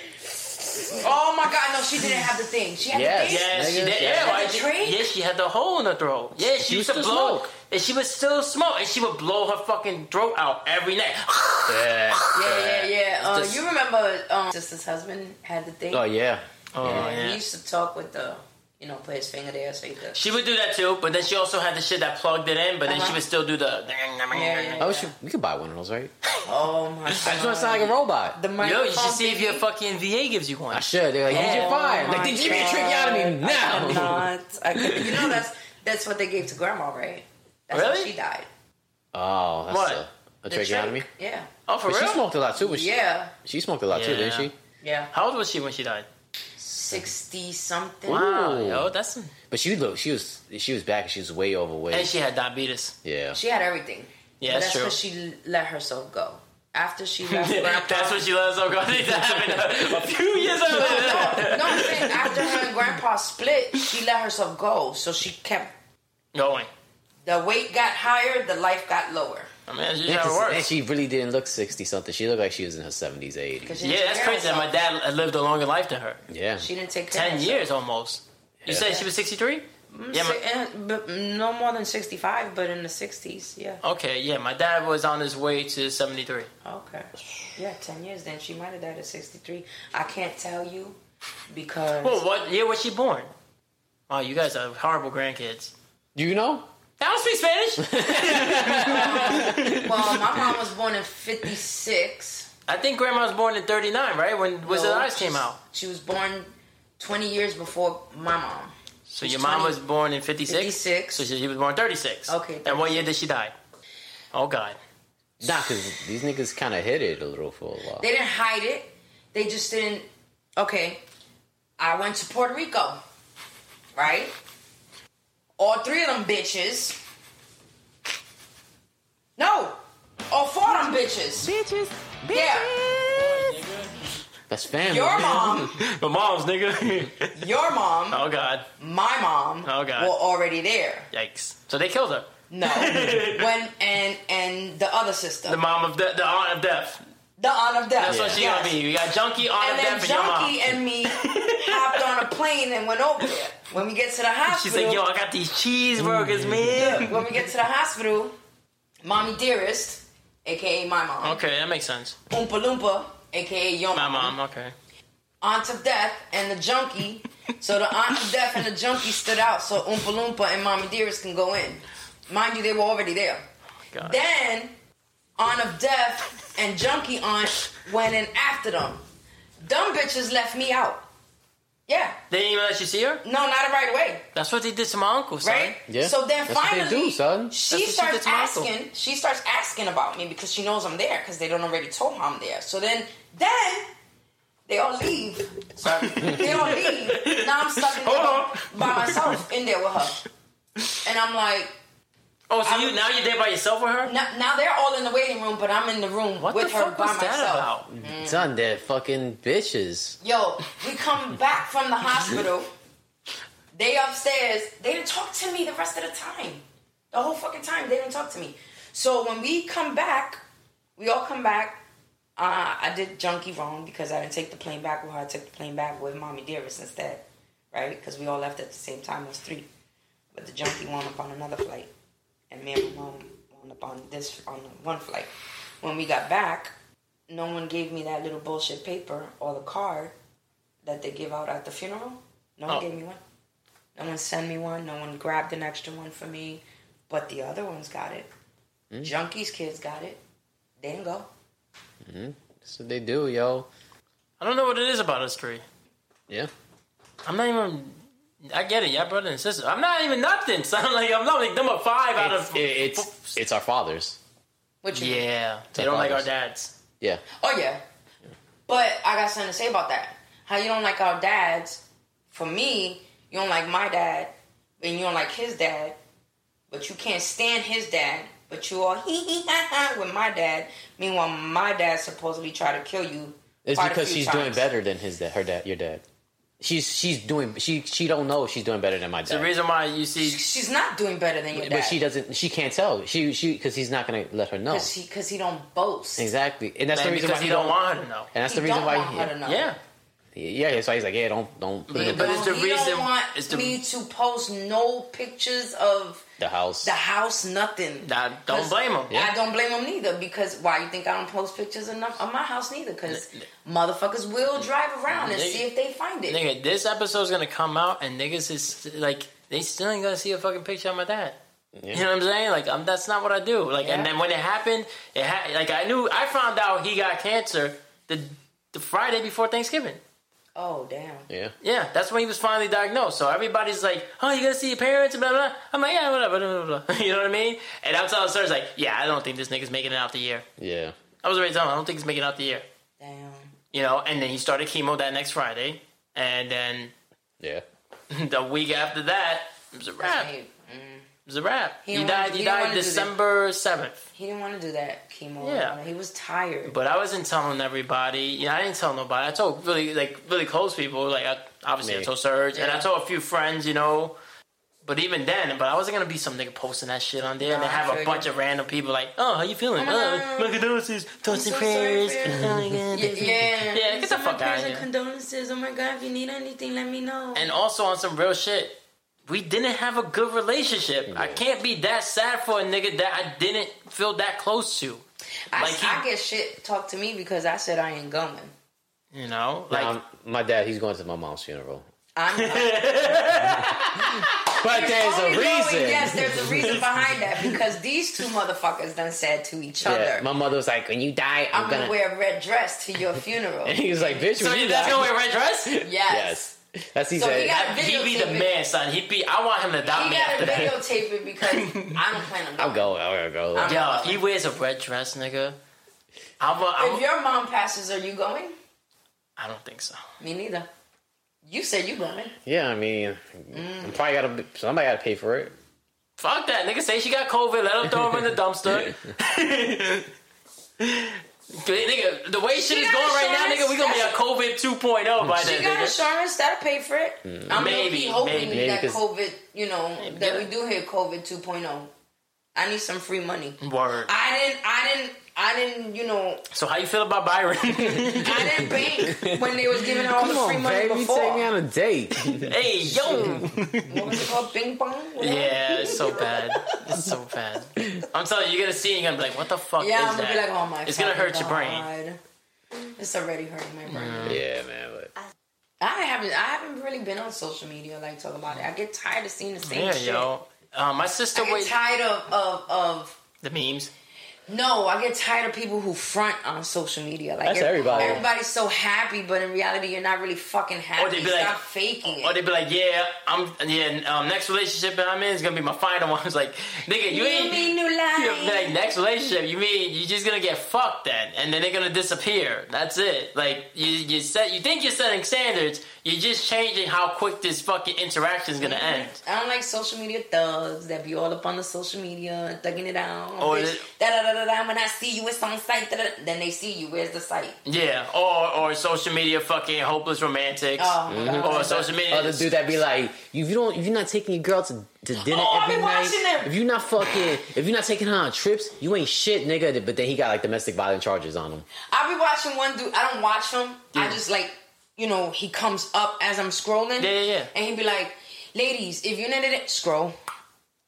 Speaker 3: Oh my god, no, she didn't have the thing. She had
Speaker 2: Yes.
Speaker 3: the thing.
Speaker 1: Yeah, she
Speaker 2: Nigga,
Speaker 1: did.
Speaker 2: she
Speaker 1: Yeah,
Speaker 2: had
Speaker 1: why
Speaker 3: a
Speaker 1: she,
Speaker 3: drink?
Speaker 1: yeah, she had the hole in her throat. Yeah, she, used to
Speaker 2: used to
Speaker 1: blow,
Speaker 2: smoke.
Speaker 1: and she would still smoke, and she would blow her fucking throat out every night.
Speaker 2: yeah.
Speaker 3: Yeah, yeah, yeah. Uh,
Speaker 1: Just-
Speaker 3: you remember um, sister's husband had the thing?
Speaker 2: Oh yeah.
Speaker 1: Oh
Speaker 3: And He used to talk with the, you know, put his finger there so he could.
Speaker 1: She would do that too, but then she also had the shit that plugged it in, but then
Speaker 3: Uh-huh.
Speaker 1: she would still do the.
Speaker 3: yeah.
Speaker 2: Oh, she, we could buy one of those, right?
Speaker 3: Oh my god.
Speaker 2: I just want to sound like a robot.
Speaker 3: the microphone.
Speaker 1: Yo, you should see if
Speaker 3: baby.
Speaker 1: your fucking VA gives you one.
Speaker 2: I should. They're like, here's your
Speaker 3: Oh
Speaker 2: five.
Speaker 3: my
Speaker 2: Like, did you give me a trick out of me
Speaker 3: God. I could
Speaker 2: now?
Speaker 3: not. I could, you know, that's that's what they gave to grandma, right? That's how
Speaker 1: Really?
Speaker 3: she died.
Speaker 2: Oh, that's
Speaker 1: What?
Speaker 2: a, a
Speaker 3: The
Speaker 2: tracheotomy.
Speaker 3: trick. Yeah.
Speaker 1: Oh, for
Speaker 2: But she
Speaker 1: real?
Speaker 2: smoked a lot too. But she,
Speaker 3: Yeah.
Speaker 2: she smoked a lot too, didn't
Speaker 1: Yeah.
Speaker 2: she?
Speaker 3: Yeah.
Speaker 1: How old was she when she died?
Speaker 3: 60 something.
Speaker 1: Wow,
Speaker 2: Ooh.
Speaker 1: yo, that's
Speaker 2: But she looked. She was. She was back. She was way overweight.
Speaker 1: and she had diabetes.
Speaker 2: yeah.
Speaker 3: She had
Speaker 1: Yeah,
Speaker 3: everything. But
Speaker 1: that's
Speaker 3: that's
Speaker 1: true.
Speaker 3: because she let herself go. After she left grandpa.
Speaker 1: that's what she loves. So God, that happened a few years earlier.
Speaker 3: No, I'm saying after her and grandpa split, she let herself go. So she kept
Speaker 1: Going.
Speaker 3: the weight got higher, the life got lower.
Speaker 1: I mean, she
Speaker 2: And
Speaker 1: never
Speaker 2: she-
Speaker 1: worked.
Speaker 2: and she really didn't look sixty something. She looked like she was in her seventies, eighties.
Speaker 3: she
Speaker 1: Yeah, that's crazy. That my dad lived a longer life than her.
Speaker 2: Yeah.
Speaker 3: She didn't take care
Speaker 1: Ten
Speaker 3: of
Speaker 1: years almost. You
Speaker 2: Yeah.
Speaker 1: said she was sixty-three. Yeah,
Speaker 3: herself.
Speaker 1: my,
Speaker 3: Si- and- but no more than 65, but in the 60s, yeah.
Speaker 1: okay, yeah. My dad was on his way to seventy-three.
Speaker 3: Okay. Yeah, 10 years then. She might have died at 63. I can't tell you because.
Speaker 1: Well, what year was she born? Wow, you guys are horrible grandkids.
Speaker 2: you know?
Speaker 1: I don't speak Spanish.
Speaker 3: Well, my mom was born in 56.
Speaker 1: I think grandma was born in 39, right? When Wizard
Speaker 3: No,
Speaker 1: of Oz came out.
Speaker 3: She was born 20 years before my mom.
Speaker 1: So your mom
Speaker 3: 20.
Speaker 1: was born in 56?
Speaker 3: 56.
Speaker 1: So she, she was born 36.
Speaker 3: Okay,
Speaker 1: And what year did she die? Oh, God.
Speaker 2: Nah, because these niggas kind of hid it a little for a while.
Speaker 3: They didn't hide it. They just didn't. Okay, I went to Puerto Rico, right? All three of them bitches No. Or for them bitches.
Speaker 6: Bitches, bitches.
Speaker 2: That's family.
Speaker 3: Your mom,
Speaker 1: My mom's nigga.
Speaker 3: your mom,
Speaker 1: oh god.
Speaker 3: my mom
Speaker 1: Oh, God.
Speaker 3: were already there.
Speaker 1: Yikes. So they killed her.
Speaker 3: No. when and and the other sister.
Speaker 1: The
Speaker 3: The,
Speaker 1: mom of death. The aunt of death.
Speaker 3: aunt of death.
Speaker 1: That's what she
Speaker 3: yes.
Speaker 1: gonna be. We got junkie aunt
Speaker 3: And
Speaker 1: of
Speaker 3: then
Speaker 1: death and your mom.
Speaker 3: Junkie and me hopped on a plane and went over there. When we get to the
Speaker 1: She
Speaker 3: hospital,
Speaker 1: said, "Yo, I got these cheeseburgers, man."
Speaker 3: when we get to the hospital, mommy dearest, aka my mom,
Speaker 1: Okay, that makes sense.
Speaker 3: Oompa Loompa, aka your
Speaker 1: My
Speaker 3: mom,
Speaker 1: mom. Okay.
Speaker 3: aunt of death, and the junkie. so the aunt of death and the junkie stood out so Oompa Loompa and mommy dearest can go in. Mind you, they were already there.
Speaker 1: God.
Speaker 3: Then aunt of death and junkie aunt went in after them. Dumb bitches left me out. Yeah,
Speaker 1: They didn't even let you see her.
Speaker 3: no, not right away.
Speaker 1: That's what they did to my uncle, son.
Speaker 3: right?
Speaker 2: Yeah.
Speaker 3: So then
Speaker 2: That's what
Speaker 3: finally,
Speaker 2: they do, son.
Speaker 3: she
Speaker 1: That's what she did
Speaker 3: starts
Speaker 1: to Michael.
Speaker 3: asking. She starts asking about me because she knows I'm there because they don't already told her I'm there. So then, then they all leave. Sorry, they all leave. Now I'm stuck in
Speaker 1: Hold
Speaker 3: there by myself in there with her, and I'm like,
Speaker 1: Oh, so
Speaker 3: I'm-
Speaker 1: you now you're there by yourself with her?
Speaker 3: now, now they're all in the waiting room, but I'm in the room
Speaker 1: What
Speaker 3: with
Speaker 1: the
Speaker 3: her
Speaker 1: fuck
Speaker 3: by
Speaker 1: was that
Speaker 3: myself.
Speaker 1: about?
Speaker 2: Son, they're fucking bitches.
Speaker 3: Yo, we come back from the hospital. They upstairs. They didn't talk to me the rest of the time. The whole fucking time they didn't talk to me. So when we come back, we all come back. Uh, I did junkie wrong because I didn't take the plane back with her. I took the plane back with mommy dearest instead, right? Because we all left at the same time. It was three, but the junkie wound up on another flight, and me and my mom wound up on this on one flight. When we got back, no one gave me that little bullshit paper or the card that they give out at the funeral. No one
Speaker 1: Oh.
Speaker 3: gave me one. No one sent me one. No one grabbed an extra one for me. But the other ones got it.
Speaker 2: Hmm.
Speaker 3: Junkies kids got it. They didn't go.
Speaker 2: That's what they do, yo.
Speaker 1: I don't know what it is about us three.
Speaker 2: Yeah.
Speaker 1: I'm not even. I get it, y'all brother and sister. I'm not even nothing. So I'm like I'm not like number five out
Speaker 2: It's,
Speaker 1: of.
Speaker 2: it- it's, it's our fathers.
Speaker 3: Which you
Speaker 1: yeah, they don't like our dads.
Speaker 2: Yeah.
Speaker 3: Oh yeah. But I got something to say about that. How you don't like our dads. For me, you don't like my dad, and you don't like his dad, but you can't stand his dad. But you all hee hee ha ha with my dad. Meanwhile, my dad supposedly tried to kill you.
Speaker 2: It's
Speaker 3: quite a
Speaker 2: because
Speaker 3: few
Speaker 2: she's doing
Speaker 3: times.
Speaker 2: better than his dad, her dad, your dad. She's she's doing she she don't know she's doing better than my
Speaker 1: The
Speaker 2: dad.
Speaker 1: reason why you see
Speaker 3: She's not doing better than your dad.
Speaker 2: but she doesn't she can't tell. She she cuz he's not going to let her know.
Speaker 3: Cause he, cause he don't boast.
Speaker 2: Exactly. And that's the
Speaker 1: man,
Speaker 2: reason
Speaker 1: because
Speaker 2: why
Speaker 1: he don't want her to know.
Speaker 2: And that's
Speaker 3: He
Speaker 2: the reason
Speaker 3: don't
Speaker 2: why
Speaker 3: want
Speaker 2: he,
Speaker 3: her to know.
Speaker 1: Yeah,
Speaker 2: Yeah, that's why he's like, yeah, don't don't put it in
Speaker 1: But
Speaker 2: the,
Speaker 1: it's the
Speaker 3: he
Speaker 1: reason-
Speaker 3: Don't want
Speaker 1: it's the-
Speaker 3: me to post no pictures of
Speaker 2: the house.
Speaker 3: the house, nothing.
Speaker 1: I don't
Speaker 3: 'Cause
Speaker 1: blame him.
Speaker 3: I don't blame him neither because why you think I don't post pictures enough of my house neither? Because motherfuckers will drive around and
Speaker 1: Nigga.
Speaker 3: see if they find it.
Speaker 1: Nigga, this episode's gonna come out and niggas is st- like they still ain't gonna see a fucking picture of my dad. You know what I'm saying? Like, I'm, that's not what I do. Like, and
Speaker 3: Yeah.
Speaker 1: then when it happened, it ha- like I knew I found out he got cancer the the Friday before Thanksgiving.
Speaker 3: Oh damn!
Speaker 2: yeah.
Speaker 1: Yeah, that's when he was finally diagnosed. So everybody's like, "Oh, you gonna see your parents?" Blah blah. blah. I'm like, "Yeah, whatever." Blah, blah, blah. You know what I mean? And I'm telling Serge like, "Yeah, I don't think this nigga's making it out the year."
Speaker 2: Yeah.
Speaker 1: I was already telling him, "I don't think he's making it out the year."
Speaker 3: Damn.
Speaker 1: You know? And then he started chemo that next Friday, and then
Speaker 2: Yeah.
Speaker 1: the week after that, it was a wrap.
Speaker 3: He,
Speaker 1: It
Speaker 3: Mm.
Speaker 1: was a wrap. He,
Speaker 3: didn't
Speaker 1: died.
Speaker 3: wanna-
Speaker 1: He,
Speaker 3: he didn't
Speaker 1: died
Speaker 3: wanna do that.
Speaker 1: December seventh.
Speaker 3: he didn't want to do that chemo.
Speaker 1: Yeah.
Speaker 3: He was tired.
Speaker 1: But I wasn't telling everybody. You know, I didn't tell nobody. I told really like really close people. Like I, obviously, I
Speaker 2: Me.
Speaker 1: told Serge, and I
Speaker 3: Yeah.
Speaker 1: told a few friends. You know. But even then, but I wasn't gonna be some nigga posting that shit on there and
Speaker 3: Nah,
Speaker 1: then
Speaker 3: I
Speaker 1: have
Speaker 3: feel
Speaker 1: a
Speaker 3: you.
Speaker 1: bunch of random people like, oh, how you feeling? Oh,
Speaker 3: God.
Speaker 1: my condolences, thoughts and
Speaker 3: so sorry
Speaker 1: prayers.
Speaker 3: for you.
Speaker 1: Oh my God.
Speaker 3: yeah, yeah.
Speaker 1: get the
Speaker 3: So my
Speaker 1: fuck outta
Speaker 3: prayers and
Speaker 1: here.
Speaker 3: Condolences. Oh my god! If you need anything, let me know.
Speaker 1: And also on some real shit, we didn't have a good relationship. I can't be that sad for a nigga that I didn't feel that close to.
Speaker 3: I,
Speaker 1: like he-
Speaker 3: I get shit talked to me because I said I ain't going.
Speaker 1: You know, like
Speaker 2: um, my dad, he's going to my mom's funeral.
Speaker 3: I'm
Speaker 2: But there's
Speaker 3: only
Speaker 2: a
Speaker 3: going-
Speaker 2: reason.
Speaker 3: yes, there's a reason behind that because these two motherfuckers done said to each other.
Speaker 2: Yeah, my mother was like, when you die, I'm,
Speaker 3: I'm
Speaker 2: gonna.
Speaker 3: gonna wear a red dress to your funeral.
Speaker 2: he was like, bitch,
Speaker 1: so
Speaker 2: when you
Speaker 1: your dad's
Speaker 2: die-
Speaker 1: gonna wear a red dress?
Speaker 3: Yes.
Speaker 2: Yes. That's he
Speaker 3: So
Speaker 2: said.
Speaker 3: he got
Speaker 1: He'd be the
Speaker 3: videotape it.
Speaker 1: man, son. He'd be. I want him to adopt
Speaker 3: You
Speaker 1: me
Speaker 3: gotta
Speaker 1: after that.
Speaker 3: videotape it because I don't plan on.
Speaker 2: I'm going. I'm gonna go.
Speaker 3: I'm-
Speaker 1: Yo, if he wears a red dress, nigga. I'm a, I'm
Speaker 3: If your mom passes, are you going?
Speaker 1: I don't think so.
Speaker 3: Me neither. You said you going.
Speaker 2: yeah, I mean, I'm probably gotta. Somebody gotta pay for it.
Speaker 1: Fuck that. Nigga say she got COVID. Let him throw him in the dumpster. nigga, the way shit
Speaker 3: She
Speaker 1: is
Speaker 3: got
Speaker 1: going right now,
Speaker 3: insurance?
Speaker 1: nigga, we gonna be a COVID 2.0 by
Speaker 3: She
Speaker 1: then,
Speaker 3: got
Speaker 1: nigga.
Speaker 3: insurance that'll pay for it. I'm
Speaker 1: Maybe,
Speaker 3: maybe, hoping
Speaker 1: maybe.
Speaker 2: Maybe
Speaker 3: that
Speaker 2: 'cause-
Speaker 3: COVID, you know, that
Speaker 1: yeah.
Speaker 3: we do hit COVID 2.0. I need some free money.
Speaker 1: Word.
Speaker 3: I didn't, I didn't, I didn't, you know,
Speaker 1: So how you feel about Byron?
Speaker 3: I didn't bank when they was giving out all the
Speaker 2: Come
Speaker 3: free
Speaker 2: on,
Speaker 3: money
Speaker 2: baby,
Speaker 3: before.
Speaker 2: take me on a date.
Speaker 1: hey, yo.
Speaker 3: What was it called? Bing bong? Whatever.
Speaker 1: Yeah, it's so bad. It's so bad. I'm telling you, you're gonna see it and you're gonna be like, what the fuck
Speaker 3: Yeah,
Speaker 1: is
Speaker 3: I'm gonna
Speaker 1: that?
Speaker 3: be like, oh my
Speaker 1: it's gonna hurt
Speaker 3: fucking
Speaker 1: your brain.
Speaker 3: God. It's already hurting my brain.
Speaker 2: yeah, man. But
Speaker 3: I haven't, I haven't really been on social media like talking about it. I get tired of seeing the same
Speaker 1: Yeah,
Speaker 3: "Oh, shit.
Speaker 1: yo. Uh, my sister
Speaker 3: I get
Speaker 1: wait
Speaker 3: tired of, of, of
Speaker 1: the memes.
Speaker 3: No, I get tired of people who front on social media. Like
Speaker 2: That's
Speaker 3: every-
Speaker 2: everybody.
Speaker 3: Everybody's so happy, but in reality, you're not really fucking happy.
Speaker 1: Or they be
Speaker 3: Stop
Speaker 1: like-
Speaker 3: faking it.
Speaker 1: Or they'd be like, yeah, I'm yeah, um, next relationship that I'm in is gonna be my final one. I was like, nigga, you,
Speaker 3: you
Speaker 1: ain't
Speaker 3: mean new
Speaker 1: You'll be like
Speaker 3: life.
Speaker 1: next relationship, you mean you just gonna get fucked then, and then they're gonna disappear. That's it. Like you, you set, you think you're setting standards. You're just changing how quick this fucking interaction is gonna end.
Speaker 3: I don't like social media thugs that be all up on the social media and thugging it out.
Speaker 1: Or
Speaker 3: Bitch,
Speaker 1: is Oh, it-
Speaker 3: da da da da da. When I see you, it's on site. Da, da. Then they see you. Where's the site?
Speaker 1: Yeah, or or social media fucking hopeless romantics,
Speaker 3: Oh, my God.
Speaker 1: or social media.
Speaker 2: other dude that be like, if you don't, if you're not taking your girl to, to dinner
Speaker 3: Oh, I
Speaker 2: every
Speaker 3: be
Speaker 2: night,
Speaker 3: watching them.
Speaker 2: if you're not fucking, if you're not taking her on trips, you ain't shit, nigga. But then he got like domestic violence charges on him.
Speaker 3: I be watching one dude. I don't watch him. I
Speaker 1: Yeah.
Speaker 3: just like, you know, he comes up as I'm scrolling.
Speaker 1: Yeah, yeah, yeah.
Speaker 3: And he be like, ladies, if you're not in it, scroll.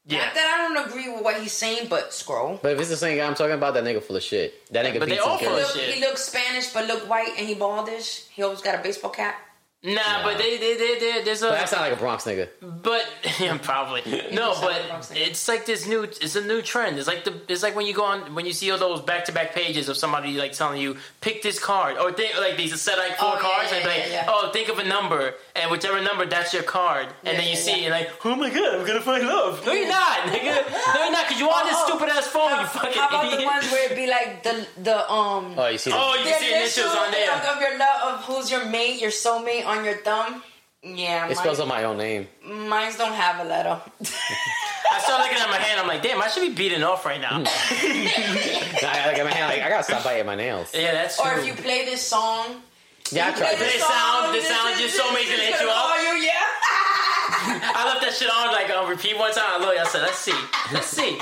Speaker 1: yeah,
Speaker 3: Not that I don't agree with what he's saying, but scroll.
Speaker 2: But if it's the same guy I'm talking about, that nigga full of shit. That nigga
Speaker 1: But they
Speaker 2: beats
Speaker 1: all
Speaker 2: some
Speaker 1: full of
Speaker 2: girls.
Speaker 1: shit.
Speaker 3: Look, he looks Spanish, but look white, and he baldish. He always got a baseball cap.
Speaker 1: nah, but they, they, they, they there's a
Speaker 2: But that sound like a Bronx nigga.
Speaker 1: But yeah, probably no.
Speaker 3: sound like Rob
Speaker 1: But
Speaker 3: Snyder.
Speaker 1: it's like this new. It's a new trend. It's like the. It's like when you go on when you see all those back to back pages of somebody like telling you pick this card or think like these set like four
Speaker 3: Oh, yeah,
Speaker 1: cards
Speaker 3: yeah,
Speaker 1: and be
Speaker 3: yeah,
Speaker 1: like
Speaker 3: yeah.
Speaker 1: oh think of a number and whichever number that's your card and
Speaker 3: Yeah,
Speaker 1: then you
Speaker 3: yeah,
Speaker 1: see and
Speaker 3: yeah.
Speaker 1: like oh my god I'm gonna find love no you're not nigga no you're not because you on this
Speaker 3: Oh,
Speaker 1: stupid ass phone you fucking
Speaker 3: How about
Speaker 1: idiot
Speaker 3: the ones where it be like the the um?
Speaker 2: Oh, you see the
Speaker 1: oh you
Speaker 3: the
Speaker 1: see initials on
Speaker 3: like,
Speaker 1: there
Speaker 3: of your love of who's your mate, your soulmate on your thumb. Yeah,
Speaker 2: It spells out
Speaker 3: mine,
Speaker 2: my own name.
Speaker 3: mine's don't have a letter.
Speaker 1: I started looking at my hand I'm like damn I should be beating off right now
Speaker 2: I, like, in my hand, like, I gotta stop biting my nails.
Speaker 1: yeah that's true
Speaker 3: or if you play this song,
Speaker 2: Yeah, I
Speaker 3: you
Speaker 2: tried that.
Speaker 3: play
Speaker 1: This sound- this sound, your
Speaker 3: this-
Speaker 1: soulmate's gonna hit
Speaker 3: this
Speaker 1: you
Speaker 3: gonna
Speaker 1: up.
Speaker 3: call you, yeah.
Speaker 1: I left that shit on like on repeat one time I looked I said let's see let's see.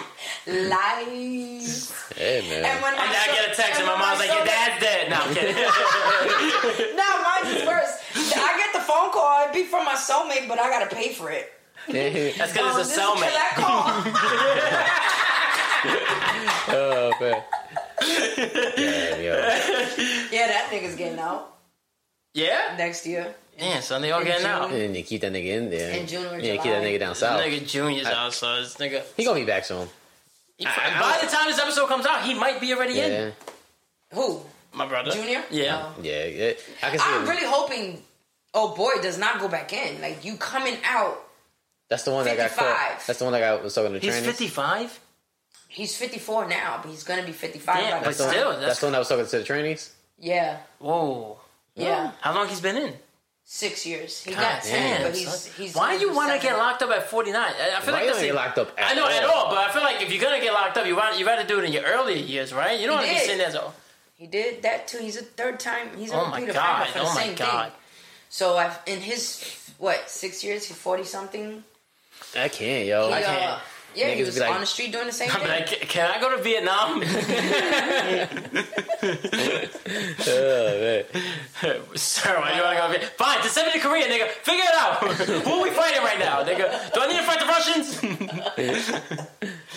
Speaker 3: Lies.
Speaker 2: Hey, man.
Speaker 3: And when
Speaker 1: And then I get a text, and my mom's like, "Your dad's
Speaker 3: that.
Speaker 1: dead." No, I'm kidding.
Speaker 3: No, mine's is worse. I get the phone call. It be from my soulmate, but I gotta pay for it.
Speaker 1: That's
Speaker 3: Um,
Speaker 1: because
Speaker 3: this
Speaker 1: it's
Speaker 3: is
Speaker 1: a cellmate.
Speaker 3: collect call.
Speaker 2: oh, man. Damn, yo.
Speaker 3: yeah, that nigga's getting out
Speaker 1: Yeah.
Speaker 3: next year.
Speaker 1: Yeah. So they all getting out.
Speaker 2: And then you keep that nigga in there.
Speaker 3: In June or
Speaker 2: Yeah, you keep that
Speaker 3: July.
Speaker 2: nigga down
Speaker 1: This
Speaker 2: south.
Speaker 1: nigga Junior's out, so this nigga.
Speaker 2: He gonna be back soon.
Speaker 1: he- by the time this episode comes out, he might be already in.
Speaker 2: Yeah.
Speaker 3: Who?
Speaker 1: My brother,
Speaker 3: Junior?
Speaker 1: Uh, Yeah.
Speaker 3: Oh.
Speaker 2: Yeah. yeah. I can see
Speaker 3: I'm
Speaker 2: it.
Speaker 3: really hoping. Oh boy, does not go back in. Like you coming out.
Speaker 2: That's the one that got
Speaker 3: 55.
Speaker 2: caught. That's the one that got was talking to
Speaker 1: He's
Speaker 2: trainees.
Speaker 1: 55.
Speaker 3: He's 54 now, but he's gonna be 55.
Speaker 1: Damn, but
Speaker 3: by the
Speaker 2: the
Speaker 3: time.
Speaker 2: one-
Speaker 1: still, that's-
Speaker 2: that's, the one that was talking to the trainees.
Speaker 3: yeah,
Speaker 1: Whoa.
Speaker 3: yeah,
Speaker 1: How long he's been in?
Speaker 3: six years. He
Speaker 1: God
Speaker 3: got ten,
Speaker 1: damn.
Speaker 3: but he's
Speaker 1: son.
Speaker 3: he's.
Speaker 1: Why
Speaker 3: gonna
Speaker 1: do you
Speaker 3: do
Speaker 1: want to
Speaker 3: seven.
Speaker 1: get locked up at 49? I I feel
Speaker 2: Why
Speaker 1: like
Speaker 2: you
Speaker 1: that's
Speaker 2: don't
Speaker 1: a-
Speaker 2: get locked up at
Speaker 1: I know at
Speaker 2: all?
Speaker 1: all, but I feel like if you're gonna get locked up, you want you rather do it in your earlier years, right? You don't want to be
Speaker 3: did.
Speaker 1: sitting there. so-
Speaker 3: He did that too. He's a third time. He's a
Speaker 1: Oh my
Speaker 3: repeat
Speaker 1: god!
Speaker 3: offender for the
Speaker 1: Oh my
Speaker 3: same
Speaker 1: god!
Speaker 3: thing. So I've in his what six years, he's forty something.
Speaker 2: I can't, yo.
Speaker 3: He,
Speaker 2: I
Speaker 3: uh,
Speaker 2: can't.
Speaker 3: Yeah, he
Speaker 2: Niggas
Speaker 3: was
Speaker 2: be like-
Speaker 3: on the street doing the same
Speaker 1: I'm
Speaker 3: thing.
Speaker 1: like, can I go to Vietnam?
Speaker 2: Oh,
Speaker 1: Sir, why do you want to go? to Viet- Fine, just send me to Korea, nigga. Figure it out. Who are we fighting right now, nigga? Do I need to fight the Russians?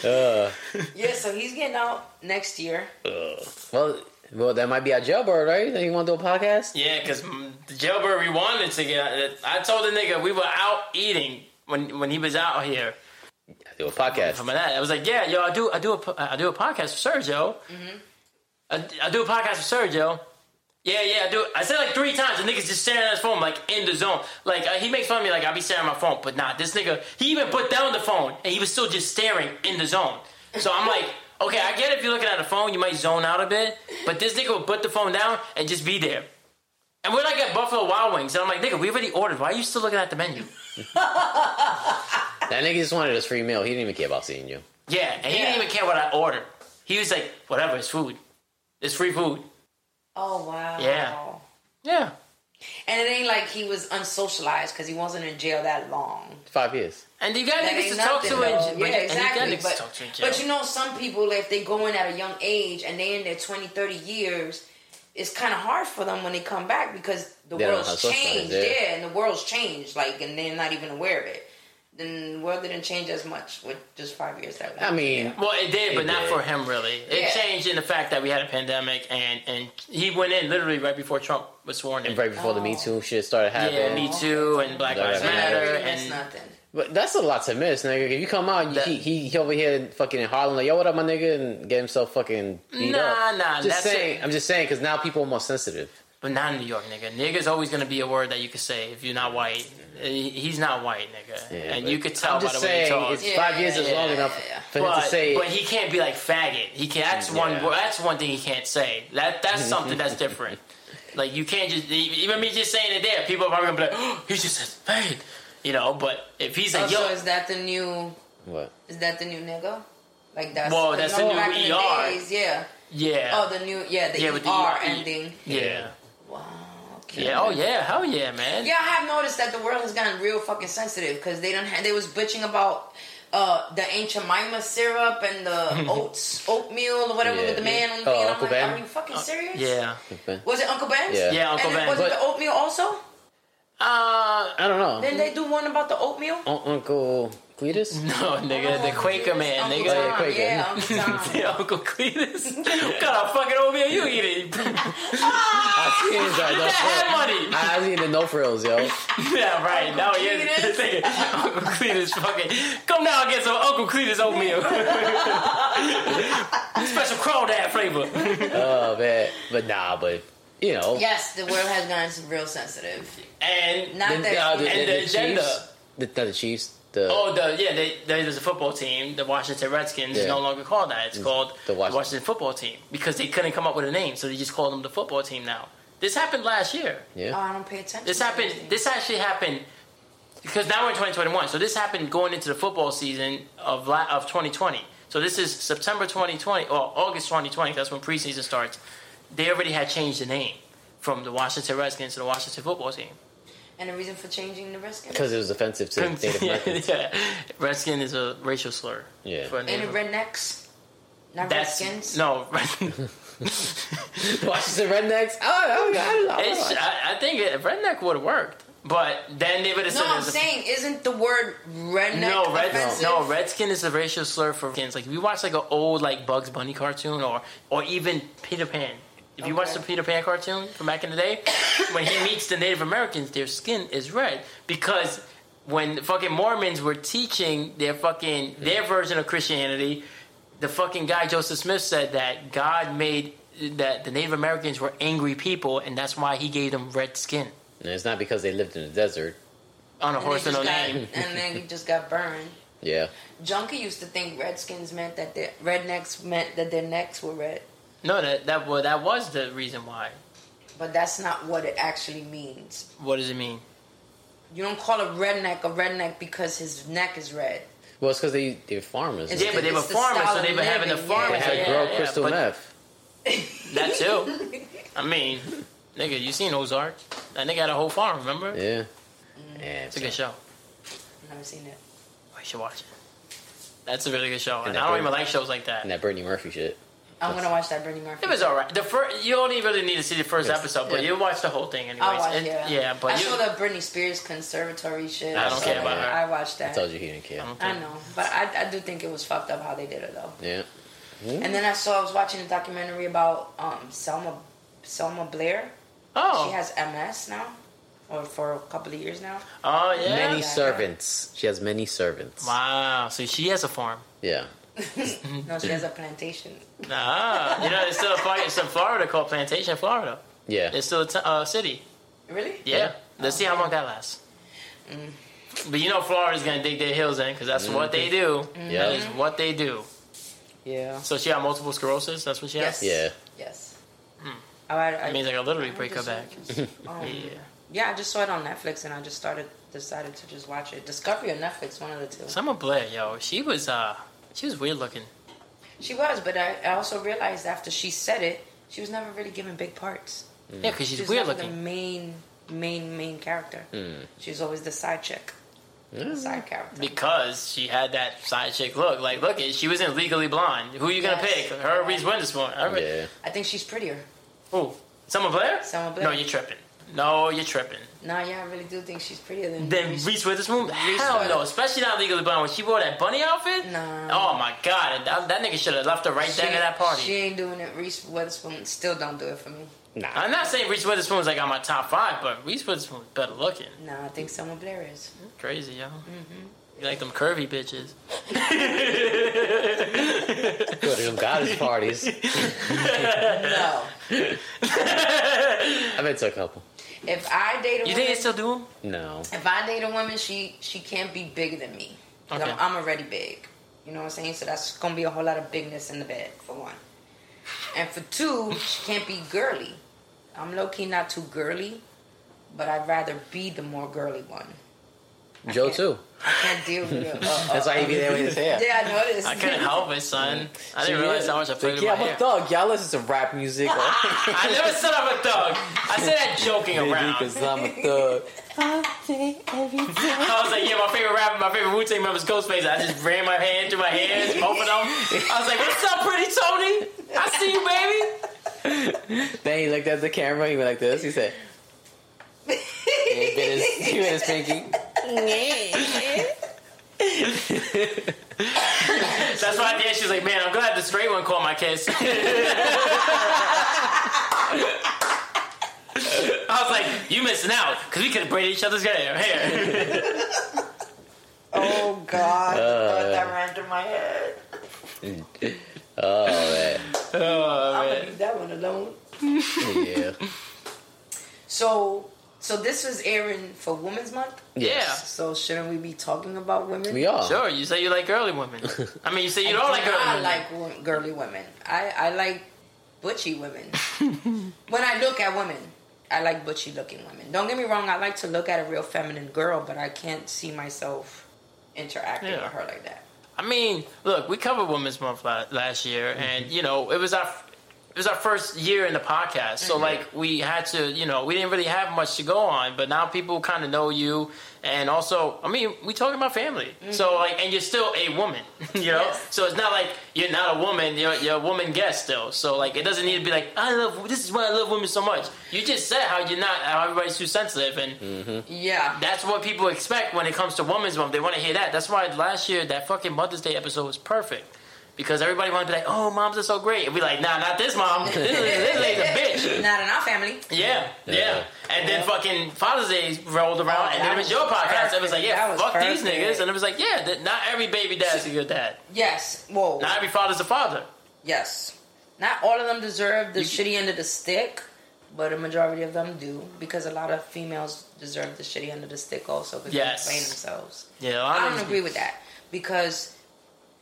Speaker 2: man.
Speaker 3: yeah, so he's getting out next year.
Speaker 2: Uh, uh. Well, well, that might be our jailbird, right? Then you want to do a podcast?
Speaker 1: yeah, because the jailbird we wanted to get. I told the nigga we were out eating when when he was out here.
Speaker 2: Do a podcast.
Speaker 1: From that, I was like, yeah, yo, I do, I do a, po- I do a podcast for Sergio. I, I do a podcast for Sergio. Yeah, yeah, I do. I said like three times. The nigga's just staring at his phone, like in the zone. Like uh, he makes fun of me, like I be staring at my phone, but nah, this nigga, he even put down the phone and he was still just staring in the zone. So I'm like, okay, I get if you're looking at a phone, you might zone out a bit, but this nigga would put the phone down and just be there. And we're like at Buffalo Wild Wings, and I'm like, nigga, we already ordered. Why are you still looking at the menu?
Speaker 2: That nigga just wanted his free meal. He didn't even care about seeing you.
Speaker 1: Yeah, and he
Speaker 3: Yeah.
Speaker 1: didn't even care what I ordered. He was like, whatever, it's food. It's free food.
Speaker 3: Oh wow.
Speaker 1: Yeah. Yeah.
Speaker 3: And it ain't like he was unsocialized because he wasn't in jail that long.
Speaker 2: Five years.
Speaker 1: And you got
Speaker 3: That
Speaker 1: niggas
Speaker 3: ain't
Speaker 1: to talk to
Speaker 3: nothing,
Speaker 1: in
Speaker 3: though.
Speaker 1: j- but-
Speaker 3: Yeah,
Speaker 1: and
Speaker 3: exactly.
Speaker 1: you got niggas to talk to in
Speaker 3: But,
Speaker 1: jail.
Speaker 3: but you know, some people, if they go in at a young age and they in their 20, 30 years, it's kind of hard for them when they come back because the
Speaker 2: They don't have
Speaker 3: world's
Speaker 2: social lives,
Speaker 3: changed.
Speaker 2: yeah.
Speaker 3: Yeah. and the world's changed, like, and they're not even aware of it. Then the world didn't change as much with just five years that
Speaker 2: I mean,
Speaker 1: well, it did, but not
Speaker 2: did.
Speaker 1: for him, really. It
Speaker 3: Yeah.
Speaker 1: changed in the fact that we had a pandemic, and, and he went in literally right before Trump was sworn in.
Speaker 2: right before the Me
Speaker 3: Oh.
Speaker 2: Too shit started happening.
Speaker 1: Yeah, Me Too, and Black
Speaker 2: Yeah.
Speaker 1: Lives
Speaker 2: Yeah.
Speaker 1: Matter,
Speaker 3: That's
Speaker 1: and
Speaker 3: nothing.
Speaker 2: But that's a lot to miss, nigga. If you come out,
Speaker 1: That-
Speaker 2: he, he he over here fucking in Harlem, like yo, what up, my nigga, and get himself fucking beat
Speaker 1: Nah,
Speaker 2: up.
Speaker 1: nah,
Speaker 2: just
Speaker 1: that's
Speaker 2: saying.
Speaker 1: it.
Speaker 2: I'm just saying because now people are more sensitive.
Speaker 1: But not in New York, nigga. Nigga's always gonna be a word that you could say if you're not white. He- He's not white, nigga.
Speaker 2: Yeah,
Speaker 1: and
Speaker 2: but
Speaker 1: you could tell
Speaker 2: I'm
Speaker 1: by
Speaker 2: just
Speaker 1: the way he
Speaker 2: saying,
Speaker 1: talks.
Speaker 2: it's five
Speaker 3: Yeah,
Speaker 2: years is
Speaker 1: yeah,
Speaker 2: long
Speaker 3: yeah,
Speaker 2: enough
Speaker 3: yeah.
Speaker 2: for him
Speaker 1: but,
Speaker 2: to say.
Speaker 1: but he can't be like faggot. He can. That's one.
Speaker 2: Yeah.
Speaker 1: word- That's one thing he can't say. That that's something that's different. Like you can't just e, even me just saying it there. People are probably gonna be like, oh, he just says faggot, you know. But if he's like,
Speaker 3: Also,
Speaker 1: yo,
Speaker 3: is that the new?
Speaker 2: what?
Speaker 3: Is that the new nigga? Like that's
Speaker 1: Whoa,
Speaker 3: 'cause
Speaker 1: that's
Speaker 3: remember
Speaker 1: the new
Speaker 3: back in
Speaker 1: ER.
Speaker 3: days, yeah.
Speaker 1: yeah,
Speaker 3: Oh, the new yeah, the
Speaker 1: Yeah,
Speaker 3: ER
Speaker 1: with the ER.
Speaker 3: ending.
Speaker 1: yeah,
Speaker 3: Wow. Okay.
Speaker 1: yeah, oh yeah, hell yeah, man.
Speaker 3: Yeah, I have noticed that the world has gotten real fucking sensitive because they don't. Have, they was bitching about uh the ancient Mima syrup and the oats oatmeal or whatever
Speaker 2: Yeah.
Speaker 3: with the man on the
Speaker 2: Oh,
Speaker 3: thing.
Speaker 2: Uncle
Speaker 3: I'm like,
Speaker 2: Ben?
Speaker 3: are you fucking serious?
Speaker 1: yeah.
Speaker 3: Was it Uncle Ben's?
Speaker 2: Yeah.
Speaker 1: Uh, Yeah, Uncle
Speaker 3: and
Speaker 1: Ben.
Speaker 3: Was it
Speaker 2: But-
Speaker 3: the oatmeal also?
Speaker 1: Uh,
Speaker 2: I don't know.
Speaker 3: Didn't they do one about the oatmeal?
Speaker 2: Un- Uncle Cletus.
Speaker 1: no, nigga, the
Speaker 3: Oh,
Speaker 1: Quaker
Speaker 3: yes,
Speaker 1: man,
Speaker 3: Uncle
Speaker 1: nigga. Oh,
Speaker 3: Tom,
Speaker 2: Yeah, Quaker.
Speaker 3: Yeah, Uncle Tom.
Speaker 1: Yeah, Uncle Cletus. what kind of fucking oatmeal you eating?
Speaker 2: I seen that. No
Speaker 1: That
Speaker 2: frills.
Speaker 1: money.
Speaker 2: I was eating the no frills, yo.
Speaker 1: yeah, right. Now
Speaker 3: Uncle
Speaker 1: you're
Speaker 3: Cletus.
Speaker 1: thinking Uncle Cletus fucking come down and get some Uncle Cletus oatmeal. Special crawdad flavor.
Speaker 2: Oh man, but nah, but you know,
Speaker 3: yes, the world has gotten real sensitive.
Speaker 1: And
Speaker 3: Not
Speaker 2: the,
Speaker 3: that.
Speaker 2: uh, the,
Speaker 1: And
Speaker 2: the
Speaker 1: the agenda.
Speaker 2: Chiefs, the, not the Chiefs, the
Speaker 1: oh, the yeah, they, they, there's a football team. The Washington Redskins is
Speaker 2: Yeah.
Speaker 1: no longer called that. It's called
Speaker 2: the
Speaker 1: the
Speaker 2: Wash-
Speaker 1: Washington. Football Team because they couldn't come up with a name, so they just called them the football team now. This happened last year.
Speaker 2: yeah.
Speaker 3: oh, I don't pay attention.
Speaker 1: This
Speaker 3: to
Speaker 1: happened.
Speaker 3: anything.
Speaker 1: This actually happened because now we're in 2021. So this happened going into the football season of la- of 2020. So this is September 2020 or August 2020. That's when preseason starts. They already had changed the name from the Washington Redskins to the Washington Football Team.
Speaker 3: And the reason for changing the risk.
Speaker 2: because it was offensive to Native Americans.
Speaker 1: yeah. Redskin is a racial slur.
Speaker 2: Yeah.
Speaker 1: For a
Speaker 3: Any
Speaker 1: name. of-
Speaker 3: rednecks? Not
Speaker 1: That's
Speaker 3: Redskins?
Speaker 1: no.
Speaker 2: Washington Rednecks. Oh, oh, God, I
Speaker 1: It's, I, I think it, redneck would have worked, but then they would have
Speaker 3: No,
Speaker 1: said it
Speaker 3: I'm
Speaker 1: was a-
Speaker 3: saying, isn't the word redneck
Speaker 1: No, red,
Speaker 3: offensive?
Speaker 1: no, redskin is a racial slur for kids. Like if you watch like an old like Bugs Bunny cartoon or or even Peter Pan. If you watch
Speaker 3: Okay.
Speaker 1: the Peter Pan cartoon from back in the day, when he meets the Native Americans, their skin is red because when the fucking Mormons were teaching their fucking their version of Christianity, the fucking guy Joseph Smith said that God made that the Native Americans were angry people and that's why he gave them red skin
Speaker 2: And it's not because they lived in the desert.
Speaker 1: on a
Speaker 3: And they
Speaker 1: horse and no
Speaker 3: just got-
Speaker 1: name.
Speaker 3: And then you just got burned.
Speaker 2: Yeah,
Speaker 3: Junkie used to think redskins meant that their rednecks meant that their necks were red,
Speaker 1: No, that that well, that was the reason why.
Speaker 3: but that's not what it actually means.
Speaker 1: What does it mean?
Speaker 3: You don't call a redneck a redneck because his neck is red.
Speaker 2: well, it's because they they're farmers.
Speaker 3: It's
Speaker 1: Yeah,
Speaker 2: They
Speaker 1: but they
Speaker 3: It's
Speaker 1: were
Speaker 3: the
Speaker 1: farmers,
Speaker 3: style
Speaker 1: so
Speaker 3: of
Speaker 1: they were having the
Speaker 3: living,
Speaker 1: farmers.
Speaker 3: yeah.
Speaker 2: had
Speaker 1: yeah,
Speaker 2: grow
Speaker 1: yeah,
Speaker 2: crystal
Speaker 1: but
Speaker 2: meth.
Speaker 1: That too. I mean, nigga, you seen Ozark? That nigga had a whole farm. Remember?
Speaker 2: Yeah,
Speaker 1: Mm.
Speaker 2: and,
Speaker 1: It's a good show.
Speaker 3: I've never seen it.
Speaker 1: You should watch it. That's a really good show, and,
Speaker 2: that
Speaker 1: I don't
Speaker 2: bird-
Speaker 1: even like shows like that.
Speaker 2: and that Brittany Murphy shit.
Speaker 3: I'm gonna watch that Brittany Murphy.
Speaker 1: It was alright. The first, you only really need to see the first
Speaker 2: Yes.
Speaker 1: episode, but
Speaker 2: Yeah.
Speaker 1: you watch the whole thing anyways.
Speaker 3: I watched
Speaker 1: And-
Speaker 3: yeah.
Speaker 1: but
Speaker 3: I
Speaker 1: you,
Speaker 3: saw the Britney Spears conservatory shit.
Speaker 1: I
Speaker 2: don't
Speaker 3: saw
Speaker 2: care
Speaker 3: that.
Speaker 2: about
Speaker 1: her.
Speaker 3: I watched
Speaker 2: I
Speaker 3: that.
Speaker 2: told you he didn't care.
Speaker 1: don't
Speaker 3: I know, but I, I do think it was fucked up how they did it though.
Speaker 2: Yeah,
Speaker 3: And then I saw I was watching a documentary about um, Selma Selma Blair. She
Speaker 1: oh,
Speaker 3: has MS now, or for a couple of years now.
Speaker 1: oh yeah.
Speaker 2: many
Speaker 3: Yeah.
Speaker 2: servants. She has many servants.
Speaker 1: Wow, so she has a farm.
Speaker 2: Yeah,
Speaker 3: No, she has a plantation.
Speaker 1: Ah, you know, it's still a farm. It's in Florida called Plantation, Florida.
Speaker 2: yeah.
Speaker 1: It's still a t- uh, city.
Speaker 3: Really?
Speaker 1: Yeah. Let's see how long that lasts. But you know Florida's gonna dig their heels in because that's what they do. That is
Speaker 2: yeah,
Speaker 1: what they do.
Speaker 3: Yeah.
Speaker 1: So she had multiple sclerosis. That's what she has.
Speaker 3: Yes.
Speaker 2: yeah.
Speaker 1: Hmm.
Speaker 3: Yes. Oh, I, I,
Speaker 1: That means I gotta literally break her
Speaker 3: just-
Speaker 1: back.
Speaker 3: Um,
Speaker 1: Yeah.
Speaker 3: Yeah, I just saw it on Netflix and I just started decided to just watch it. Discovery or Netflix, one of the two.
Speaker 1: Summer Blair, yo, she was uh, she was weird looking.
Speaker 3: She was, but I, I also realized after she said it, she was never really given big parts.
Speaker 1: Yeah, because she's
Speaker 3: She was
Speaker 1: weird
Speaker 3: never the
Speaker 1: looking. Hmm.
Speaker 3: main main main character. She was always the side chick, side character.
Speaker 1: Because she had that side chick look. Like, look, it- she was in Legally Blonde. Who are you gonna
Speaker 3: Yes.
Speaker 1: pick? Her or Reese Witherspoon? All right.
Speaker 4: Yeah.
Speaker 3: I think she's prettier.
Speaker 1: Who? Summer Blair?
Speaker 3: Summer Blair.
Speaker 1: No, you're tripping. No, you're tripping.
Speaker 3: Nah, yeah, I really do think she's prettier than
Speaker 1: Then
Speaker 3: Reese-
Speaker 1: Reese Witherspoon? Hell
Speaker 3: Witherspoon.
Speaker 1: no, especially not Legally Blonde. When she wore that bunny outfit?
Speaker 3: Nah.
Speaker 1: Oh my god, that, that nigga should have left her right
Speaker 3: She-
Speaker 1: there to that party.
Speaker 3: She ain't doing it. Reese Witherspoon still don't do it for me.
Speaker 4: Nah.
Speaker 1: I'm not saying Reese Witherspoon's like on my top five, but Reese Witherspoon's better looking.
Speaker 3: Nah, I think Selma Blair is.
Speaker 1: Crazy, yo. You like them curvy bitches.
Speaker 4: Go to them goddess parties.
Speaker 3: No,
Speaker 4: I've been to a couple.
Speaker 3: if I date a
Speaker 1: You
Speaker 3: woman,
Speaker 1: think they still do 'em?
Speaker 4: No.
Speaker 3: if I date a woman, she she can't be bigger than me. 'Cause
Speaker 1: Okay.
Speaker 3: I'm, I'm already big. You know what I'm saying? So that's gonna be a whole lot of bigness in the bed for one, and for two, she can't be girly. I'm low key not too girly, but I'd rather be the more girly one.
Speaker 4: Joe too.
Speaker 3: I can't deal with it.
Speaker 4: That's why he be there with his hair.
Speaker 3: yeah, I noticed.
Speaker 1: I couldn't help it, son. I didn't
Speaker 4: Yeah.
Speaker 1: realize how much I played
Speaker 4: Like,
Speaker 1: with
Speaker 4: yeah,
Speaker 1: my
Speaker 4: I'm a
Speaker 1: hair.
Speaker 4: thug. Y'all listen to rap music.
Speaker 1: I never said I'm a thug. I said that joking around.
Speaker 4: Because I'm a thug.
Speaker 1: I was like, yeah, my favorite rapper, my favorite Wu Tang member is Ghostface. I just ran my hand through my hands, both of them. I was like, what's up, pretty Tony? I see you, baby.
Speaker 4: Then he looked at the camera. He went like this. He said, he bit his, he bit his pinky.
Speaker 1: That's why at the end she's like, man, I'm glad the straight one caught my kiss. I was like, you missing out because we could have braided each other's hair. hair.
Speaker 3: Oh God! the thought that ran through my head.
Speaker 1: Oh,
Speaker 3: I'm
Speaker 1: man.
Speaker 3: gonna leave that one alone.
Speaker 4: Yeah.
Speaker 3: So, so this was airing for Women's Month.
Speaker 1: Yeah.
Speaker 3: So shouldn't we be talking about women?
Speaker 4: We
Speaker 2: Oh.
Speaker 4: are.
Speaker 1: Sure, you say you like girly women. I mean, you say you
Speaker 3: I
Speaker 1: don't like
Speaker 3: do
Speaker 1: girly
Speaker 3: not
Speaker 1: women.
Speaker 3: like wo- girly women. I, I like butchy women. when I look at women, I like butchy looking women. Don't get me wrong. I like to look at a real feminine girl, but I can't see myself interacting
Speaker 1: Yeah.
Speaker 3: with her like that.
Speaker 1: I mean, look, we covered Women's Month la- last year, and you know, it was our it was our first year in the podcast, so like we had to, you know, we didn't really have much to go on, but now people kind of know you, and also, I mean, we talking about family, so like, and you're still a woman, you know,
Speaker 3: Yes.
Speaker 1: so it's not like you're not a woman, you're, you're a woman guest still, so like, it doesn't need to be like I love this is why I love women so much. You just said how you're not how everybody's too sensitive, and
Speaker 3: Yeah.
Speaker 1: that's what people expect when it comes to Women's Month. They want to hear that. That's why last year that fucking Mother's Day episode was perfect. Because everybody wanted to be like, oh, moms are so great. And we like, nah, not this mom. This, is- this lady's a bitch.
Speaker 3: Not in our family.
Speaker 1: Yeah, yeah.
Speaker 4: Yeah.
Speaker 1: And then fucking Father's Day rolled around,
Speaker 3: Oh,
Speaker 1: and
Speaker 3: that
Speaker 1: then it was
Speaker 3: was
Speaker 1: your podcast. It was like,
Speaker 3: perfect.
Speaker 1: yeah,
Speaker 3: That was
Speaker 1: fuck these
Speaker 3: perfect.
Speaker 1: niggas. And it was like, yeah, th- not every baby dad's a good dad.
Speaker 3: Yes. Whoa.
Speaker 1: Not every father's a father.
Speaker 3: Yes. Not all of them deserve the shitty end of the stick, but a majority of them do because a lot of females deserve the shitty end of the stick also because
Speaker 1: Yes.
Speaker 3: they explain themselves.
Speaker 1: Yeah,
Speaker 3: I
Speaker 1: I
Speaker 3: don't
Speaker 1: don't
Speaker 3: agree with that because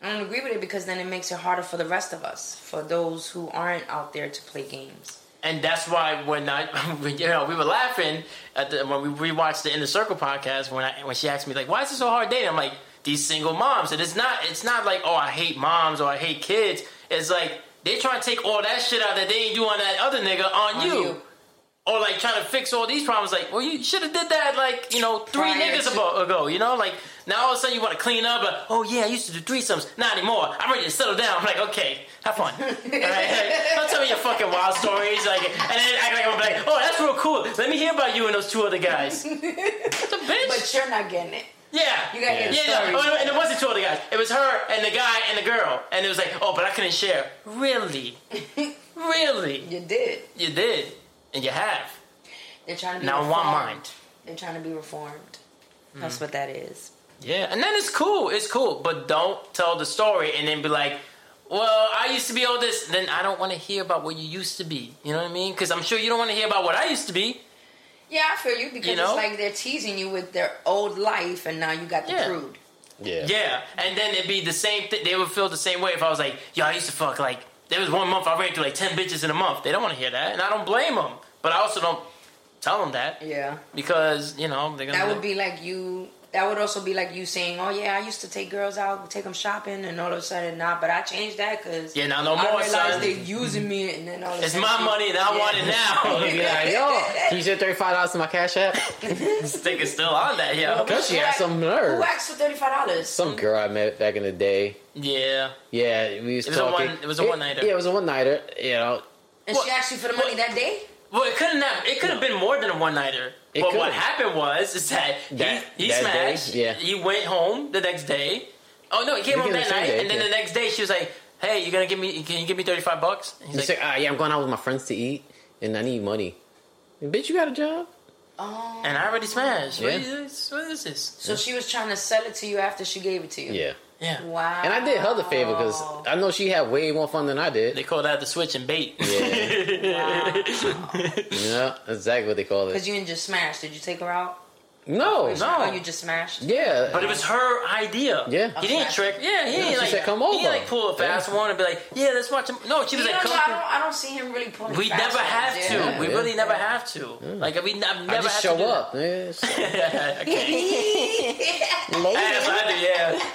Speaker 3: I don't agree with it because then it makes it harder for the rest of us, for those who aren't out there to play games.
Speaker 1: And that's why when I, you know, we were laughing at the, when we rewatched the Inner Circle podcast. When I when she asked me like, "Why is it so hard dating?" I'm like, "These single moms." And it's not it's not like, "Oh, I hate moms" or "I hate kids." It's like they trying to take all that shit out that they ain't do on that other nigga on,
Speaker 3: On
Speaker 1: you.
Speaker 3: you.
Speaker 1: Or like trying to fix all these problems, like well, you should have did that like you know three
Speaker 3: Prior
Speaker 1: niggas
Speaker 3: to-
Speaker 1: abo- ago, you know, like now all of a sudden you want to clean up, like oh yeah, I used to do threesomes, not anymore. I'm ready to settle down. I'm like okay, have fun. Alright? Don't tell me your fucking wild stories, like, and then act like I'm like, oh, that's real cool. Let me hear about you and those two other guys. the bitch.
Speaker 3: But you're not getting it.
Speaker 1: yeah.
Speaker 3: You gotta
Speaker 1: yeah.
Speaker 3: get
Speaker 1: yeah,
Speaker 3: stories.
Speaker 1: no, oh, and it wasn't two other guys. It was her and the guy and the girl, and it was like, oh, but I couldn't share. Really, really,
Speaker 3: You did.
Speaker 1: you did, and you have.
Speaker 3: They're trying to be
Speaker 1: Now I
Speaker 3: reformed.
Speaker 1: want mine. Hmm.
Speaker 3: They're trying to be reformed. That's what that is.
Speaker 1: Yeah, and then it's cool. It's cool, but don't tell the story and then be like, "Well, I used to be all this." Then I don't want to hear about what you used to be. You know what I mean? Because I'm sure you don't want to hear about what I used to be.
Speaker 3: Yeah, I feel you because
Speaker 1: You know?
Speaker 3: it's like they're teasing you with their old life and now you got the
Speaker 1: Yeah.
Speaker 3: prude.
Speaker 4: Yeah.
Speaker 1: Yeah, and then it'd be the same thing. They would feel the same way if I was like, "Yo, I used to fuck like there was one month I ran through like ten bitches in a month." They don't want to hear that, and I don't blame them. But I also don't tell them that
Speaker 3: Yeah.
Speaker 1: because you know they're gonna.
Speaker 3: That would be like you. That would also be like you saying, "Oh yeah, I used to take girls out, take them shopping, and all of a sudden, nah." But I changed that because
Speaker 1: Yeah, now no
Speaker 3: I
Speaker 1: more,
Speaker 3: realized
Speaker 1: son.
Speaker 3: they using me, and then all of a
Speaker 1: It's
Speaker 3: sudden
Speaker 1: my
Speaker 3: she-
Speaker 1: money and I
Speaker 3: Yeah.
Speaker 1: want it
Speaker 2: He'd
Speaker 1: now.
Speaker 2: be like, yo, can you share thirty five dollars in my cash app?
Speaker 1: this nigga's still on that, yo.
Speaker 2: Cause she has some nerve.
Speaker 3: Who asked for thirty five dollars?
Speaker 2: Some girl I met back in the day.
Speaker 1: Yeah.
Speaker 2: Yeah, we was
Speaker 1: It was a
Speaker 2: talking.
Speaker 1: one- it was a one-nighter.
Speaker 2: Yeah, it was a one nighter. You know,
Speaker 3: And
Speaker 1: What?
Speaker 3: she asked you for the money that day.
Speaker 1: Well, it couldn't have. It could have been more than a one nighter.
Speaker 2: It
Speaker 1: But what
Speaker 2: could've.
Speaker 1: happened was is that,
Speaker 2: That-
Speaker 1: he, he
Speaker 2: that day?
Speaker 1: smashed.
Speaker 2: Yeah.
Speaker 1: He went home the next day. Oh no, he came
Speaker 2: He
Speaker 1: home
Speaker 2: came
Speaker 1: that
Speaker 2: the same
Speaker 1: night,
Speaker 2: day,
Speaker 1: and then
Speaker 2: yeah.
Speaker 1: the next day she was like, "Hey, you gonna give me? Can you give me thirty five bucks?" And
Speaker 2: you
Speaker 1: He's
Speaker 2: say,
Speaker 1: like,
Speaker 2: ah, yeah, I'm going out with my friends to eat, and I need money. And, bitch, you got a job?
Speaker 3: Oh,
Speaker 1: "And I already smashed. What,
Speaker 2: Yeah.
Speaker 1: is, what is this?"
Speaker 3: so she was trying to sell it to you after she gave it to you.
Speaker 2: Yeah.
Speaker 1: Yeah.
Speaker 3: Wow.
Speaker 2: And I did her the favor because
Speaker 1: Oh.
Speaker 2: I know she had way more fun than I did.
Speaker 1: They call that the switch and bait.
Speaker 2: Yeah, that's exactly what they call it.
Speaker 3: because you didn't just smash. Did you take her out?
Speaker 2: No,
Speaker 1: No.
Speaker 3: Or you just smashed.
Speaker 2: yeah,
Speaker 1: But it was her idea.
Speaker 2: Yeah.
Speaker 1: He didn't trick. Yeah, he didn't
Speaker 2: she
Speaker 1: like
Speaker 2: said, "Come
Speaker 1: He didn't
Speaker 2: over."
Speaker 1: like pull a fast one and be like, "Yeah, let's watch him." No, she
Speaker 3: You
Speaker 1: was
Speaker 3: know,
Speaker 1: like,
Speaker 3: though,
Speaker 1: "Come."
Speaker 3: I don't. I don't see him really pulling.
Speaker 1: We
Speaker 3: fast
Speaker 1: never
Speaker 3: ones,
Speaker 1: have
Speaker 3: yeah.
Speaker 1: to.
Speaker 2: Yeah,
Speaker 1: we
Speaker 2: yeah.
Speaker 1: really never have to. Like we n- I've never
Speaker 2: I just
Speaker 1: had
Speaker 2: show
Speaker 1: to do
Speaker 2: up. Yeah, so-
Speaker 1: That. okay. As I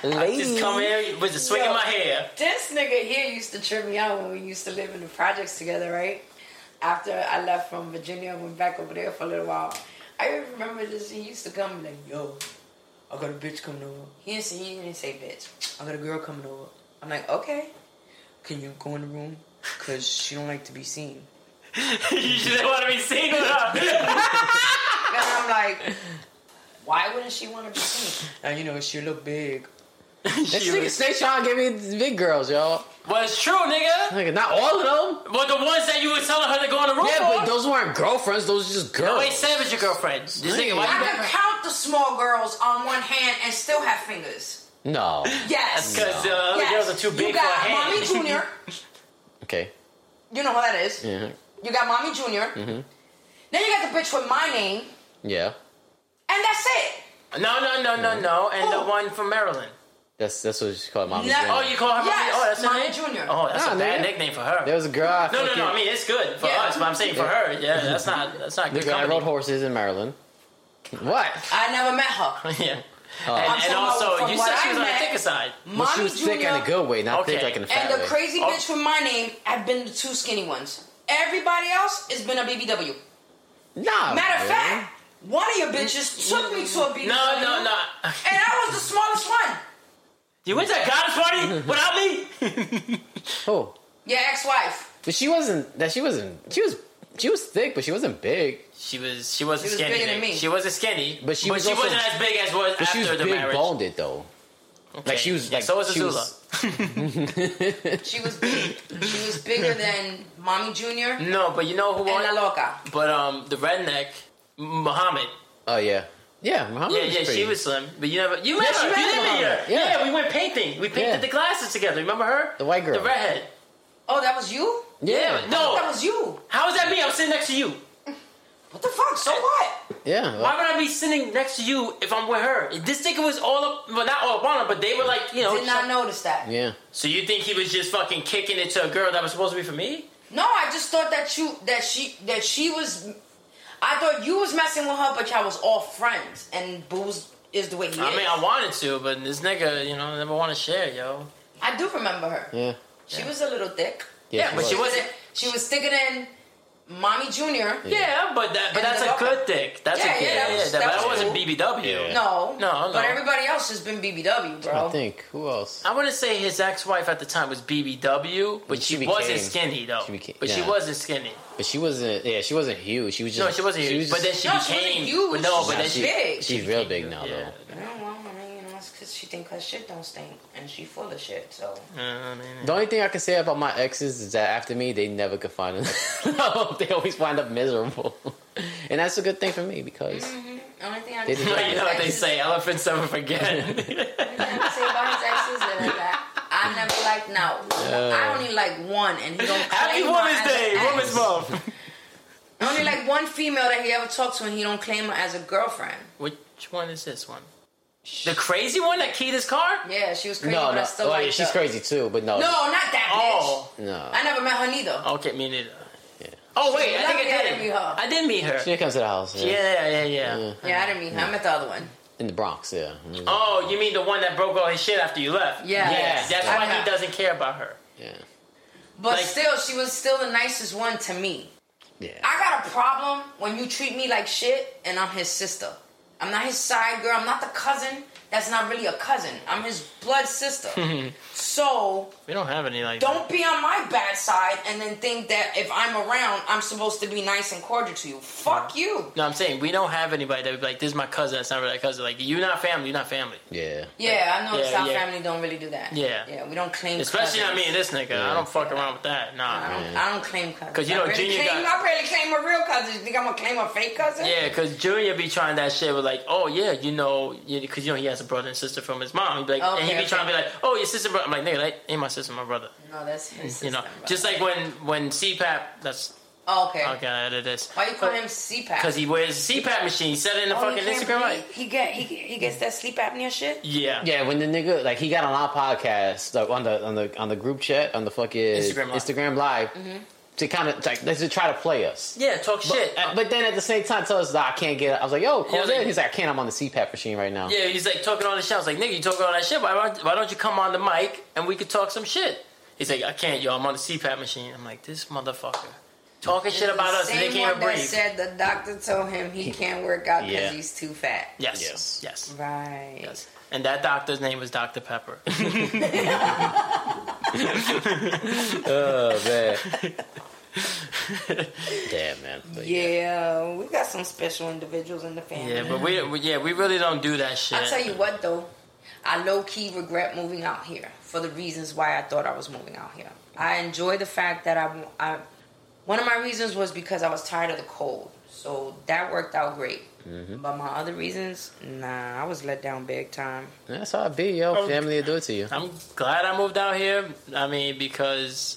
Speaker 1: do, yeah. I just come here with the swing in
Speaker 3: Yo.
Speaker 1: my hair.
Speaker 3: This nigga here used to trip me out when we used to live in the projects together, right? After I left from Virginia, I went back over there for a little while. I remember this. He used to come like, "Yo, I got a bitch coming over." He didn't say, he didn't say bitch. I got a girl coming over. I'm like, okay. Can you go in the room? Cause she don't like to be seen.
Speaker 1: you just want to be seen with her.
Speaker 3: And I'm like, why wouldn't she want to be seen? And you know, she look big.
Speaker 2: This
Speaker 1: She
Speaker 2: nigga
Speaker 1: was-
Speaker 2: Snake trying to give me these big girls, y'all.
Speaker 1: well, it's true, nigga.
Speaker 2: Nigga, not all of them.
Speaker 1: Well, the ones that you were telling her to go in the room
Speaker 2: Yeah,
Speaker 1: for.
Speaker 2: but those weren't girlfriends. Those were just
Speaker 1: No,
Speaker 2: girls.
Speaker 1: wait, Savage, your girlfriend. This nigga, why
Speaker 3: I
Speaker 1: you
Speaker 3: can count the small girls on one hand and still have fingers.
Speaker 2: no.
Speaker 3: Yes.
Speaker 1: Because the uh, other
Speaker 3: Yes.
Speaker 1: girls are too big
Speaker 3: you
Speaker 1: for
Speaker 3: got
Speaker 1: a hand.
Speaker 3: Mommy Junior.
Speaker 2: Okay.
Speaker 3: You know who that is.
Speaker 2: Yeah. Mm-hmm.
Speaker 3: You got Mommy Junior. Then you got the bitch with my name,
Speaker 2: Yeah.
Speaker 3: and that's it.
Speaker 1: No, no, no, no,
Speaker 2: Oh.
Speaker 1: no. And the
Speaker 3: Who?
Speaker 1: one from Maryland.
Speaker 2: That's that's what she called mommy.
Speaker 3: Nah,
Speaker 2: Jane.
Speaker 1: Oh, you call her
Speaker 3: Yes,
Speaker 1: Mommy? Oh, that's her
Speaker 3: Mommy
Speaker 1: name?
Speaker 3: Junior.
Speaker 1: Oh, that's
Speaker 2: Nah,
Speaker 1: a bad
Speaker 2: Ah, nigga.
Speaker 1: nickname for her.
Speaker 2: There was a girl. I
Speaker 1: No, no, no. I
Speaker 2: fucking-
Speaker 1: mean, it's good for
Speaker 3: Yeah.
Speaker 1: us, but I'm saying for her, yeah, that's not that's not good.
Speaker 2: Nigga, I
Speaker 1: company.
Speaker 2: rode horses in Maryland. What?
Speaker 3: I never met her.
Speaker 1: yeah.
Speaker 2: I'm
Speaker 1: And, and
Speaker 3: talking
Speaker 1: also,
Speaker 3: about
Speaker 1: you
Speaker 3: from
Speaker 1: said
Speaker 3: what
Speaker 1: she was
Speaker 3: I
Speaker 1: on the
Speaker 3: met.
Speaker 1: thicker side.
Speaker 2: Well, she
Speaker 3: Mommy
Speaker 2: was thick in
Speaker 3: Junior
Speaker 2: a good way, not thick
Speaker 1: Okay.
Speaker 2: like in a fat
Speaker 3: and the
Speaker 2: way.
Speaker 3: crazy
Speaker 1: Oh.
Speaker 3: bitch with my name have been the two skinny ones. Everybody else has been a BBW.
Speaker 2: nah.
Speaker 3: Matter of
Speaker 2: man.
Speaker 3: fact, one of your bitches took me to a BBW.
Speaker 1: No, no, no.
Speaker 3: And I was the smallest one.
Speaker 1: You went to a goddess party without me?
Speaker 2: Oh,
Speaker 3: Your ex-wife.
Speaker 2: but she wasn't. That she wasn't. She was. She was thick, but she wasn't big.
Speaker 1: she was she wasn't
Speaker 3: She was
Speaker 1: skinny.
Speaker 3: bigger than
Speaker 1: nigga.
Speaker 3: me.
Speaker 1: She wasn't skinny,
Speaker 2: But she was
Speaker 1: she
Speaker 2: also-
Speaker 1: wasn't as big as was
Speaker 2: But
Speaker 1: after
Speaker 2: she was
Speaker 1: the
Speaker 2: big
Speaker 1: marriage.
Speaker 2: boned it though. Like she was.
Speaker 1: Yeah,
Speaker 2: Like
Speaker 1: so was
Speaker 2: she
Speaker 1: Azula.
Speaker 3: She was big. she was bigger than Mommy Junior and
Speaker 1: No, but you know who?
Speaker 3: La
Speaker 1: Won?
Speaker 3: Loca.
Speaker 1: But um, the redneck Muhammad.
Speaker 2: Oh yeah. Yeah, Muhammad
Speaker 1: Yeah,
Speaker 2: was
Speaker 1: yeah,
Speaker 2: pretty.
Speaker 1: she was slim, but you never you met
Speaker 2: Yeah, she
Speaker 1: her.
Speaker 2: met
Speaker 1: You didn't meet her.
Speaker 2: Muhammad,
Speaker 1: Yeah.
Speaker 2: yeah.
Speaker 1: we went painting. We painted
Speaker 2: Yeah.
Speaker 1: the glasses together. Remember her?
Speaker 2: The white girl.
Speaker 1: the redhead.
Speaker 3: Oh, that was you?
Speaker 1: Yeah,
Speaker 2: Yeah,
Speaker 1: no.
Speaker 3: That was you.
Speaker 1: How is that me? I'm sitting next to you.
Speaker 2: Uh-huh.
Speaker 3: What the fuck? So what?
Speaker 2: yeah.
Speaker 1: Why would I be sitting next to you if I'm with her? This nigga was all up, well, not all up on her, but they were like, you know.
Speaker 3: Did not notice that.
Speaker 2: yeah.
Speaker 1: So you think he was just fucking kicking it to a girl that was supposed to be for me?
Speaker 3: No, I just thought that you that she that she was. I thought you was messing with her, but y'all was all friends, and booze is the way he
Speaker 1: I
Speaker 3: is.
Speaker 1: mean, I wanted to, but this nigga, you know, never want to share, yo.
Speaker 3: I do remember her.
Speaker 2: Yeah.
Speaker 3: She was a little thick.
Speaker 1: Yeah, but she wasn't.
Speaker 3: She was thicker than Mommy Junior.
Speaker 1: Yeah, but that, but
Speaker 3: And
Speaker 1: that's
Speaker 3: the
Speaker 1: a
Speaker 3: local-
Speaker 1: good thing. That's
Speaker 3: Yeah,
Speaker 1: a
Speaker 3: yeah,
Speaker 1: good, yeah,
Speaker 3: that
Speaker 1: yeah,
Speaker 3: was-
Speaker 1: that,
Speaker 3: that
Speaker 1: but that
Speaker 3: was
Speaker 1: wasn't
Speaker 3: cool.
Speaker 1: BBW.
Speaker 2: Yeah.
Speaker 3: No,
Speaker 1: No, no.
Speaker 3: But everybody else has been BBW,
Speaker 2: I
Speaker 3: bro.
Speaker 2: think who else?
Speaker 1: I want to say his ex-wife at the time was BBW, but she,
Speaker 2: She
Speaker 1: wasn't
Speaker 2: became-
Speaker 1: skinny though.
Speaker 2: she became-
Speaker 1: but she
Speaker 2: yeah.
Speaker 1: wasn't skinny.
Speaker 2: But she wasn't. Yeah, she wasn't huge. She was just.
Speaker 1: No, she wasn't huge.
Speaker 2: was
Speaker 1: But then
Speaker 2: just-
Speaker 1: she
Speaker 3: No, she wasn't
Speaker 1: became.
Speaker 3: huge,
Speaker 1: but no,
Speaker 3: she
Speaker 1: but then
Speaker 3: was
Speaker 1: she.
Speaker 3: big.
Speaker 2: she's real big now
Speaker 1: Yeah.
Speaker 3: I don't know. I mean, you know, it's because she think her shit don't stink, and she full of shit. So
Speaker 1: Uh, I mean,
Speaker 2: though. The only thing I can say about my exes is that after me, they never could find them. they always wind up miserable, and that's a good thing for me because
Speaker 1: Mm-hmm.
Speaker 3: the only thing I
Speaker 2: They
Speaker 3: can say
Speaker 2: did
Speaker 3: about
Speaker 1: you know what they
Speaker 3: his exes-
Speaker 1: say: elephants never forget.
Speaker 3: the only thing I can say about his exes is that I never liked no. I only like one, and he don't.
Speaker 1: Happy
Speaker 3: claim her
Speaker 1: Women's
Speaker 3: as
Speaker 1: Day,
Speaker 3: an ex.
Speaker 1: Women's Month.
Speaker 3: I only like one female that he ever talked to, and he don't claim her as a girlfriend.
Speaker 1: Which one is this one? The crazy one that keyed his car?
Speaker 3: Yeah, she was crazy,
Speaker 2: no,
Speaker 3: but I
Speaker 2: no,
Speaker 3: still
Speaker 2: oh, yeah,
Speaker 3: like
Speaker 2: she's crazy too. But no,
Speaker 3: No, not that bitch.
Speaker 1: Oh,
Speaker 2: no, Oh.
Speaker 3: I never met her neither.
Speaker 1: okay, me neither. Oh wait, I
Speaker 3: She
Speaker 1: think
Speaker 3: loved
Speaker 1: I
Speaker 3: to
Speaker 1: did.
Speaker 3: interview her.
Speaker 1: I did meet her.
Speaker 2: She comes to the house. Yeah.
Speaker 1: Yeah, yeah, yeah.
Speaker 3: Yeah, I didn't mean her. I meant the other one.
Speaker 2: In the Bronx, yeah. Mm-hmm.
Speaker 1: Oh, you mean the one that broke all his shit after you left?
Speaker 3: Yeah.
Speaker 1: Yes, that's why
Speaker 3: Okay.
Speaker 1: he doesn't care about her.
Speaker 2: Yeah.
Speaker 3: But
Speaker 1: Like-
Speaker 3: still, she was still the nicest one to me.
Speaker 2: Yeah.
Speaker 3: I got a problem when you treat me like shit and I'm his sister. I'm not his side girl. I'm not the cousin. That's not really a cousin. I'm his blood sister. so
Speaker 1: We don't have any like.
Speaker 3: don't be on my bad side and then think that if I'm around, I'm supposed to be nice and cordial to you. Fuck you.
Speaker 1: No, I'm saying we don't have anybody that would be like, "This is my cousin. That's not really my cousin. Like, you're not family. You're not family.
Speaker 2: Yeah.
Speaker 3: Yeah, I know the
Speaker 1: Yeah,
Speaker 3: South
Speaker 1: yeah.
Speaker 3: family don't really do that.
Speaker 1: Yeah.
Speaker 3: yeah, we don't claim.
Speaker 1: Especially not
Speaker 3: cousins.
Speaker 1: me and this nigga. I don't fuck around with that. Nah.
Speaker 3: I don't, I don't claim cousins.
Speaker 1: 'Cause you know
Speaker 3: I barely
Speaker 1: Junior
Speaker 3: claim,
Speaker 1: got-
Speaker 3: I barely claim a real cousin. You think I'm gonna claim a fake cousin?
Speaker 1: Yeah, because Junior be trying that shit with like, oh yeah, you know, because you know he has a brother and sister from his mom. He'd be like,
Speaker 3: Okay,
Speaker 1: and he be
Speaker 3: okay.
Speaker 1: trying to be like, oh your sister, brother. I'm like, nigga, that ain't my sister, my brother.
Speaker 3: No, that's his.
Speaker 1: you know,
Speaker 3: system, bro.
Speaker 1: just like when when CPAP. That's
Speaker 3: oh, okay.
Speaker 1: okay. I edit this.
Speaker 3: Why you call him CPAP?
Speaker 1: Because he wears a CPAP machine. He said it in the
Speaker 3: Oh, he
Speaker 1: fucking
Speaker 3: can't
Speaker 1: Instagram
Speaker 3: breathe.
Speaker 1: live.
Speaker 3: He get he, he gets that sleep apnea shit.
Speaker 1: Yeah.
Speaker 2: Yeah, when the nigga like he got on our podcast like, on the on the on the group chat on the fucking
Speaker 1: Instagram Live. Mm-hmm.
Speaker 2: Instagram live to kind of like to try to play us.
Speaker 1: Yeah. Talk shit.
Speaker 2: Uh, But then at the same time, tell us that I can't get. up. I was like, "Yo,
Speaker 1: Yeah,
Speaker 2: call
Speaker 1: like-
Speaker 2: in." He's like, "I can't. I'm on the CPAP machine right now."
Speaker 1: Yeah, he's like talking all this shit. I was like, nigga, you talking all that shit. Why don't, why don't you come on the mic and we could talk some shit? He's like, I can't, yo. I'm on the CPAP machine. I'm like, this motherfucker talking shit about us and they
Speaker 3: Same
Speaker 1: can't
Speaker 3: one
Speaker 1: even
Speaker 3: that
Speaker 1: breathe.
Speaker 3: said the doctor told him he can't work out because
Speaker 2: Yeah.
Speaker 3: he's too fat.
Speaker 1: yes, yes,
Speaker 2: Yes.
Speaker 1: yes,
Speaker 3: Right.
Speaker 1: yes. And that doctor's name was Dr. Pepper.
Speaker 2: Oh man. Damn man. But yeah.
Speaker 3: Yeah, we got some special individuals in the family.
Speaker 1: yeah, but we, we, yeah, we really don't do that shit.
Speaker 3: I tell you what though, I low key regret moving out here for the reasons why I thought I was moving out here. I enjoy the fact that I, I one of my reasons was because I was tired of the cold, so that worked out great.
Speaker 1: Mm-hmm.
Speaker 3: But my other reasons, nah, I was let down big time.
Speaker 2: That's how it be, yo.
Speaker 1: Um,
Speaker 2: Family will do it to you.
Speaker 1: I'm glad I moved out here. I mean, because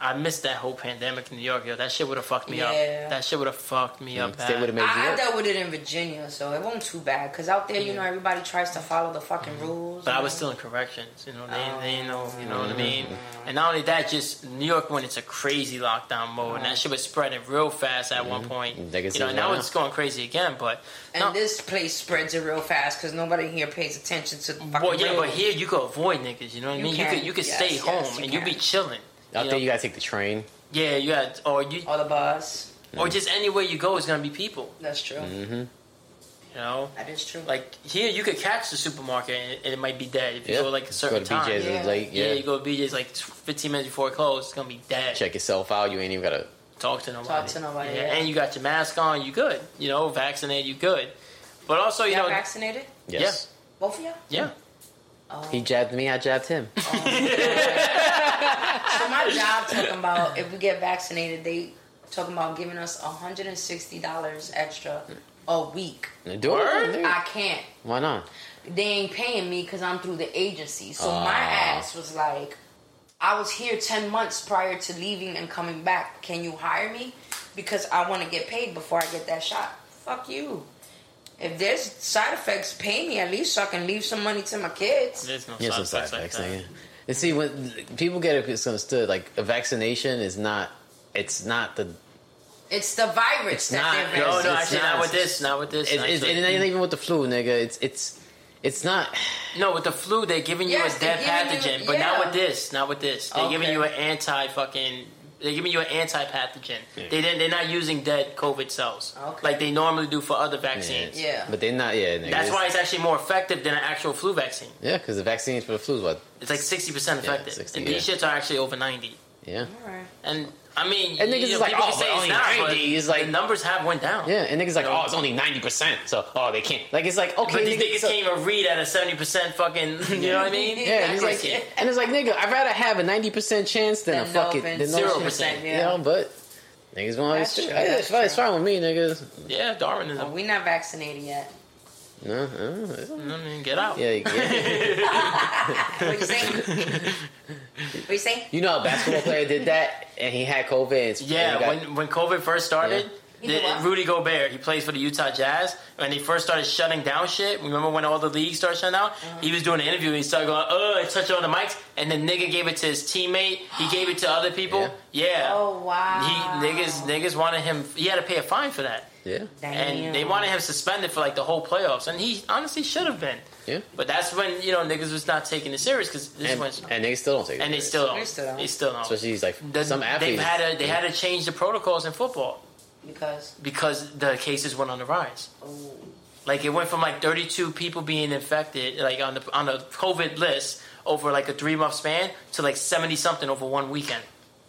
Speaker 1: I missed that whole pandemic in New York. Yo, that shit would have fucked me
Speaker 3: Yeah.
Speaker 1: up. That shit would have fucked me up.
Speaker 2: They would have
Speaker 1: bad.
Speaker 2: made
Speaker 3: I, I
Speaker 2: you.
Speaker 3: dealt with it in Virginia, so it wasn't too bad. Cause out there, you know, everybody tries to follow the fucking rules.
Speaker 1: Mm-hmm. But I
Speaker 3: you
Speaker 1: was
Speaker 3: know?
Speaker 1: still in corrections, you know. They,
Speaker 3: Oh.
Speaker 1: they know, you know what I mean.
Speaker 2: Mm-hmm.
Speaker 1: And not only that, just New York went into crazy lockdown mode, and that shit was spreading real fast at
Speaker 2: Mm-hmm.
Speaker 1: one point.
Speaker 2: They can
Speaker 1: you know,
Speaker 2: see
Speaker 1: now
Speaker 2: right
Speaker 1: it's going crazy again. But
Speaker 3: And
Speaker 1: no,
Speaker 3: this place spreads it real fast because nobody here pays attention to the fucking
Speaker 1: well, yeah, but
Speaker 3: rules.
Speaker 1: here you could avoid niggas. You know what I
Speaker 3: You
Speaker 1: mean? You
Speaker 3: can,
Speaker 1: could you could
Speaker 3: yes,
Speaker 1: stay
Speaker 3: yes,
Speaker 1: home
Speaker 3: you
Speaker 1: and you be
Speaker 3: can.
Speaker 1: chilling.
Speaker 2: Out
Speaker 1: you
Speaker 2: there,
Speaker 1: know?
Speaker 2: you gotta take the train.
Speaker 1: yeah, you had or you
Speaker 3: or the bus.
Speaker 1: or
Speaker 2: Mm.
Speaker 1: just anywhere you go is gonna be people.
Speaker 3: That's true.
Speaker 2: Mm-hmm.
Speaker 1: You know.
Speaker 3: That is true.
Speaker 1: Mm-hmm. Like here, you could catch the supermarket and it, and it might be dead if you
Speaker 2: Yeah.
Speaker 1: go like a certain
Speaker 2: go to
Speaker 1: time.
Speaker 2: BJ's
Speaker 1: Yeah.
Speaker 3: Yeah.
Speaker 2: and late. Yeah.
Speaker 1: you go to BJ's like 15 minutes before it closes. It's gonna be dead.
Speaker 2: Check yourself out. You ain't even gotta.
Speaker 1: Talk to nobody.
Speaker 3: Talk to nobody, yeah.
Speaker 1: And you got your mask on. You good. You know, vaccinated. You good. But also, you
Speaker 3: y'all
Speaker 1: know,
Speaker 3: vaccinated?
Speaker 2: Yes.
Speaker 3: Both of y'all?
Speaker 1: yeah.
Speaker 3: Oh.
Speaker 2: He jabbed me. I jabbed him.
Speaker 3: so my job talking about if we get vaccinated, they talking about giving us hundred and sixty dollars extra a week.
Speaker 2: Do
Speaker 1: Word?
Speaker 2: it.
Speaker 3: I can't.
Speaker 2: Why not?
Speaker 3: They ain't paying me because I'm through the agency. So
Speaker 2: Ah.
Speaker 3: my ass was like, I was here ten months prior to leaving and coming back. Can you hire me? Because I want to get paid before I get that shot. Fuck you. If there's side effects, pay me at least so I can leave some money to my kids.
Speaker 1: There's no
Speaker 2: Yeah,
Speaker 1: side
Speaker 2: some side
Speaker 1: effects like
Speaker 2: effects.
Speaker 1: that.
Speaker 2: nigga. And see, when people get it misunderstood, like a vaccination is not, it's not the,
Speaker 3: It's the virus
Speaker 2: It's
Speaker 3: that
Speaker 2: not-
Speaker 3: they're
Speaker 1: Oh, No,
Speaker 3: vaccinated.
Speaker 1: no,
Speaker 2: It's
Speaker 1: actually,
Speaker 2: not-
Speaker 1: not with this. Not with this.
Speaker 2: it's, it's,
Speaker 1: actually.
Speaker 2: and it ain't even with the flu, nigga. It's it's it's not.
Speaker 1: no, with the flu, they're giving you
Speaker 3: Yes,
Speaker 1: a
Speaker 3: they're
Speaker 1: dead pathogen.
Speaker 3: giving you-
Speaker 1: But not
Speaker 3: yeah.
Speaker 1: with this. Not with this. They're giving
Speaker 3: Okay.
Speaker 1: you an anti fucking. They're giving you an anti pathogen. They didn't, they're not using dead COVID cells
Speaker 3: Okay.
Speaker 1: like they normally do for other vaccines.
Speaker 2: it's-
Speaker 3: Yeah.
Speaker 2: but they're not. Yeah, nigga.
Speaker 1: That's
Speaker 2: It's-
Speaker 1: why it's actually more effective than an actual flu vaccine.
Speaker 2: Yeah, because the vaccine for the flu is what.
Speaker 1: It's like sixty percent
Speaker 2: Yeah,
Speaker 1: effective,
Speaker 2: 60,
Speaker 1: and these shits are actually over ninety.
Speaker 2: Yeah,
Speaker 3: Alright.
Speaker 1: And I mean,
Speaker 2: And niggas
Speaker 1: you
Speaker 2: is
Speaker 1: know,
Speaker 2: like,
Speaker 1: people
Speaker 2: "Oh,
Speaker 1: can say
Speaker 2: but only
Speaker 1: it's not,
Speaker 2: 90."
Speaker 1: but
Speaker 2: It's like-
Speaker 1: the numbers have went down.
Speaker 2: yeah. And niggas like, oh, it's only ninety percent. So, oh, they can't. Like, it's like okay,
Speaker 1: But these
Speaker 2: nigga,
Speaker 1: niggas
Speaker 2: so-
Speaker 1: can't even read at a seventy percent fucking. You know what I mean?
Speaker 2: Yeah, and it's like,
Speaker 1: Accuracy.
Speaker 2: and it's like, nigga, I'd rather have a ninety percent chance than, a
Speaker 3: Than no
Speaker 2: fucking
Speaker 3: percent.
Speaker 2: than no
Speaker 1: Zero
Speaker 2: shit.
Speaker 1: percent,
Speaker 2: You know, but niggas want
Speaker 3: That's
Speaker 2: to.
Speaker 3: true,
Speaker 2: It's
Speaker 3: that's
Speaker 2: fine- it's fine with me, niggas.
Speaker 1: yeah, Darwinism.
Speaker 3: we not vaccinated yet.
Speaker 2: No,
Speaker 1: You
Speaker 2: uh,
Speaker 1: know what I mean? Get out.
Speaker 2: yeah, yeah.
Speaker 3: What you saying? what you saying?
Speaker 2: You know, a basketball player did that, and he had COVID. And
Speaker 1: Yeah,
Speaker 2: and he got-
Speaker 1: when when COVID first started,
Speaker 3: Either
Speaker 1: The-
Speaker 3: what?
Speaker 1: Rudy Gobert, he plays for the Utah Jazz. When they first started shutting down shit, remember when all the leagues started shutting down?
Speaker 2: Uh-huh.
Speaker 1: He was doing an interview and he started going, oh, and touching on the mics, and the nigga gave it to his teammate. He gave it to other people. Yeah.
Speaker 3: Oh wow.
Speaker 1: He niggas niggas wanted him. He had to pay a fine for that,
Speaker 2: Yeah.
Speaker 1: and they wanted him suspended for like the whole playoffs. And he honestly should have been.
Speaker 2: Yeah.
Speaker 1: But that's when you know niggas was not taking it serious because this
Speaker 2: And,
Speaker 1: went
Speaker 2: and niggas still don't take it.
Speaker 1: and they
Speaker 2: serious.
Speaker 1: still
Speaker 3: They
Speaker 1: don't.
Speaker 3: still don't.
Speaker 1: They still don't.
Speaker 2: Especially these, like,
Speaker 1: The-
Speaker 2: some athletes.
Speaker 1: They've had to, they had to change the protocols in football
Speaker 3: because
Speaker 1: because the cases went on the rise.
Speaker 3: oh,
Speaker 1: Like it went from like 32 people being infected, like on the on the COVID list over like a three month span to like 70 something over one weekend.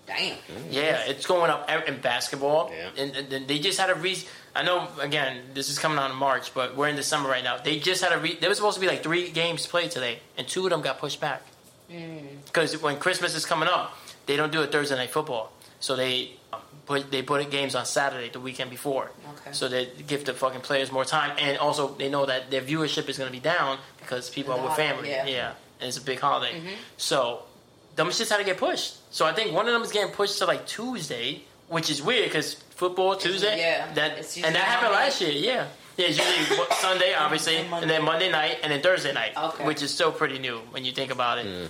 Speaker 3: damn.
Speaker 1: Yeah, it's going up ev- in basketball.
Speaker 2: Yeah.
Speaker 1: And, and, and they just had a re. I know again, this is coming out in March, but we're in December right now. They just had a re. There was supposed to be like three games played today, and two of them got pushed back because when Christmas is coming up, they don't do a Thursday night football, so they um, put they put games on Saturday the weekend before.
Speaker 3: Okay.
Speaker 1: So they give the fucking players more time, and also they know that their viewership is going to be down because people
Speaker 3: The
Speaker 1: are with
Speaker 3: holiday,
Speaker 1: family.
Speaker 3: yeah. Mm-hmm.
Speaker 1: and it's a big holiday. So them shits had to get pushed. So I think one of them is getting pushed to like Tuesday, which is weird because football Tuesday.
Speaker 3: yeah.
Speaker 1: That
Speaker 3: It's
Speaker 1: and
Speaker 3: usually
Speaker 1: that happened
Speaker 3: Monday.
Speaker 1: last year. Yeah. Yeah, it's usually what- Sunday, obviously,
Speaker 3: And
Speaker 1: and,
Speaker 3: Monday.
Speaker 1: then Monday night, and then Thursday night,
Speaker 3: Okay.
Speaker 1: which is still pretty new when you think about it.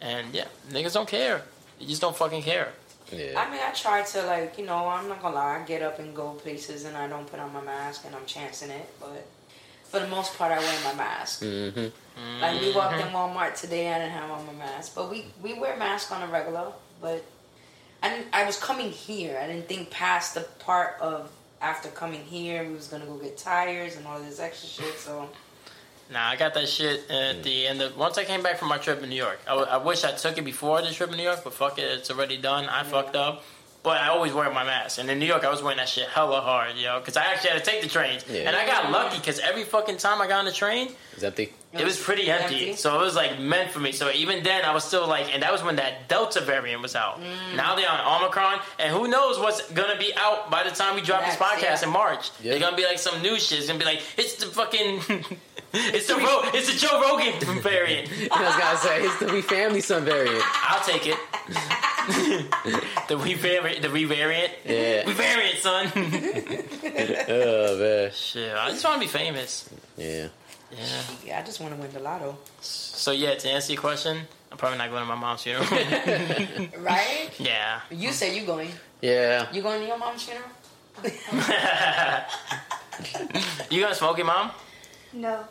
Speaker 1: And yeah, niggas don't care. They just don't fucking care.
Speaker 2: Yeah.
Speaker 3: I mean, I try to like you know. I'm not gonna lie. I get up and go places, and I don't put on my mask, and I'm chancing it. But for the most part, I wear my mask. Mm-hmm. Like we walked in Walmart today. I didn't have on my mask, but we we wear masks on a regular. But I didn't, I was coming here. I didn't think past the part of after coming here, we was gonna go get tires and all this extra shit. So
Speaker 1: Nah, I got that shit at the end of once I came back from my trip in New York. I, w- I wish I took it before the trip in New York, but fuck it, it's already done. I fucked up. But I always wear my mask, and in New York, I was wearing that shit hella hard, yo, because I actually had to take the trains,
Speaker 2: Yeah.
Speaker 1: and I got lucky because every fucking time I got on the train,
Speaker 2: It's empty.
Speaker 1: it was pretty empty.
Speaker 3: empty?
Speaker 1: So it was like meant for me. So even then, I was still like, and that was when that Delta variant was out. Now they're on Omicron, and who knows what's gonna be out by the time we drop this
Speaker 3: Next,
Speaker 1: podcast
Speaker 3: yeah.
Speaker 1: in March?
Speaker 2: Yeah.
Speaker 1: They're gonna be like some new shit. It's gonna be like it's the fucking, it's the Ro- it's the Joe Rogan variant.
Speaker 2: I was gonna say it's the we family son variant.
Speaker 1: I'll take it. the we variant, the we variant,
Speaker 2: Yeah.
Speaker 1: we variant, son.
Speaker 2: oh man.
Speaker 1: shit, I just want to be famous.
Speaker 2: Yeah.
Speaker 1: Yeah.
Speaker 3: yeah, I just want to win the lotto,
Speaker 1: So yeah, to answer your question, I'm probably not going to my mom's funeral.
Speaker 3: right?
Speaker 1: yeah.
Speaker 3: you said you going.
Speaker 2: Yeah.
Speaker 3: You going to your mom's funeral?
Speaker 1: You gonna smoke it, mom?
Speaker 6: No.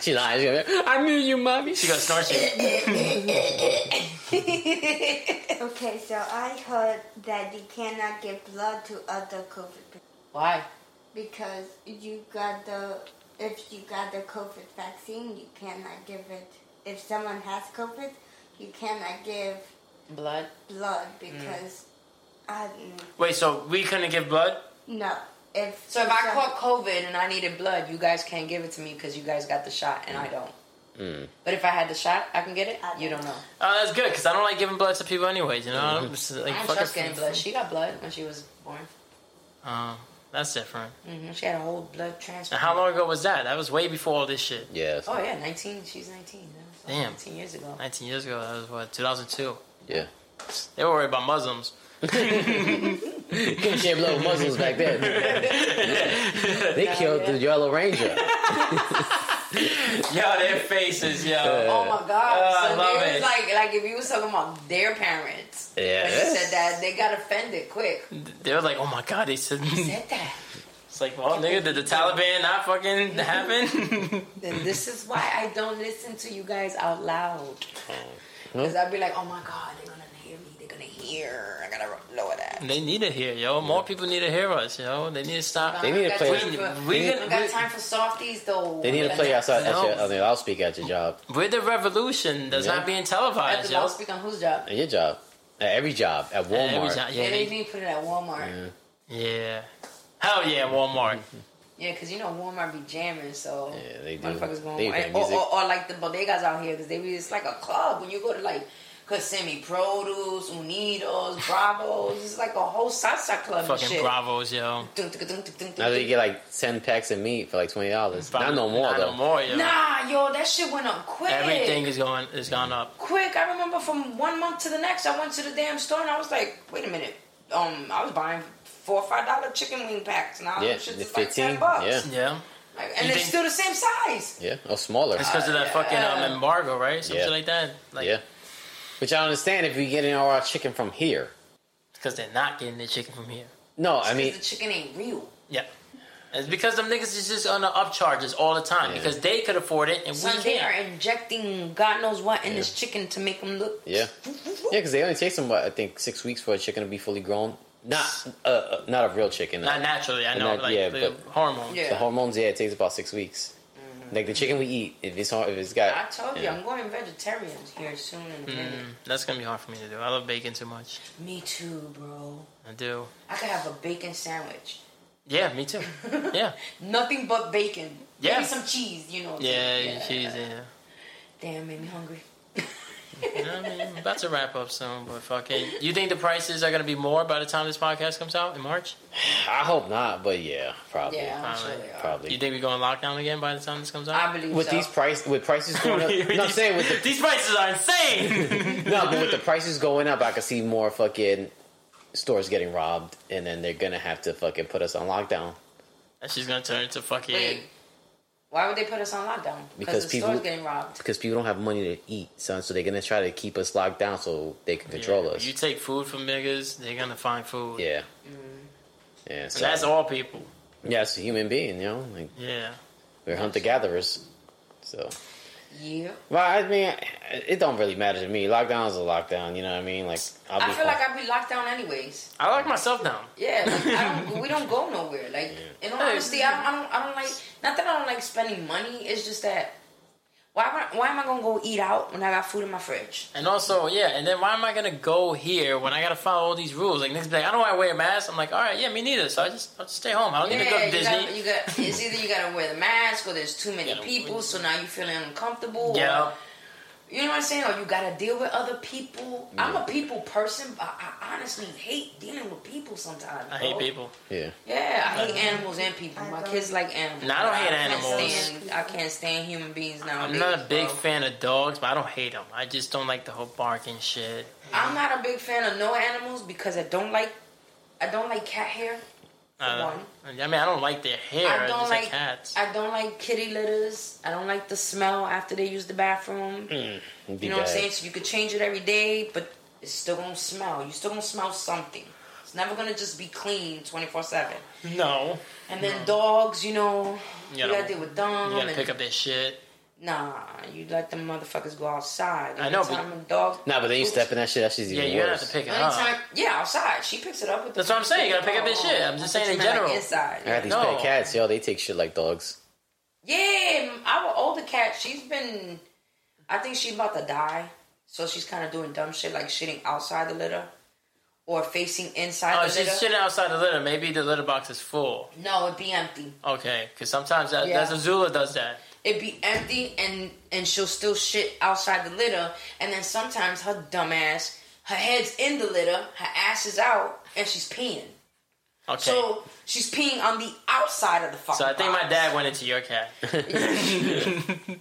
Speaker 2: She lies. She's gonna be like, I knew you, mommy.
Speaker 1: She gonna snort shit.
Speaker 6: Okay, so I heard that you cannot give blood to other COVID people
Speaker 3: Why?
Speaker 6: because you got the if you got the COVID vaccine, you cannot give it. If someone has COVID, you cannot give
Speaker 3: Blood.
Speaker 6: blood
Speaker 3: Mm.
Speaker 6: because I don't
Speaker 1: Wait, so we couldn't give blood?
Speaker 6: no. If
Speaker 3: So if I
Speaker 6: some-
Speaker 3: caught COVID and I needed blood, you guys can't give it to me because you guys got the shot and I don't.
Speaker 2: Mm,
Speaker 3: But if I had the shot, I can get it.
Speaker 6: I
Speaker 3: you
Speaker 6: don't.
Speaker 3: don't know.
Speaker 1: Oh, that's good because I don't like giving blood to people anyways. You know, I'm just, like
Speaker 3: I don't
Speaker 1: fuck
Speaker 3: trust
Speaker 1: it.
Speaker 3: getting blood. She got blood when she was born.
Speaker 1: Oh, that's different.
Speaker 3: hmm She had a whole blood transfer.
Speaker 1: And how long ago was that? That was way before all this shit.
Speaker 2: Yes.
Speaker 3: Oh yeah, nineteen. She's nineteen. That was
Speaker 1: Damn.
Speaker 3: nineteen years ago.
Speaker 1: 19 years ago. That was what 2002.
Speaker 2: Yeah.
Speaker 1: They were worried about Muslims.
Speaker 2: Couldn't share blood with Muslims back then. they killed the Yellow Ranger.
Speaker 1: Yo, their faces, yo.
Speaker 3: Oh my god!
Speaker 1: Oh, I
Speaker 3: so
Speaker 1: love
Speaker 3: there
Speaker 1: it.
Speaker 3: was like, like if you was talking about their parents, when you
Speaker 2: Yeah.
Speaker 3: said that they got offended quick.
Speaker 1: They were like, oh my god, they said.
Speaker 3: Said that.
Speaker 1: it's like, well, nigga, did the Taliban not fucking happen?
Speaker 3: Then this is why I don't listen to you guys out loud. Because I'd be like, oh my god, they're gonna hear me. They're gonna hear. I gotta lower that.
Speaker 1: they need to hear, yo. More people need to hear us, yo. They need to stop.
Speaker 2: They need to
Speaker 3: I don't
Speaker 2: play-
Speaker 3: got time
Speaker 1: We-
Speaker 3: for-
Speaker 1: we-
Speaker 3: I don't got time for softies though.
Speaker 2: They need to play outside. At your,
Speaker 1: No.
Speaker 2: I mean, I'll speak at your job.
Speaker 1: We're the revolution that's
Speaker 2: Yeah.
Speaker 1: not being
Speaker 3: At
Speaker 1: televised,
Speaker 3: the
Speaker 1: yo.
Speaker 3: I'll speak on whose job?
Speaker 2: At your job. At every job. At Walmart.
Speaker 1: Every time, yeah,
Speaker 3: Yeah, they
Speaker 1: they-
Speaker 3: need to put it at Walmart.
Speaker 2: Yeah.
Speaker 1: Yeah. Hell yeah, Walmart.
Speaker 3: Yeah, because you know Walmart be jamming, so
Speaker 2: Yeah, they do.
Speaker 3: motherfuckers going
Speaker 2: They play
Speaker 3: or,
Speaker 2: music.
Speaker 3: or, or like oh, the bodegas out here because they be it's like a club when you go to like Kissimmee Produce, Unidos, Bravos. It's like a whole salsa club. and
Speaker 1: Fucking
Speaker 3: Oh, shit.
Speaker 1: bravos, yo.
Speaker 3: Dun, dun, dun, dun, dun,
Speaker 2: Now
Speaker 3: dun,
Speaker 2: they get like ten packs of meat for like twenty dollars. Not no more
Speaker 1: Not
Speaker 2: though.
Speaker 1: no more, yo.
Speaker 3: Nah, yo, that shit went up quick.
Speaker 1: Everything is going is gone up.
Speaker 3: quick. I remember from one month to the next, I went to the damn store and I was like, wait a minute, um, I was buying four or five dollar chicken wing packs, and all
Speaker 2: Yeah,
Speaker 3: yeah, shit
Speaker 2: the
Speaker 3: is like
Speaker 2: 15,
Speaker 3: ten bucks.
Speaker 2: yeah.
Speaker 1: Yeah.
Speaker 3: Like, and
Speaker 1: You
Speaker 3: it's
Speaker 1: think-
Speaker 3: still the same size.
Speaker 2: Yeah, or smaller.
Speaker 1: It's
Speaker 3: Ah,
Speaker 1: because of that fucking um, embargo, right? Something
Speaker 2: Yeah.
Speaker 1: like that. Like,
Speaker 2: yeah. Which I understand if we getting all our chicken from here.
Speaker 1: Because they're not getting the chicken from here.
Speaker 2: No, I
Speaker 3: 'Cause
Speaker 2: mean,
Speaker 3: the chicken ain't real.
Speaker 1: Yeah. It's because them niggas is just on the upcharges all the time
Speaker 2: Yeah.
Speaker 1: because they could afford it and
Speaker 3: Son,
Speaker 1: we
Speaker 3: they are
Speaker 1: can't.
Speaker 3: injecting God knows what in this chicken to make them look.
Speaker 2: yeah, yeah, because they only takes them, what, I think, six weeks for a chicken to be fully grown. Not, uh, uh, not a real chicken.
Speaker 1: Not naturally, I know,
Speaker 2: Not-
Speaker 1: like
Speaker 2: yeah,
Speaker 1: the
Speaker 2: but-
Speaker 1: hormones.
Speaker 2: The
Speaker 3: Yeah.
Speaker 2: hormones, yeah, it takes about six weeks. Like the chicken we eat, if it's hard, if it's got,
Speaker 3: Mm-hmm. I told you,
Speaker 2: yeah. Hmm.
Speaker 3: I'm going vegetarian here soon in a minute.
Speaker 1: Mm, that's gonna be hard for me to do. I love bacon too much.
Speaker 3: Me too, bro.
Speaker 1: I do.
Speaker 3: I could have a bacon sandwich.
Speaker 1: Yeah, me too. Yeah.
Speaker 3: Nothing but bacon.
Speaker 1: Yeah.
Speaker 3: Maybe some cheese, you know.
Speaker 1: Yeah, she's yeah.
Speaker 3: Damn, made me hungry.
Speaker 1: You know what I mean? I'm about to wrap up soon, but fucking. You think the prices are gonna be more by the time this podcast comes out in March?
Speaker 2: I hope not, but yeah, probably,
Speaker 3: Yeah, I'm sure
Speaker 1: Probably.
Speaker 3: they are.
Speaker 2: probably.
Speaker 1: You think we go on lockdown again by the time this comes out?
Speaker 3: I believe
Speaker 2: with
Speaker 3: so.
Speaker 2: these price, with prices going up,
Speaker 1: With
Speaker 2: no, I'm
Speaker 1: these-
Speaker 2: saying with the
Speaker 1: these prices are insane.
Speaker 2: No, but with the prices going up, I could see more fucking stores getting robbed, and then they're gonna have to fucking put us on lockdown
Speaker 1: And she's gonna turn into fucking.
Speaker 3: Wait, why would they put us on lockdown?
Speaker 2: Because
Speaker 3: the
Speaker 2: people-
Speaker 3: store's getting robbed.
Speaker 2: because people don't have money to eat, son. So they're gonna try to keep us locked down so they can control
Speaker 1: Yeah,
Speaker 2: us.
Speaker 1: You take food from niggas, they're gonna find food.
Speaker 2: yeah,
Speaker 3: Mm.
Speaker 2: yeah.
Speaker 1: And
Speaker 2: So
Speaker 1: that's all people.
Speaker 2: Yeah, it's a human being, you know. Like
Speaker 1: Yeah.
Speaker 2: we're hunter gatherers. So,
Speaker 3: Yeah.
Speaker 2: well, I mean, it don't really matter to me. Lockdown is a lockdown. You know what I mean? Like I'll
Speaker 3: I
Speaker 2: be
Speaker 3: feel like I'd be locked down anyways.
Speaker 1: I like myself down.
Speaker 3: Yeah, like, I don't, we don't go nowhere. Like, in all honesty, I don't, I don't, I don't like. Not that I don't like spending money. It's just that why, am I- why am I gonna go eat out when I got food in my fridge?
Speaker 1: And also, yeah, and then why am I gonna go here when I gotta follow all these rules? Like next day, I don't wanna wear a mask. I'm like, all right, yeah, me neither. So I just I'll just stay home. I don't need to go to
Speaker 3: you got,
Speaker 1: Disney.
Speaker 3: you got. It's either you gotta wear the mask, or there's too many
Speaker 1: Gotta
Speaker 3: people,
Speaker 1: wear-
Speaker 3: so now you're feeling uncomfortable. or-
Speaker 1: Yeah.
Speaker 3: You know what I'm saying? Or you gotta deal with other people. I'm a people person, but I honestly hate dealing with people sometimes.
Speaker 1: I hate
Speaker 3: bro.
Speaker 1: people.
Speaker 2: yeah.
Speaker 3: Yeah, I hate animals and people. My kids like animals.
Speaker 1: No, I don't hate
Speaker 3: can't
Speaker 1: animals.
Speaker 3: Stand, I can't stand human beings now.
Speaker 1: I'm not a big fan of dogs, but I don't hate them. I just don't like the whole barking shit.
Speaker 3: I'm not a big fan of no animals because I don't like. I don't like cat hair.
Speaker 1: I, don't-
Speaker 3: One.
Speaker 1: Uh, I mean, I don't like their hair. I,
Speaker 3: I
Speaker 1: just
Speaker 3: don't
Speaker 1: like,
Speaker 3: like
Speaker 1: cats.
Speaker 3: I don't like kitty litters. I don't like the smell after they use the bathroom.
Speaker 2: It'd be
Speaker 3: You know what I'm
Speaker 2: bad.
Speaker 3: saying? So you could change it every day, but it's still gonna smell. You still gonna smell something. It's never gonna just be clean 24 seven.
Speaker 1: no,
Speaker 3: And then dogs, you know, you,
Speaker 1: You
Speaker 3: gotta
Speaker 1: know,
Speaker 3: deal with them.
Speaker 1: you gotta
Speaker 3: and-
Speaker 1: pick up their shit.
Speaker 3: Nah, you let them motherfuckers go outside.
Speaker 1: I know,
Speaker 3: Every
Speaker 1: but-
Speaker 3: time a dog.
Speaker 2: Nah, but then you step in that shit. That shit's
Speaker 1: Yeah,
Speaker 2: even
Speaker 1: you gotta
Speaker 2: worse.
Speaker 1: have to pick it up. Oh,
Speaker 3: Anytime, yeah, outside. She picks it up with. The
Speaker 1: uh-huh. That's what I'm saying, you gotta pick up his shit. I'm just
Speaker 3: I
Speaker 1: saying
Speaker 3: thought you
Speaker 1: in
Speaker 3: meant, like,
Speaker 1: general.
Speaker 3: inside.
Speaker 2: I got these
Speaker 1: No.
Speaker 2: pet cats, yo. They take shit like dogs.
Speaker 3: Yeah, our older cat, she's been. I think she's about to die, so she's kind of doing dumb shit like shitting outside the litter, or facing inside
Speaker 1: Oh,
Speaker 3: the
Speaker 1: she's
Speaker 3: litter.
Speaker 1: shitting outside the litter. Maybe the litter box is full.
Speaker 3: No, it'd be empty.
Speaker 1: Okay, because sometimes that,
Speaker 3: Yeah.
Speaker 1: that's Azula does that.
Speaker 3: It'd be empty, and and she'll still shit outside the litter, and then sometimes her dumb ass, her head's in the litter, her ass is out, and she's peeing.
Speaker 1: Okay.
Speaker 3: So uh, she's peeing on the outside of the fucking.
Speaker 1: So I think my
Speaker 3: box.
Speaker 1: dad went into your cat.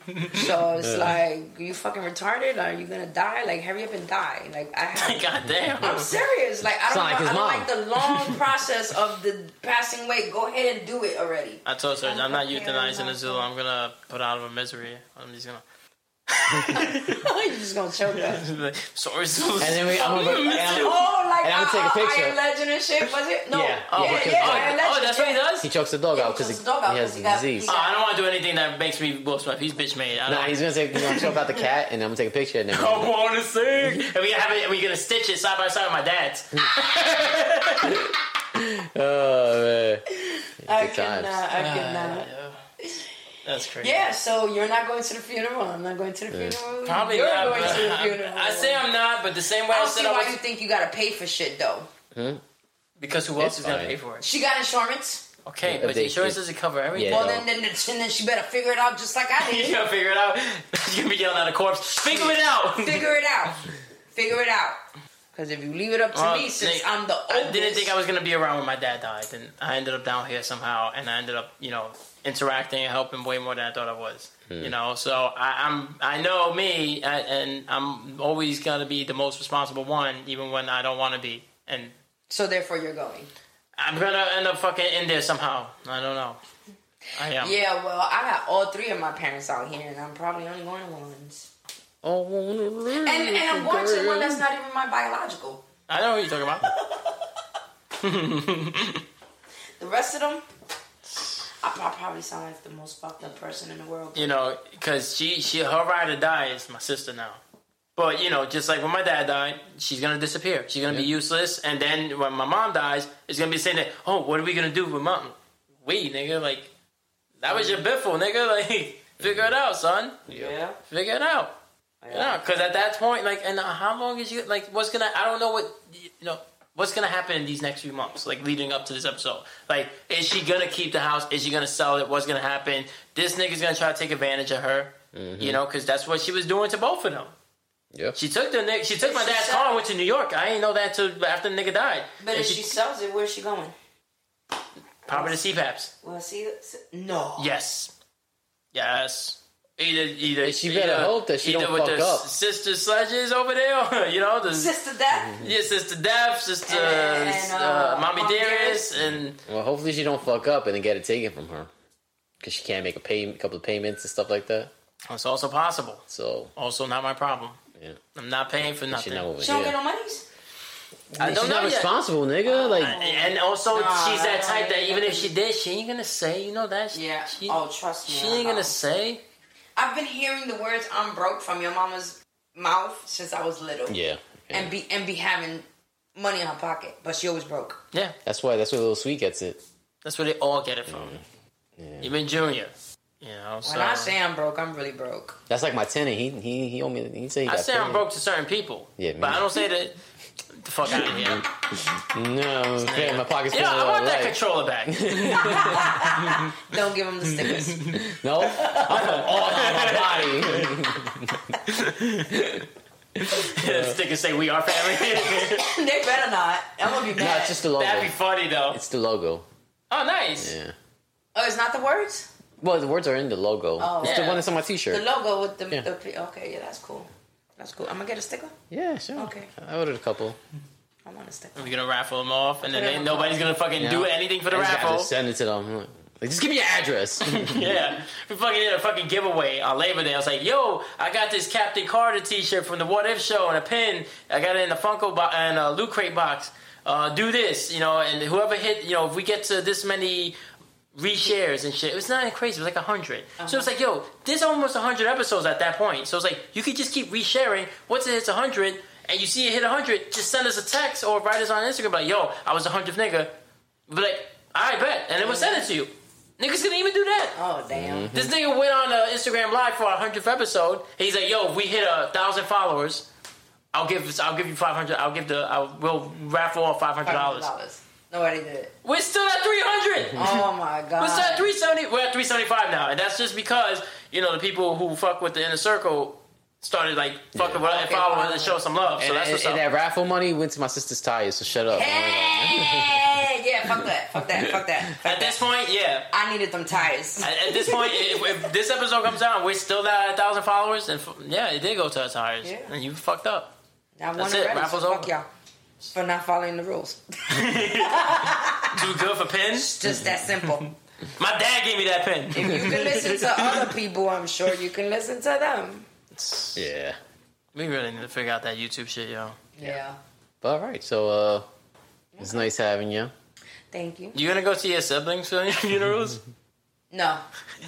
Speaker 3: So it's like, you fucking retarded? Are you gonna die? Like, hurry up and die! Like I have.
Speaker 1: God damn.
Speaker 3: I'm serious. Like I don't,
Speaker 2: Sound like his
Speaker 3: I don't
Speaker 2: mom.
Speaker 3: like the long process of the passing away. Go ahead and do it already.
Speaker 1: I told her I'm not
Speaker 6: Okay,
Speaker 1: euthanizing
Speaker 6: I'm
Speaker 1: Azula. I'm gonna put her out of her misery. I'm just gonna.
Speaker 3: You're just gonna choke her.
Speaker 1: Sorry, Azula.
Speaker 2: And then we, I'm gonna, and I'm-
Speaker 3: Oh, like
Speaker 2: And I'm gonna
Speaker 3: uh,
Speaker 2: take a
Speaker 3: uh,
Speaker 2: picture.
Speaker 3: Iron Legend and shit. Was it? No.
Speaker 2: Yeah.
Speaker 1: oh,
Speaker 2: Yeah,
Speaker 1: because-
Speaker 2: yeah,
Speaker 1: oh,
Speaker 3: Iron Legend,
Speaker 1: oh, that's what he
Speaker 3: yeah.
Speaker 1: does.
Speaker 2: He chokes the dog
Speaker 3: Yeah,
Speaker 2: out
Speaker 3: he
Speaker 2: because
Speaker 3: chokes the dog out
Speaker 2: he
Speaker 3: 'cause
Speaker 2: has
Speaker 3: he got-
Speaker 2: disease.
Speaker 3: he
Speaker 1: oh, I don't want to do anything that makes me Will Smith. He's bitch made. I
Speaker 2: Nah,
Speaker 1: don't.
Speaker 2: he's gonna say he's gonna choke out the cat, and I'm gonna take a picture, and then
Speaker 1: I want to sing. And we have it. We're gonna stitch it side by side with my dad's.
Speaker 2: oh man,
Speaker 3: I
Speaker 2: Good times. Ah.
Speaker 3: cannot. I cannot.
Speaker 1: That's crazy.
Speaker 3: yeah, so you're not going to the funeral. I'm not going to the funeral.
Speaker 1: Probably
Speaker 3: you're
Speaker 1: not.
Speaker 3: going
Speaker 1: but
Speaker 3: to the
Speaker 1: I'm-
Speaker 3: funeral.
Speaker 1: I say I'm not, but the same way I
Speaker 3: I don't see
Speaker 1: said I
Speaker 3: why you
Speaker 1: was.
Speaker 3: think you gotta pay for shit though.
Speaker 1: Because who else
Speaker 2: It's
Speaker 1: is gonna
Speaker 2: fine.
Speaker 1: pay for it?
Speaker 3: She got insurance.
Speaker 1: Okay,
Speaker 2: If
Speaker 1: but the
Speaker 2: they-
Speaker 1: insurance
Speaker 2: if-
Speaker 1: doesn't cover everything.
Speaker 2: Yeah.
Speaker 3: Well, then, then, then, then she better figure it out just like I
Speaker 1: You
Speaker 3: did.
Speaker 1: gotta figure it out. You're gonna be yelling at a corpse. Figure it out.
Speaker 3: figure it out. Figure it out. Because if you leave it up to
Speaker 1: Well,
Speaker 3: me, since
Speaker 1: they-
Speaker 3: I'm the oldest,
Speaker 1: Uh, I didn't think I was gonna be around when my dad died, and I ended up down here somehow, and I ended up, you know, interacting and helping way more than I thought I was. You know, so I, I'm I know me, I, and I'm always gonna be the most responsible one, even when I don't want to be. And
Speaker 3: So therefore, you're going.
Speaker 1: I'm gonna end up fucking in there somehow. I don't know. I am.
Speaker 3: Yeah, well, I got all three of my parents out here, and I'm probably only going to one's.
Speaker 4: Oh, wanna live
Speaker 3: And, and I'm going to the one that's not even my biological.
Speaker 1: I know what you're talking about.
Speaker 3: The rest of them, I prob- probably sound like the most fucked up person in the world.
Speaker 1: you know, because she, she, her ride or die is my sister now. But you know, just like when my dad died, she's gonna disappear. She's gonna be useless. And then when my mom dies, it's gonna be saying that, oh, what are we gonna do with mom? Wait, nigga, like that was your biffle, nigga. Like figure it out, son.
Speaker 3: Yeah.
Speaker 1: Figure it out. Yeah, because at that point, like, and uh, how long is you like? What's gonna? I don't know what you know. What's gonna happen in these next few months, like leading up to this episode? Like, is she gonna keep the house? Is she gonna sell it? What's gonna happen? This nigga's gonna try to take advantage of her,
Speaker 4: Mm-hmm.
Speaker 1: you know, because that's what she was doing to both of them.
Speaker 4: Yeah.
Speaker 1: She took the nigga. She took my
Speaker 3: She
Speaker 1: dad's
Speaker 3: said-
Speaker 1: car and went to New York. I ain't know that till after the nigga died.
Speaker 3: But
Speaker 1: And
Speaker 3: if she sells it, where's she going?
Speaker 1: popping the CPAPs.
Speaker 3: Well, see, s- no.
Speaker 1: Yes. Yes. Either, either
Speaker 4: she
Speaker 1: either-
Speaker 4: better hope that she
Speaker 1: either
Speaker 4: don't
Speaker 1: with
Speaker 4: fuck
Speaker 1: the
Speaker 4: up.
Speaker 1: s- Sister sledges over there, you know, the
Speaker 3: Sister death.
Speaker 1: Yeah, Sister Death, Sister
Speaker 3: And, and,
Speaker 1: uh,
Speaker 3: uh,
Speaker 1: Mommy
Speaker 3: Mommy
Speaker 1: Dearest, and
Speaker 4: Well, hopefully she don't fuck up and then get it taken from her, because she can't make a pay, a couple of payments and stuff like that.
Speaker 1: it's also possible.
Speaker 4: So
Speaker 1: Also, not my problem.
Speaker 4: yeah,
Speaker 1: I'm not paying for
Speaker 4: she
Speaker 1: nothing.
Speaker 4: not over
Speaker 3: She don't
Speaker 4: here.
Speaker 3: get no monies.
Speaker 1: I don't
Speaker 4: She's
Speaker 1: know
Speaker 4: not
Speaker 1: yet.
Speaker 4: responsible, nigga. Like,
Speaker 1: And also,
Speaker 3: Nah,
Speaker 1: she's that
Speaker 3: I don't
Speaker 1: type that
Speaker 3: think
Speaker 1: even
Speaker 3: I
Speaker 1: if she did, she ain't gonna say. You know that? She,
Speaker 3: Yeah.
Speaker 1: She,
Speaker 3: oh, trust me.
Speaker 1: she
Speaker 3: I
Speaker 1: ain't
Speaker 3: know.
Speaker 1: gonna say.
Speaker 3: I've been hearing the words "I'm broke" from your mama's mouth since I was little.
Speaker 4: yeah, yeah.
Speaker 3: And be and be having money in her pocket, but she always broke.
Speaker 1: Yeah,
Speaker 4: that's why that's where little sweet gets it.
Speaker 1: that's where they all get it from. Even Junior. You know, so
Speaker 3: When I say I'm broke, I'm really broke.
Speaker 4: That's like my tenant. He he he owe me. He said he
Speaker 1: I
Speaker 4: got
Speaker 1: say I'm
Speaker 4: paid.
Speaker 1: broke to certain people.
Speaker 4: Yeah,
Speaker 1: but
Speaker 4: me
Speaker 1: I don't say that. The fuck out of here.
Speaker 4: No, man, my pocket's
Speaker 1: You
Speaker 4: full
Speaker 1: know, I
Speaker 4: of
Speaker 1: want that
Speaker 4: light.
Speaker 1: controller back.
Speaker 3: Don't give them the stickers.
Speaker 4: No, I'm all out of my body.
Speaker 1: Stickers say we are family.
Speaker 3: they better not. I'm gonna be
Speaker 4: no,
Speaker 3: mad.
Speaker 4: it's just the logo.
Speaker 1: That'd be funny though.
Speaker 4: It's the logo.
Speaker 1: Oh, nice.
Speaker 4: Yeah.
Speaker 3: oh, it's not the words.
Speaker 4: Well, the words are in the logo.
Speaker 3: Oh.
Speaker 4: it's
Speaker 1: Yeah.
Speaker 4: the one that's on my
Speaker 3: The
Speaker 4: T-shirt.
Speaker 3: logo with the,
Speaker 4: Yeah.
Speaker 3: the p- okay, yeah, that's cool. That's cool. I'm gonna get a sticker.
Speaker 4: yeah, sure.
Speaker 3: Okay.
Speaker 4: I ordered a couple.
Speaker 3: I want a sticker.
Speaker 1: We're gonna raffle them off, and then
Speaker 3: Put it
Speaker 1: they,
Speaker 3: on
Speaker 1: nobody's gonna fucking do
Speaker 4: Yeah.
Speaker 1: anything for the
Speaker 4: I just, I
Speaker 1: raffle.
Speaker 4: just send it to them. I'm Like, like, just give me your address.
Speaker 1: yeah, we fucking did a fucking giveaway on Labor Day. I was like, "Yo, I got this Captain Carter T-shirt from the What If show and a pin. I got it in the Funko box and a Loot Crate box. Uh, do this, you know, and whoever hit, you know, if we get to this many reshares and shit, it was not even crazy. It was like a 100 So it's like, yo, there's almost hundred episodes at that point. So it's like you could just keep resharing. Once it hits hundred. And you see it hit 100, just send us a text or write us on Instagram, like, yo, I was a 100th nigga. Be like, I bet. And then we'll send it to you. Niggas gonna even do that.
Speaker 3: Oh damn!
Speaker 1: This nigga went on uh, Instagram Live for our hundredth episode. He's like, "Yo, if we hit a thousand followers, I'll give I'll give you five hundred. I'll give the I will raffle off five hundred dollars.
Speaker 3: dollars. Nobody did it.
Speaker 1: We're still at three hundred.
Speaker 3: Oh my god!
Speaker 1: We're still at three seventy. We're at three seventy five now, and that's just because you know the people who fuck with the inner circle started like fucking with us and
Speaker 3: Okay,
Speaker 1: following
Speaker 3: following.
Speaker 1: and show some love. so
Speaker 4: and,
Speaker 1: that's
Speaker 4: and-
Speaker 1: what's
Speaker 4: and
Speaker 1: up.
Speaker 4: that raffle money went to my sister's tires. So shut up.
Speaker 3: Hey, yeah, fuck that, fuck that, fuck that. Fuck
Speaker 1: At
Speaker 3: that.
Speaker 1: this point, yeah.
Speaker 3: I needed them tires.
Speaker 1: At, at this point, if, if this episode comes out, and we're still not at a thousand followers, and f- yeah, it did go to our tires,
Speaker 3: Yeah.
Speaker 1: and you fucked up.
Speaker 3: I won
Speaker 1: That's
Speaker 3: already.
Speaker 1: it, raffle's
Speaker 3: so fuck
Speaker 1: over.
Speaker 3: y'all for not following the rules.
Speaker 1: Too good for pins.
Speaker 3: It's just that simple.
Speaker 1: My dad gave me that pen.
Speaker 3: you can listen to other people. I'm sure you can listen to them.
Speaker 4: Yeah.
Speaker 1: we really need to figure out that YouTube shit, yo.
Speaker 3: Yeah.
Speaker 4: But all right. So uh, it's nice having you.
Speaker 3: Thank you.
Speaker 1: You gonna go see your siblings' funerals?
Speaker 3: No,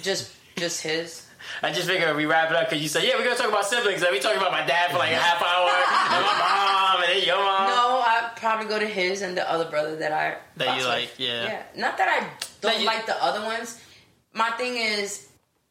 Speaker 3: just just his.
Speaker 1: I just figured we wrap it up because you said, yeah, we're gonna talk about siblings. And we talking about my dad for like a half hour, and my mom, and then your mom.
Speaker 3: No, I probably go to his and the other brother that I
Speaker 1: That you
Speaker 3: fucks
Speaker 1: like,
Speaker 3: with.
Speaker 1: yeah.
Speaker 3: Yeah, not that I don't
Speaker 1: That you-
Speaker 3: like the other ones. My thing is,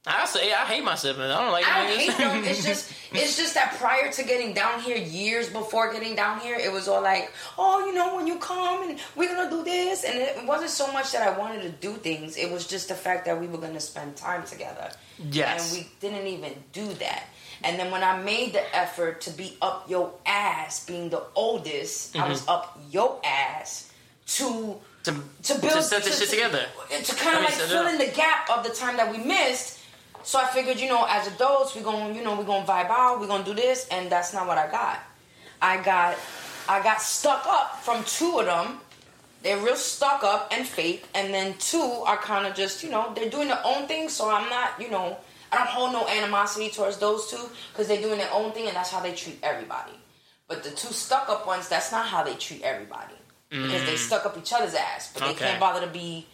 Speaker 1: I say, I hate my siblings. I don't like
Speaker 3: I
Speaker 1: them
Speaker 3: don't
Speaker 1: niggas.
Speaker 3: hate them. It's just, it's just that prior to getting down here, years before getting down here, it was all like, oh, you know, when you come and we're gonna do this, and it wasn't so much that I wanted to do things. It was just the fact that we were gonna spend time together.
Speaker 1: Yes.
Speaker 3: And we didn't even do that. And then when I made the effort to be up your ass, being the oldest,
Speaker 1: Mm-hmm.
Speaker 3: I was up your ass to
Speaker 1: to,
Speaker 3: to build
Speaker 1: to set this shit together.
Speaker 3: to
Speaker 1: I
Speaker 3: kind of
Speaker 1: mean,
Speaker 3: like
Speaker 1: set it
Speaker 3: fill
Speaker 1: up.
Speaker 3: in the gap of the time that we missed. So I figured, you know, as adults, we're gonna, you know, we're gonna vibe out, we're gonna do this, and that's not what I got. I got I got stuck up from two of them. They're real stuck up and fake, and then two are kind of just you know they're doing their own thing. So I'm not you know I don't hold no animosity towards those two because they're doing their own thing and that's how they treat everybody. But the two stuck up ones, that's not how they treat everybody because they stuck up each other's ass, but they
Speaker 1: Mm. Okay.
Speaker 3: can't bother to be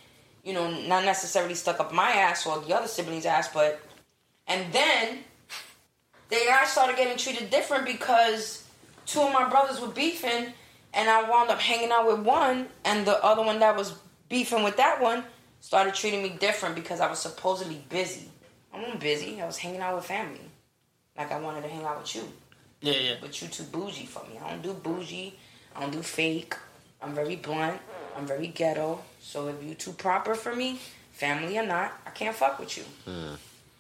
Speaker 3: you know not necessarily stuck up my ass or the other sibling's ass, but and then they I started getting treated different because two of my brothers were beefing, and I wound up hanging out with one, and the other one that was beefing with that one started treating me different because I was supposedly busy. I wasn't busy. I was hanging out with family, like I wanted to hang out with you,
Speaker 1: Yeah, yeah.
Speaker 3: but you too bougie for me. I don't do bougie. I don't do fake. I'm very blunt. I'm very ghetto. So if you too proper for me, family or not, I can't fuck with you.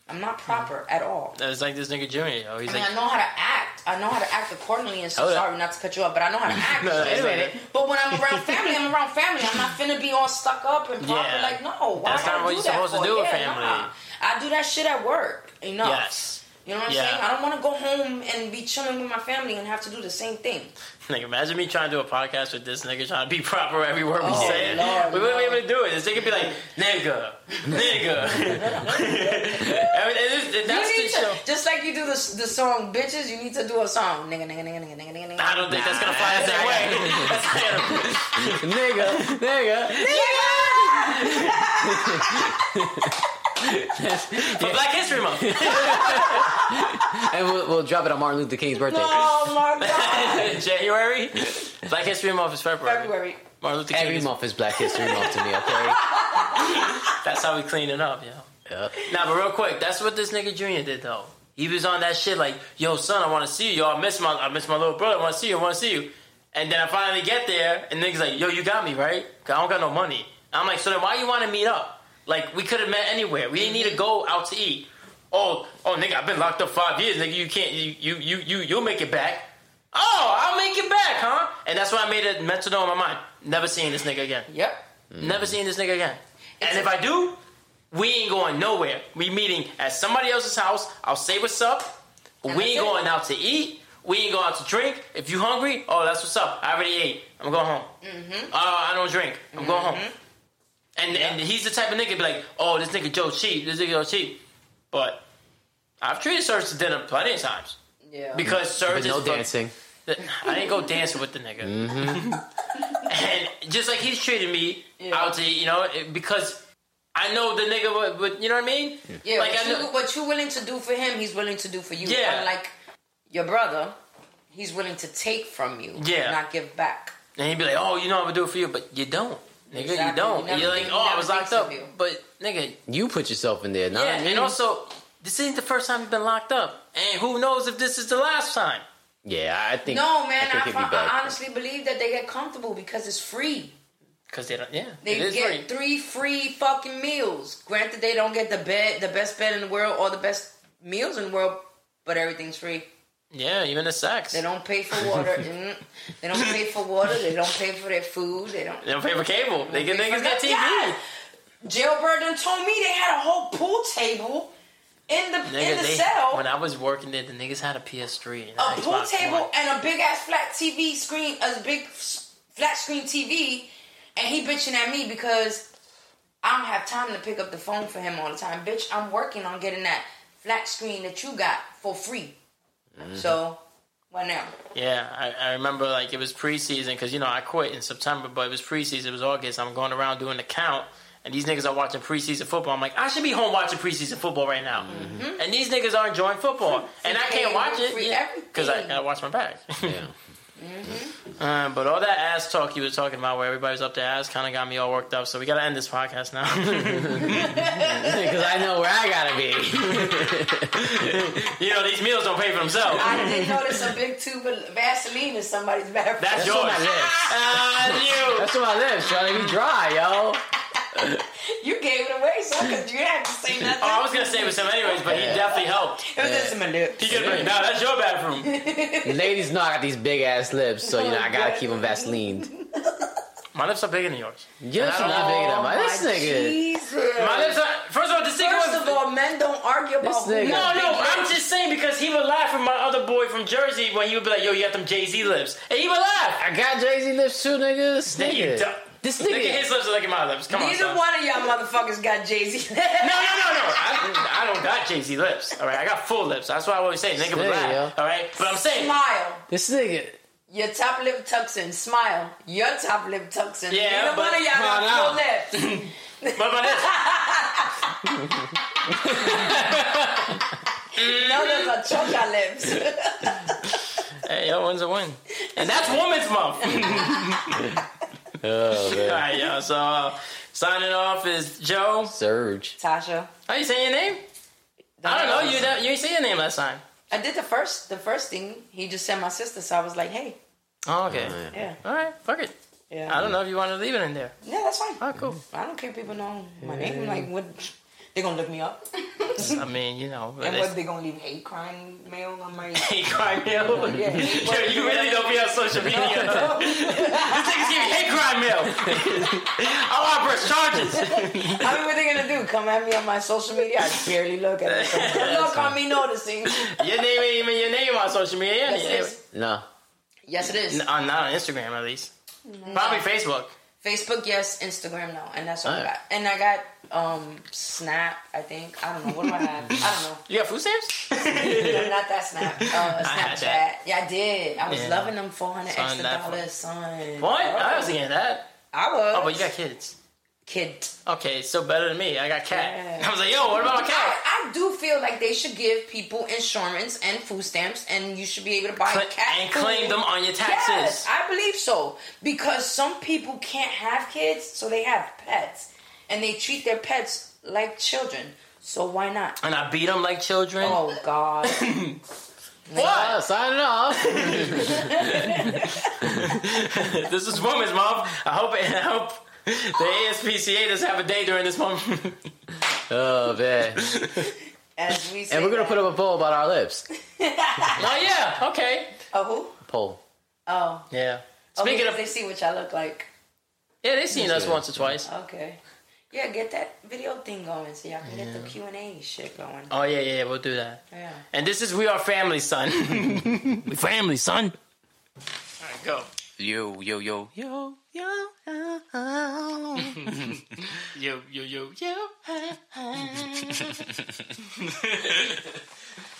Speaker 3: I'm not proper at all.
Speaker 1: Hmm. That was like this nigga Junior. Yo. He's
Speaker 3: I mean,
Speaker 1: like,
Speaker 3: I know how to act. I know how to act accordingly, and so
Speaker 1: Oh, yeah.
Speaker 3: sorry not to cut you off, but I know how to act.
Speaker 1: No, that's
Speaker 3: Wait a minute.
Speaker 1: all
Speaker 3: But when I'm around family, I'm around family. I'm not finna be all stuck up and proper.
Speaker 1: Yeah.
Speaker 3: Like, no, why
Speaker 1: That's
Speaker 3: would
Speaker 1: not
Speaker 3: I
Speaker 1: what
Speaker 3: do
Speaker 1: you're
Speaker 3: that
Speaker 1: supposed to
Speaker 3: for?
Speaker 1: do with
Speaker 3: Yeah,
Speaker 1: family.
Speaker 3: nah. I do that shit at work. Enough.
Speaker 1: yes.
Speaker 3: You know what I'm
Speaker 1: Yeah.
Speaker 3: saying? I don't want to go home and be chilling with my family and have to do the same thing.
Speaker 1: Like, imagine me trying to do a podcast with this nigga trying to be proper every word we
Speaker 3: Oh,
Speaker 1: say.
Speaker 3: Lord,
Speaker 1: we wouldn't be
Speaker 3: no.
Speaker 1: able to do it. This nigga be like, nigga, nigga. I mean, it is- that's
Speaker 3: you
Speaker 1: the
Speaker 3: need
Speaker 1: show.
Speaker 3: to, just like you do the the song "Bitches," you need to do a song. Nigga, nigga, nigga, nigga, nigga, nigga.
Speaker 1: I don't think that's gonna fly that way. That's gonna-
Speaker 2: nigga, nigga.
Speaker 1: For Black History Month.
Speaker 2: And we'll, we'll drop it on Martin Luther King's birthday.
Speaker 3: Oh my god!
Speaker 1: January? Black History Month is February.
Speaker 3: February.
Speaker 1: Martin Luther King.
Speaker 2: Every
Speaker 1: is-
Speaker 2: month is Black History Month to me, okay?
Speaker 1: That's how we clean it up, yo.
Speaker 2: Yep.
Speaker 1: Nah, but real quick, that's what this nigga Junior did though. He was on that shit like, yo, son, I want to see you. Yo, I miss my, I miss my little brother. I want to see you. I want to see you. And then I finally get there, and niggas like, yo, you got me right. 'Cause I don't got no money. I'm like, so then why you want to meet up? Like, we could have met anywhere. We didn't need to go out to eat. Oh, oh, nigga, I've been locked up five years. Nigga, you can't, you, you, you, you you'll make it back. Oh, I'll make it back, huh? And that's why I made a mental note in my mind. Never seeing this nigga again.
Speaker 3: Yep.
Speaker 1: Never seeing this nigga again. And if I do, we ain't going nowhere. We meeting at somebody else's house. I'll say what's up. we ain't
Speaker 3: that's it.
Speaker 1: going out to eat. We ain't going out to drink. If you hungry, oh, that's what's up. I already ate. I'm going home. Mm-hmm. Oh, I don't drink. I'm going
Speaker 3: Mm-hmm.
Speaker 1: home. And and he's the type of nigga be like, oh, this nigga Joe cheap. This nigga Joe cheap. But I've treated Serge to dinner plenty of times
Speaker 3: Yeah.
Speaker 1: because Serge is
Speaker 2: Mm-hmm. But no
Speaker 1: fuck-
Speaker 2: dancing.
Speaker 1: I didn't go dancing with the nigga. and just like he's treating me
Speaker 3: Mm-hmm. Yeah.
Speaker 1: out to, you know, it- because I know the nigga would, would you know what I mean?
Speaker 3: Yeah,
Speaker 1: Like,
Speaker 3: what,
Speaker 1: I
Speaker 3: you,
Speaker 1: know-
Speaker 3: what you willing to do for him, he's willing to do for you.
Speaker 1: Yeah.
Speaker 3: Unlike your brother, he's willing to take from you.
Speaker 1: Yeah.
Speaker 3: Not give back.
Speaker 1: And he'd be like, oh, you know I'm gonna do it for you, but you don't. Nigga, you
Speaker 3: Exactly.
Speaker 1: don't.
Speaker 3: You never
Speaker 1: You're like,
Speaker 3: think- you
Speaker 1: oh, I
Speaker 3: never
Speaker 1: was
Speaker 3: think
Speaker 1: locked
Speaker 3: so,
Speaker 1: up.
Speaker 3: you.
Speaker 1: But, nigga,
Speaker 2: You put yourself in there, not
Speaker 1: yeah.
Speaker 2: me.
Speaker 1: And also, this ain't the first time you've been locked up. And who knows if this is the last time.
Speaker 2: yeah, I think.
Speaker 3: No, man,
Speaker 2: think
Speaker 3: I,
Speaker 2: it'd be
Speaker 3: fi-
Speaker 2: bad.
Speaker 3: I honestly believe that they get comfortable because it's free.
Speaker 1: Because they don't, yeah.
Speaker 3: They
Speaker 1: it is
Speaker 3: get
Speaker 1: free.
Speaker 3: three free fucking meals. Granted, they don't get the bed, the best bed in the world, or the best meals in the world, but everything's free.
Speaker 1: Yeah, even the sex.
Speaker 3: They don't pay for water. Mm. they don't pay for water. They don't pay for their food. They don't.
Speaker 1: They don't pay for cable. They get
Speaker 3: They
Speaker 1: niggas got
Speaker 3: forgot-
Speaker 1: TV.
Speaker 3: Yeah. Jailbird done told me they had a whole pool table in the in
Speaker 1: Niggas,
Speaker 3: the
Speaker 1: they,
Speaker 3: cell.
Speaker 1: when I was working there, the niggas had a PS3 and
Speaker 3: a
Speaker 1: an
Speaker 3: pool
Speaker 1: Xbox
Speaker 3: table
Speaker 1: One.
Speaker 3: and a big ass flat TV screen, a big s- flat screen TV, and he bitching at me because I don't have time to pick up the phone for him all the time. Bitch, I'm working on getting that flat screen that you got for free.
Speaker 1: Mm-hmm.
Speaker 3: So, what now?
Speaker 1: Yeah, I, I remember like it was preseason because you know I quit in September, but it was preseason. It was August. I'm going around doing the count, and these niggas are watching preseason football. I'm like, I should be home watching preseason football right now, and these niggas are enjoying football, and I can't
Speaker 3: cable,
Speaker 1: watch it
Speaker 3: Mm-hmm. free
Speaker 1: because I
Speaker 3: everything.
Speaker 1: gotta watch my back.
Speaker 2: Yeah.
Speaker 1: Uh, but all that ass talk you were talking about, where everybody's up their ass, kind of got me all worked up. So we gotta end this podcast now.
Speaker 2: Because I know where I gotta be.
Speaker 1: you know these meals don't pay for themselves.
Speaker 3: I did notice a big tube of Vaseline in somebody's bathroom.
Speaker 1: That's,
Speaker 2: That's
Speaker 1: yours.
Speaker 2: on my lips.
Speaker 1: Ah, you.
Speaker 2: That's on my lips, y'all. They be dry, yo.
Speaker 3: you gave it away, so because you didn't have to say nothing.
Speaker 1: Oh, I was gonna say with him anyways, but he definitely helped.
Speaker 3: it was just in my lips.
Speaker 1: He could have been, no, that's your bathroom.
Speaker 2: Ladies know I got these big ass lips, so you know I gotta keep them Vaseline.
Speaker 1: My lips are bigger than yours.
Speaker 2: Your lips are not big enough. My lips, nigga.
Speaker 3: Jesus.
Speaker 1: My lips are. First of all, this nigga
Speaker 3: First
Speaker 1: was.
Speaker 3: of all, men don't argue you
Speaker 4: This
Speaker 3: about who?
Speaker 4: nigga.
Speaker 1: No, no, I'm just saying because he would laugh at my other boy from Jersey when he would be like, "Yo, you got them Jay Z lips," and he would laugh.
Speaker 4: I got Jay Z lips too, nigga. This
Speaker 1: Then you
Speaker 4: nigga.
Speaker 1: don't-
Speaker 4: This
Speaker 1: Look at
Speaker 4: nigga-
Speaker 1: his lips, are like at my lips. Come on,
Speaker 3: Neither
Speaker 1: son.
Speaker 3: one of y'all motherfuckers got Jay Z.
Speaker 1: No, no, no, no. I, I don't got Jay Z lips. All right, I got full lips. That's why I always say nigga would
Speaker 4: There you
Speaker 1: laugh. All right, but I'm saying,
Speaker 3: Smile.
Speaker 4: This nigga.
Speaker 3: Your top lip tucks in. Smile. Your top lip tucks in.
Speaker 1: Yeah,
Speaker 3: Neither
Speaker 1: but-
Speaker 3: one of y'all
Speaker 4: Come
Speaker 3: got
Speaker 4: on
Speaker 3: full lips.
Speaker 1: but my lips.
Speaker 3: No, those are chocha lips.
Speaker 1: Hey, yo, wins a win. And that's Women's Month.
Speaker 4: Oh,
Speaker 1: All right, y'all. So, uh, signing off is Joe.
Speaker 4: Surge.
Speaker 3: Tasha.
Speaker 1: Are you saying your name? I don't know. You don't- you ain't say your name last time.
Speaker 3: I did the first the first thing. He just sent my sister, so I was like, hey,
Speaker 1: Oh, okay.
Speaker 3: yeah,
Speaker 1: All right, fuck it.
Speaker 3: yeah.
Speaker 1: I don't know if you want to leave it in there.
Speaker 3: Yeah, that's fine.
Speaker 1: Oh, cool.
Speaker 3: I don't care if people know my name. Like, what? They gonna look me up,
Speaker 1: I mean, you know.
Speaker 3: and what
Speaker 1: it's-
Speaker 3: they gonna leave hate crime mail on my.
Speaker 1: Hate crime mail.
Speaker 3: Yeah, hate
Speaker 1: Yo, you really don't be on social media. this nigga's giving hate crime mail. I want to press charges.
Speaker 3: I mean, what they gonna do? Come at me on my social media? I barely look at it. So good luck on me noticing.
Speaker 1: Your name ain't even your name on social media.
Speaker 3: Yes, it is.
Speaker 4: No.
Speaker 3: Yes, it is.
Speaker 1: N- uh, not on Instagram, at least. Probably Facebook.
Speaker 3: Facebook, yes. Instagram, no. And that's what I
Speaker 4: Alright.
Speaker 3: got. And I got um Snap. I think I don't know. What do I have? I don't know.
Speaker 1: You got food stamps?
Speaker 3: I'm not that Snap. Uh,
Speaker 1: had
Speaker 3: Snapchat.
Speaker 1: that.
Speaker 3: Yeah, I did. I was
Speaker 1: Yeah.
Speaker 3: loving them 400
Speaker 1: Son,
Speaker 3: extra
Speaker 1: that-
Speaker 3: dollars, son.
Speaker 1: What?
Speaker 3: Oh,
Speaker 1: I was thinking that.
Speaker 3: I was.
Speaker 1: Oh, but you got kids.
Speaker 3: kid.
Speaker 1: Okay, so better than me. I got cat.
Speaker 3: Yeah.
Speaker 1: I was like, yo, what about a cat?
Speaker 3: I, I do feel like they should give people insurance and food stamps, and you should be able to buy
Speaker 1: Cla-
Speaker 3: cat
Speaker 1: and
Speaker 3: food.
Speaker 1: claim them on your
Speaker 3: Yes,
Speaker 1: taxes.
Speaker 3: I believe so because some people can't have kids, so they have pets, and they treat their pets like children. So why not?
Speaker 1: And I beat them like children.
Speaker 3: Oh God!
Speaker 1: What?
Speaker 4: Oh, signing off.
Speaker 1: this is woman's mom. I hope it help. The ASPCA doesn't have a day during this month.
Speaker 4: oh, man.
Speaker 3: As we say
Speaker 4: And we're going to
Speaker 3: that.
Speaker 4: put up a poll about our lips.
Speaker 1: oh yeah, okay.
Speaker 3: a who?
Speaker 4: Poll.
Speaker 3: Oh,
Speaker 1: Yeah.
Speaker 3: speaking
Speaker 1: Speaking
Speaker 3: they
Speaker 1: of,
Speaker 3: see what y'all look like.
Speaker 1: yeah, they seen us once or twice.
Speaker 3: Okay, yeah, get that video thing going so y'all can get the Q and A shit going.
Speaker 1: Oh yeah, yeah, yeah, we'll do that.
Speaker 3: Yeah.
Speaker 1: And this is we are family, son. we family, son. All right, go.
Speaker 2: Yo, yo, yo, yo, yo. yo.
Speaker 1: Yo, yo, yo, yo.